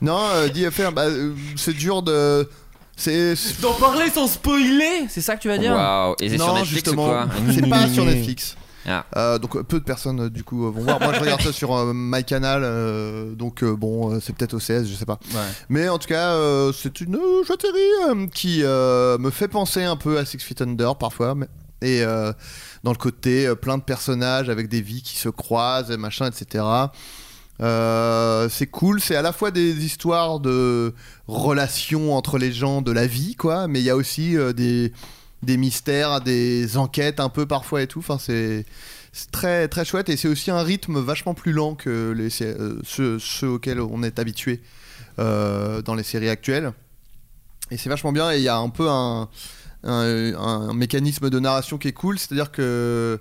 non, euh, DFR, bah, euh, c'est dur de. C'est. c'est- D'en parler sans spoiler C'est ça que tu vas dire Waouh. Et c'est sur non, Netflix justement, ou quoi c'est pas Mm. sur Netflix. Ah. Euh, donc euh, peu de personnes euh, du coup euh, vont voir. Moi je regarde ça sur euh, MyCanal, euh, donc euh, bon euh, c'est peut-être OCS, je sais pas. Ouais. Mais en tout cas euh, c'est une euh, chouette série euh, qui euh, me fait penser un peu à Six Feet Under parfois, mais- et euh, dans le côté euh, plein de personnages avec des vies qui se croisent, et machin, etc. Euh, c'est cool, c'est à la fois des histoires de relations entre les gens de la vie, quoi, mais il y a aussi euh, des, des mystères, des enquêtes un peu parfois et tout. Enfin, c'est c'est très très chouette et c'est aussi un rythme vachement plus lent que les, sé- euh, ceux, ceux auxquels on est habitué euh, dans les séries actuelles. Et c'est vachement bien et il y a un peu un, un- un mécanisme de narration qui est cool, c'est-à-dire que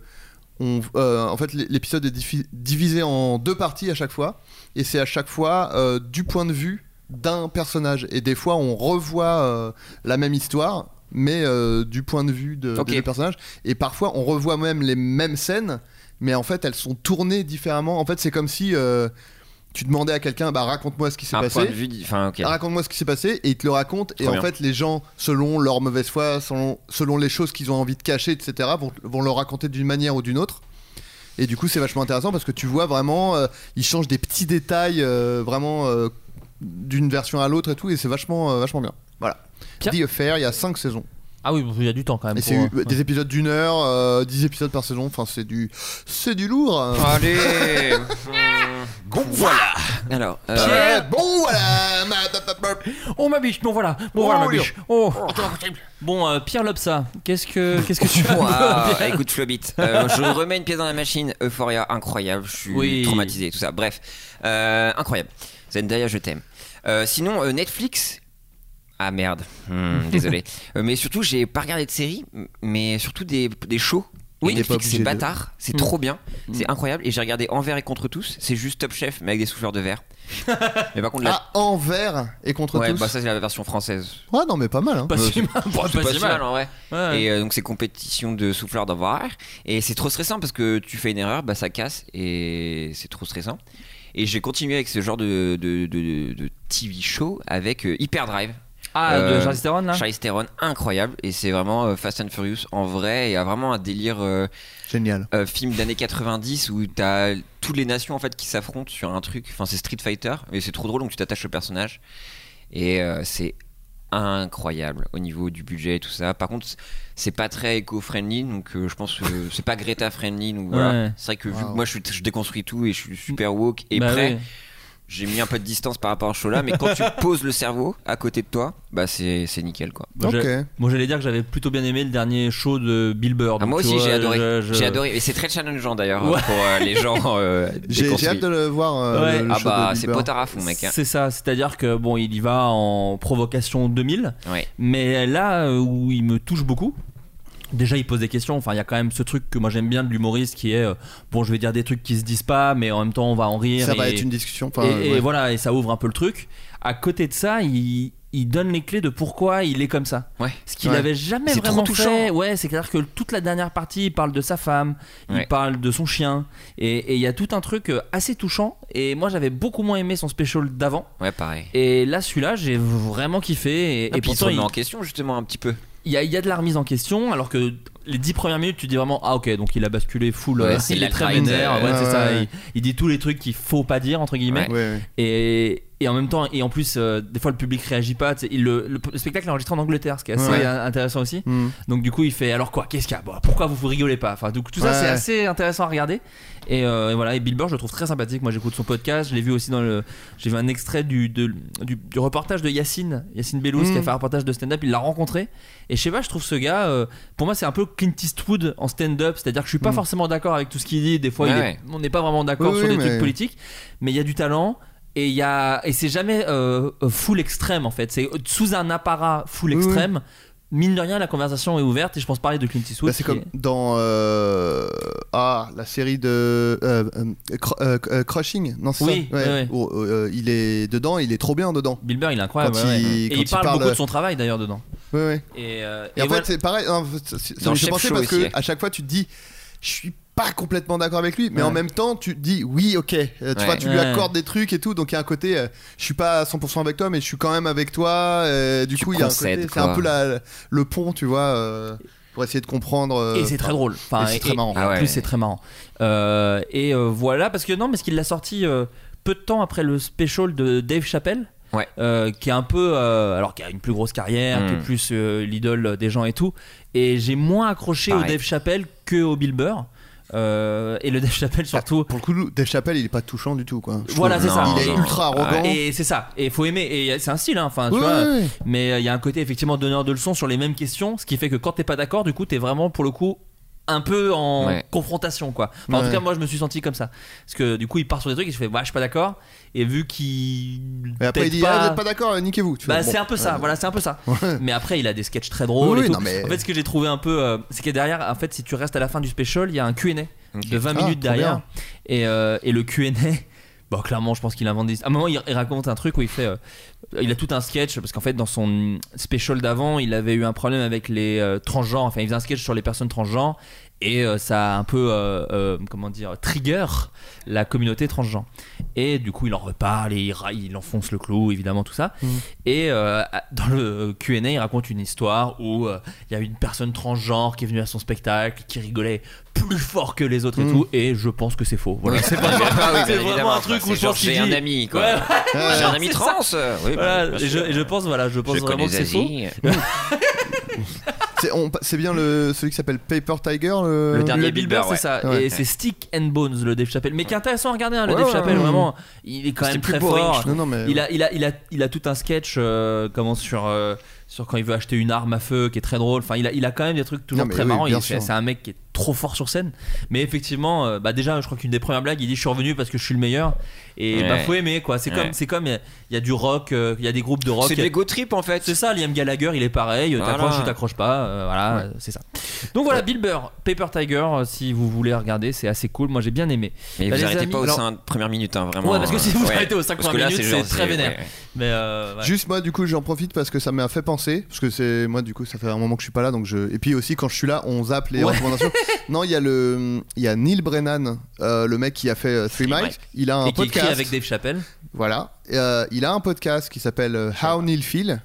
on- euh, en fait, l'é- l'épisode est diffi- divisé en deux parties à chaque fois, et c'est à chaque fois euh, du point de vue d'un personnage. Et des fois, on revoit euh, la même histoire, mais euh, du point de vue de, Ok. des deux personnages. Et parfois, on revoit même les mêmes scènes, mais en fait, elles sont tournées différemment. En fait, c'est comme si euh, tu demandais à quelqu'un, bah raconte-moi ce qui s'est Un passé. point de vue. di- Enfin, ok. Ah, Raconte-moi ce qui s'est passé et il te le raconte. et Trop en bien. fait, les gens, selon leur mauvaise foi, selon, selon les choses qu'ils ont envie de cacher, etc., vont, vont le raconter d'une manière ou d'une autre. Et du coup, c'est vachement intéressant parce que tu vois vraiment, euh, ils changent des petits détails euh, vraiment euh, d'une version à l'autre et tout. Et c'est vachement, euh, vachement bien. Voilà. Pierre The Affair, il y a 5 saisons. Ah oui, bon, il y a du temps quand même. Et pour, c'est euh, eu- des épisodes d'une heure, euh, 10 épisodes par saison. Enfin, c'est du, c'est du lourd. hein. *laughs* Allez Bon, voilà Alors, euh, Ouais, bon, voilà. Ma- ma- ma- ma- Oh ma biche, bon voilà, bon Oh, voilà ma oui. biche. Oh. Bon euh, Pierre Lobsa, qu'est-ce que qu'est-ce que tu *laughs* as Waouh, Pierre ah, écoute Flobit, euh, je remets une pièce dans la machine, Euphoria, incroyable, je suis Oui. traumatisé, tout ça, bref, Euh, incroyable. Zendaya, je t'aime. Euh, sinon, euh, Netflix, ah merde, *laughs* Hmm, désolé. Euh, mais surtout, j'ai pas regardé de série, m- mais surtout des, des shows. Oui. Et On n'est pas Netflix, c'est obligé de. bâtard, c'est trop bien, c'est incroyable, et j'ai regardé Envers et Contre tous, c'est juste Top Chef, mais avec des souffleurs de verre. mais par contre, la... Ah, envers et contre ouais, tous. bah ça c'est la version *laughs* française. Ouais, non, mais pas mal. Hein. Pas Bah, si mal, bon, C'est Bah, pas si mal en vrai. Ouais. Et euh, donc c'est compétition de souffleurs d'avoir et c'est trop stressant parce que tu fais une erreur, bah ça casse et c'est trop stressant. Et j'ai continué avec ce genre de, de, de- de TV show avec euh, Hyperdrive, Ah Euh, de Charlize Theron là. Charlize Theron incroyable et c'est vraiment euh, Fast and Furious en vrai et a vraiment un délire euh, Génial. euh, film d'années 90 où t'as toutes les nations en fait qui s'affrontent sur un truc. Enfin c'est Street Fighter et c'est trop drôle donc tu t'attaches au personnage et euh, c'est incroyable au niveau du budget et tout ça. Par contre, c'est pas très éco-friendly, donc euh, je pense *laughs* que c'est pas Greta-friendly. donc voilà. Ouais. C'est vrai que vu Wow. que moi je, suis- je déconstruis tout et je suis super woke et Bah prêt, oui. J'ai mis un peu de distance par rapport à ce show-là, mais quand *laughs* tu poses le cerveau à côté de toi, bah c'est c'est nickel quoi. Moi, j'ai- Ok. moi, j'allais dire que j'avais plutôt bien aimé le dernier show de Bill Burr. Ah, donc, moi tu aussi vois, euh, j'ai adoré, je- je- j'ai adoré, et c'est très challengeant d'ailleurs Ouais. pour euh, les gens. euh, J'ai j'ai déconstruits. hâte de le voir. euh, Ouais. le- le Ah show de bah Bill c'est Burr. potard à fond mec. hein. C'est ça, c'est-à-dire que bon, il y va en provocation 2000, Ouais. mais là euh, où il me touche beaucoup, déjà il pose des questions, enfin il y a quand même ce truc que moi j'aime bien de l'humoriste qui est, euh, bon je vais dire des trucs qui se disent pas, mais en même temps on va en rire. Ça va et- être une discussion. enfin, et, et ouais. voilà, et ça ouvre un peu le truc. À côté de ça, il, il donne les clés de pourquoi il est comme ça. Ouais. Ce qu'il Ouais. n'avait jamais C'est vraiment trop fait. touchant. Ouais, c'est-à-dire que toute la dernière partie, il parle de sa femme, Ouais. il parle de son chien, et et il y a tout un truc euh, assez touchant. Et moi, j'avais beaucoup moins aimé son special d'avant. Ouais pareil. Et là, celui-là, j'ai vraiment kiffé. Et, Et, et Ah, puis il se pourtant, remet il, en question justement un petit peu. il y, a, il y a de la remise en question, alors que les dix premières minutes, tu dis vraiment ah ok, donc il a basculé full. Ouais, euh, c'est il la est très grind, vénère. euh, Ouais, c'est ouais, ça. ouais. Il, il dit tous les trucs qu'il faut pas dire entre guillemets. Ouais. Ouais, ouais. Et, et en même temps, et en plus, euh, des fois le public réagit pas. tu sais, il le, le- le spectacle est enregistré en Angleterre, ce qui est assez Ouais. euh, intéressant aussi. Hmm. Donc du coup, il fait alors quoi Qu'est-ce qu'il y a Bon, Pourquoi vous vous rigolez pas Enfin, donc tout ça, Ouais. c'est assez intéressant à regarder. Et, euh, et voilà. Et Bill Burr, je le trouve très sympathique. Moi, j'écoute son podcast. Je l'ai vu aussi dans le. J'ai vu un extrait du, de- du, du reportage de Yacine, Yacine Bellouz, Mm. qui a fait un reportage de stand-up. Il l'a rencontré. Et je sais pas, je trouve ce gars. euh, pour moi, c'est un peu Clint Eastwood en stand-up. C'est-à-dire que je suis pas Mm. forcément d'accord avec tout ce qu'il dit. Des fois, Ouais, il est- ouais. on n'est pas vraiment d'accord Oui, sur oui, des mais- trucs politiques. Mais il y a du talent. Et, il y a, et c'est jamais euh, full extrême en fait. C'est sous un apparat full Oui, oui. extrême mine de rien, la conversation est ouverte et je pense parler de Clint Eastwood. Bah, c'est qui est- comme dans euh, ah la série de euh, euh, Cru- euh, euh, Crushing non c'est Oui, ça ouais, ouais. Où, euh, il est dedans il est trop bien dedans Bill Burr, il est incroyable. Quand ouais, il- ouais. quand et il il parle parle- beaucoup de son travail d'ailleurs dedans. ouais, ouais. Et, euh, et, et en voilà. fait c'est pareil hein, ça- ça Dans me Chef fait penser Show parce aussi, hein. que ouais. à chaque fois tu te dis je suis pas complètement d'accord avec lui mais en Ouais. même temps tu te dis oui ok euh, tu Ouais. vois tu lui Ouais. accordes des trucs et tout donc il y a un côté euh, je suis pas à 100% avec toi mais je suis quand même avec toi euh, du Tu coup il y a un concèdes, côté c'est quoi. un peu la- le pont tu vois euh, pour essayer de comprendre euh, Et c'est très drôle. Enfin, et c'est très marrant. en Ah ouais. plus, c'est très marrant. Euh, et euh, voilà, parce que non, parce qu'il l'a sorti euh, peu de temps après le special de Dave Chappelle. Ouais. euh, qui est un peu euh, alors qui a une plus grosse carrière Mm. qui est plus euh, l'idole des gens et tout et j'ai moins accroché au Pareil. Dave Chappelle que au Bill Burr Euh, et le Dave Chappelle surtout pour le coup Dave Chappelle il est pas touchant du tout quoi Je Voilà, trouve. c'est ça. il est Non, Ah non. ultra arrogant et c'est ça et faut aimer et c'est un style hein. enfin tu Ouais, vois ouais, ouais. Mais euh, il y a un côté effectivement donneur de leçons sur les mêmes questions, ce qui fait que quand t'es pas d'accord, du coup, t'es vraiment pour le coup un peu en Ouais. confrontation quoi. Enfin, En Ouais. tout cas, moi je me suis senti comme ça. Parce que du coup, il part sur des trucs et je fais, bah, je suis pas d'accord. Et vu qu'il. Et après, il t'aide dit, pas- ah, vous êtes pas d'accord, euh, niquez-vous. Tu Bah, fais, bon. c'est un peu ça, voilà, c'est un peu ça. Ouais. Mais après, il a des sketchs très drôles. Oui, et oui, tout. non, mais- En fait, ce que j'ai trouvé un peu, euh, c'est que derrière, en fait, si tu restes à la fin du special, il y a un QA de 20 Ah, minutes trop derrière. bien. Et, euh, et le QA, *laughs* bon, clairement, je pense qu'il invente des. À un moment, il, il raconte un truc où il fait. euh, il a tout un sketch, parce qu'en fait, dans son special d'avant, il avait eu un problème avec les euh, transgenres. Enfin, il faisait un sketch sur les personnes transgenres. Et euh, ça a un peu, euh, euh, comment dire, trigger la communauté transgenre. Et du coup, il en reparle et il, ra- il enfonce le clou, évidemment, tout Mm. ça. Et euh, dans le QA, il raconte une histoire où euh, il y a une personne transgenre qui est venue à son spectacle, qui rigolait plus fort que les autres et Mm. tout. Et je pense que c'est faux. Voilà, c'est pas Ah oui, bien c'est évidemment, vraiment un truc c'est où je genre, pense qu'il j'ai un dit- ami Ouais, quoi. ouais, J'ai un ami c'est trans. ça. euh, Oui, bah, Voilà, bien et je, sûr. et je pense, voilà, je pense Je vraiment connais que c'est faux. Zazie. C'est on- c'est bien le, celui qui s'appelle Paper Tiger. Le, Le dernier Le Bill Bill Burr, Burr, c'est ça. Ouais. Et c'est Stick and Bones, le Dave Chappelle. Mais qui est intéressant à regarder, hein, le Ouais, Dave ouais, Chappelle, ouais. vraiment. Il est quand C'était même plus très boring, je fort. Non, non, mais. Il a, il, a, il, a, il a tout un sketch euh, comment sur, euh, sur quand il veut acheter une arme à feu qui est très drôle. Enfin, il a, il a quand même des trucs toujours Non, mais très oui, marrants. bien Il- C'est sûr. c'est un mec qui est trop fort sur scène. Mais effectivement, euh, bah déjà, je crois qu'une des premières blagues, il dit Je suis revenu parce que je suis le meilleur. Et Ouais. bah, faut aimer quoi. C'est Ouais. comme c'est comme il y a- il y, a du rock, euh, il y a des groupes de rock. C'est de l'ego trip en fait. C'est ça, Liam Gallagher, il est pareil. Voilà. T'accroches ou t'accroches pas. euh, voilà, euh, c'est ça. Donc voilà, Bill Burr, Paper Tiger, euh, si vous voulez regarder, c'est assez cool. Moi, j'ai bien aimé. Mais Bah, vous les arrêtez amis, pas aux alors- 5 premières minutes, hein, vraiment. Ouais, parce que si vous euh, ouais. arrêtez aux 5 Parce que premières là, minutes, genre, c'est très vénère. ouais, ouais. Mais euh, ouais. Juste moi du coup j'en profite parce que ça m'a fait penser parce que c'est moi du coup ça fait un moment que je suis pas là donc je et puis aussi quand je suis là on zappe les Ouais. recommandations *laughs* non il y a le il y a Neil Brennan euh, le mec qui a fait euh, Three Three Miles Miles. il a un et qui écrit podcast avec Dave Chappelle. voilà Euh, il a un podcast qui s'appelle euh, How *laughs* Neil Feel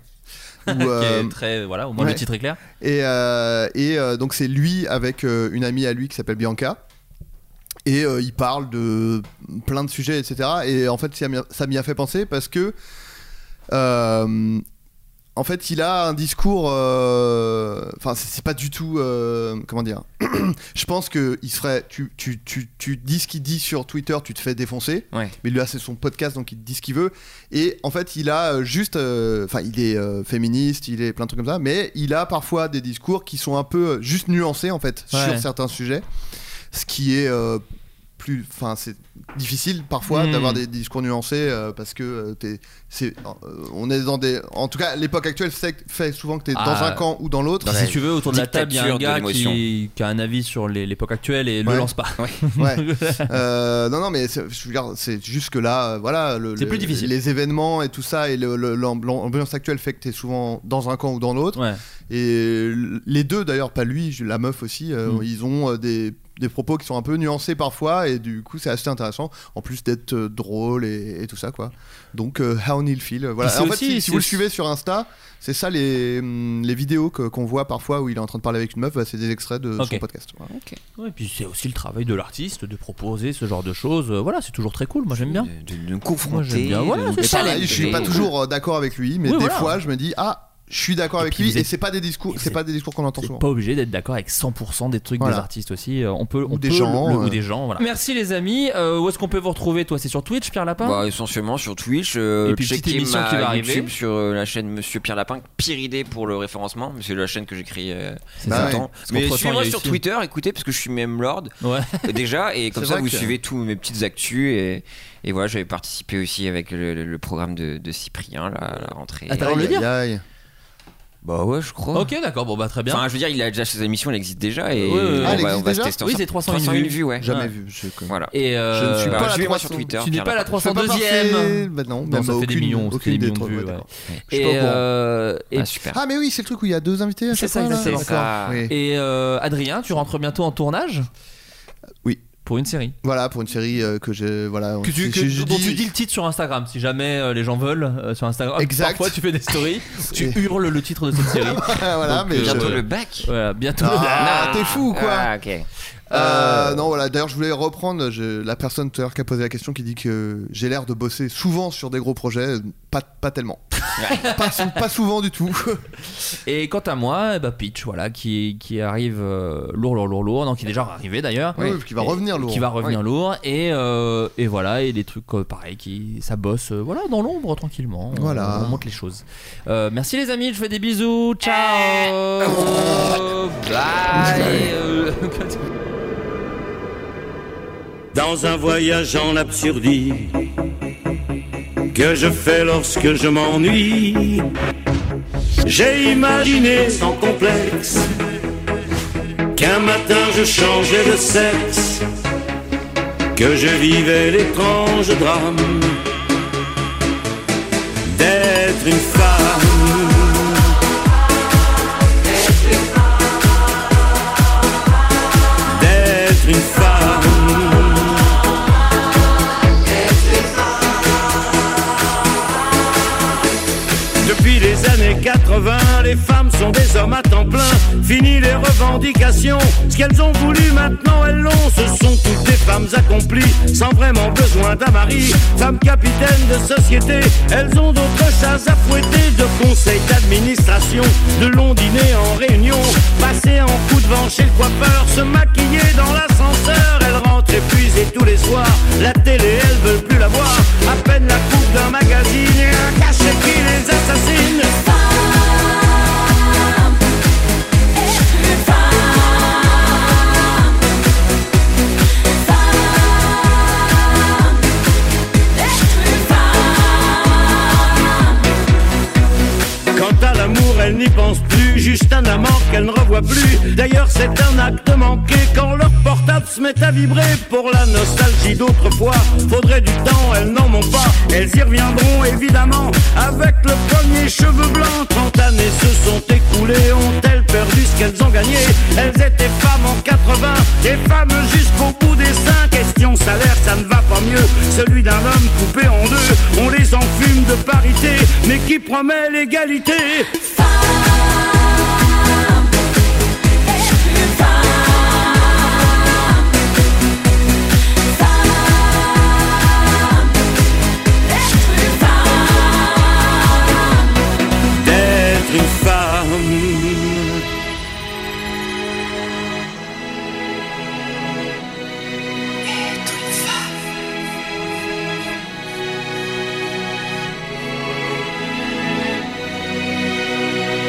où, euh, qui est très voilà au moins ouais. le titre est clair Et, euh, et euh, donc c'est lui avec euh, une amie à lui qui s'appelle Bianca. Et euh, il parle de plein de sujets, etc. Et en fait, ça m'y a- ça m'y a fait penser parce que euh, en fait, il a un discours. euh, Enfin, c'est c'est pas du tout. euh, comment dire *clears throat* Je pense que il se ferait. Tu, tu, tu, tu dis ce qu'il dit sur Twitter, tu te fais défoncer. Ouais. Mais lui, là, c'est son podcast, donc il dit ce qu'il veut. Et en fait, il a euh, juste. euh, Enfin, il est euh, féministe, il est plein de trucs comme ça. Mais il a parfois des discours qui sont un peu euh, juste nuancés, en fait, Ouais. sur certains sujets. Ce qui est. euh, plus, enfin, c'est difficile parfois Mm. d'avoir des discours nuancés euh, parce que euh, t'es- c'est, euh, on est dans des, en tout cas, l'époque actuelle c'est- fait souvent que t'es dans Ah. un camp ou dans l'autre. Si tu veux, autour de la table, il y a un Dictature de gars l'émotion. qui, qui a un avis sur les- l'époque actuelle et le Ouais. lance pas. *laughs* Ouais. Euh, non, non, mais c'est- je veux dire, c'est juste que là, euh, voilà, le- C'est le- plus difficile. Les événements et tout ça et le- le- l'amb- l'ambiance actuelle fait que t'es souvent dans un camp ou dans *laughs* l'autre. Ouais. Et l- les deux d'ailleurs, pas lui, la meuf aussi, euh, Mm. ils ont euh, des des propos qui sont un peu nuancés parfois et du coup c'est assez intéressant en plus d'être euh, drôle et, et tout ça quoi donc euh, how Neil feel Et voilà c'est en fait aussi- si, si c'est vous le aussi- suivez sur Insta c'est ça les, hum, les vidéos que- qu'on voit parfois où il est en train de parler avec une meuf bah, c'est des extraits de Ok. son podcast Voilà. Ouais, et puis c'est aussi le travail de l'artiste de proposer ce genre de choses. Euh, Voilà, c'est toujours très cool. Moi j'aime bien. De, de- de me Moi, j'aime confronter. bien. Voilà, de- c'est de ça, parler Pareil, je suis avec pas les- toujours euh, d'accord avec lui, mais Oui, des voilà. fois je me dis ah, je suis d'accord Et avec puis lui vous êtes- et c'est pas des discours, et vous c'est pas des discours qu'on entend T'es souvent. pas obligé d'être d'accord avec 100% des trucs Voilà. des artistes aussi. Euh, on peut, Ou on des peut gens, le- le- euh. ou des gens. Voilà. Merci les amis. Euh, où est-ce qu'on peut vous retrouver Toi, c'est sur Twitch, Pierre Lapin. Bah, essentiellement sur Twitch, euh, Et puis, petite checker émission ma qui va arriver. YouTube sur euh, la chaîne Monsieur Pierre Lapin, pire idée pour le référencement, mais c'est la chaîne que j'écris euh, c'est bah tout ça. le ouais. temps. Parce Mais qu'entre-temps, il suivez-moi y a sur aussi- Twitter, écoutez, parce que je suis même Lord Ouais. euh, *laughs* déjà, et comme C'est ça vrai vous que- suivez tous mes petites actus, et, et voilà, j'avais participé aussi avec le, le- le programme de, de Cyprien là, à la rentrée. Ah, Attends, le dire. Aïe, Bah ouais, je crois. Ok, d'accord. Bon bah très bien. Enfin, je veux dire, il a déjà ses émissions, elle existe déjà, et Ouais, ouais, ouais. on, Ah, elle va, on existe va se déjà tester Oui, ensemble. c'est 301 vues. vues, ouais. aïe. Jamais Ouais. vu. Je, comme- Voilà. Et euh, Je ne suis Bah, pas la suivez-moi sur 300. Twitter. tu n'es Pierre pas la Lapin. Je fais pas 302 partie- e Bah non, Non, même ça fait aucune, des millions, c'est aucune des millions des de trois- vues. ouais, ouais. d'accord. Je suis Et, pas au courant. euh, et Ah, super. Ah mais oui, c'est le truc où il y a deux invités. à C'est chaque ça, fois, là, c'est d'accord. ça. Oui. Et euh, Adrien, tu rentres bientôt en tournage Oui. Pour une série. Voilà pour une série euh, que j'ai voilà. Que tu, j'ai- que- j'ai- j'ai dont tu dis le titre sur Instagram, si jamais euh, les gens veulent euh, sur Instagram. *laughs* Exact. Parfois tu fais des stories, tu Et- hurles le titre de cette *laughs* série. voilà, Donc, mais euh, je- Bientôt Ouais. le bac. voilà, bientôt. Ah, t'es fou ou quoi Ah, ok. Ah. Euh, non, voilà. D'ailleurs, je voulais reprendre je- la personne tout à l'heure qui a posé la question qui dit que j'ai l'air de bosser souvent sur des gros projets. Pas, pas tellement. pas, sou- pas souvent du tout. Et quant à moi, eh ben, Peach, voilà, qui, qui arrive euh, lourd, lourd, lourd, lourd, non, qui est déjà arrivé d'ailleurs. Oui, qui va Et- revenir lourd. Qui va revenir lourd. Et, euh, et voilà, et des trucs euh, pareils, qui, ça bosse euh, voilà, dans l'ombre tranquillement. On- Voilà. On monte les choses. Euh, merci les amis, je fais des bisous. Ciao Bye Euh, *laughs* Dans un voyage en absurdie que je fais lorsque je m'ennuie, j'ai imaginé sans complexe qu'un matin je changeais de sexe, que je vivais l'étrange drame d'être une femme. D'être une femme. Depuis les années 80, les femmes sont des hommes à temps plein. Fini les revendications. Ce qu'elles ont voulu, maintenant elles l'ont. Ce sont toutes des femmes accomplies, sans vraiment besoin d'un mari. Femmes capitaines de société, elles ont d'autres chats à fouetter. De conseils d'administration, de longs dîners en réunion. Passer en coup de vent chez le coiffeur, se maquiller dans l'ascenseur. Elles rentrent épuisées tous les soirs. La télé, elles veulent plus la voir. À peine la coupe d'un magazine et un cachet qui les assassine. Quant à l'amour, elle n'y pense plus, juste un amant qu'elle ne revoit plus. D'ailleurs, c'est un acte manqué quand leur portable se met à vibrer pour la nostalgie d'autrefois. Faudrait du temps, elles n'en ont pas. Elles y reviendront évidemment avec le premier cheveu blanc. 30 années se sont écoulées, ont-elles perdu ce qu'elles ont gagné Elles étaient femmes en 80, des femmes jusqu'au bout des seins. Question salaire, ça ne va pas mieux. Celui d'un homme coupé en deux, on les enfume de parité, mais qui promet l'égalité. D'être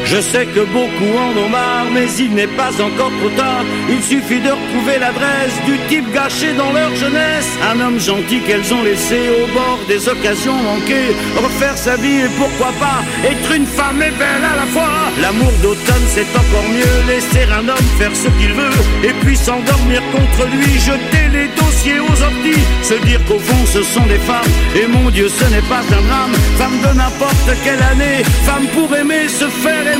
Je sais que beaucoup en ont marre, mais il n'est pas encore trop tard. Il suffit de retrouver l'adresse du type gâché dans leur jeunesse. Un homme gentil qu'elles ont laissé au bord des occasions manquées. Refaire sa vie et pourquoi pas être une femme et belle à la fois. L'amour d'automne, c'est encore mieux. Laisser un homme faire ce qu'il veut et puis s'endormir contre lui. Jeter les dossiers aux orties. Se dire qu'au fond, ce sont des femmes. Et mon Dieu, ce n'est pas un drame. Femme de n'importe quelle année. Femme pour aimer, se faire aimer.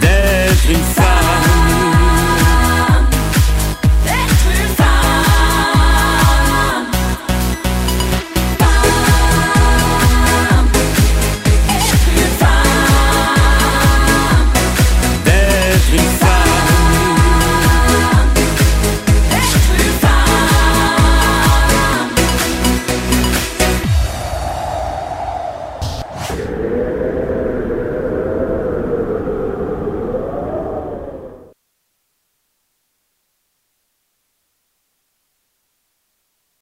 D'être une femme. D'être une femme.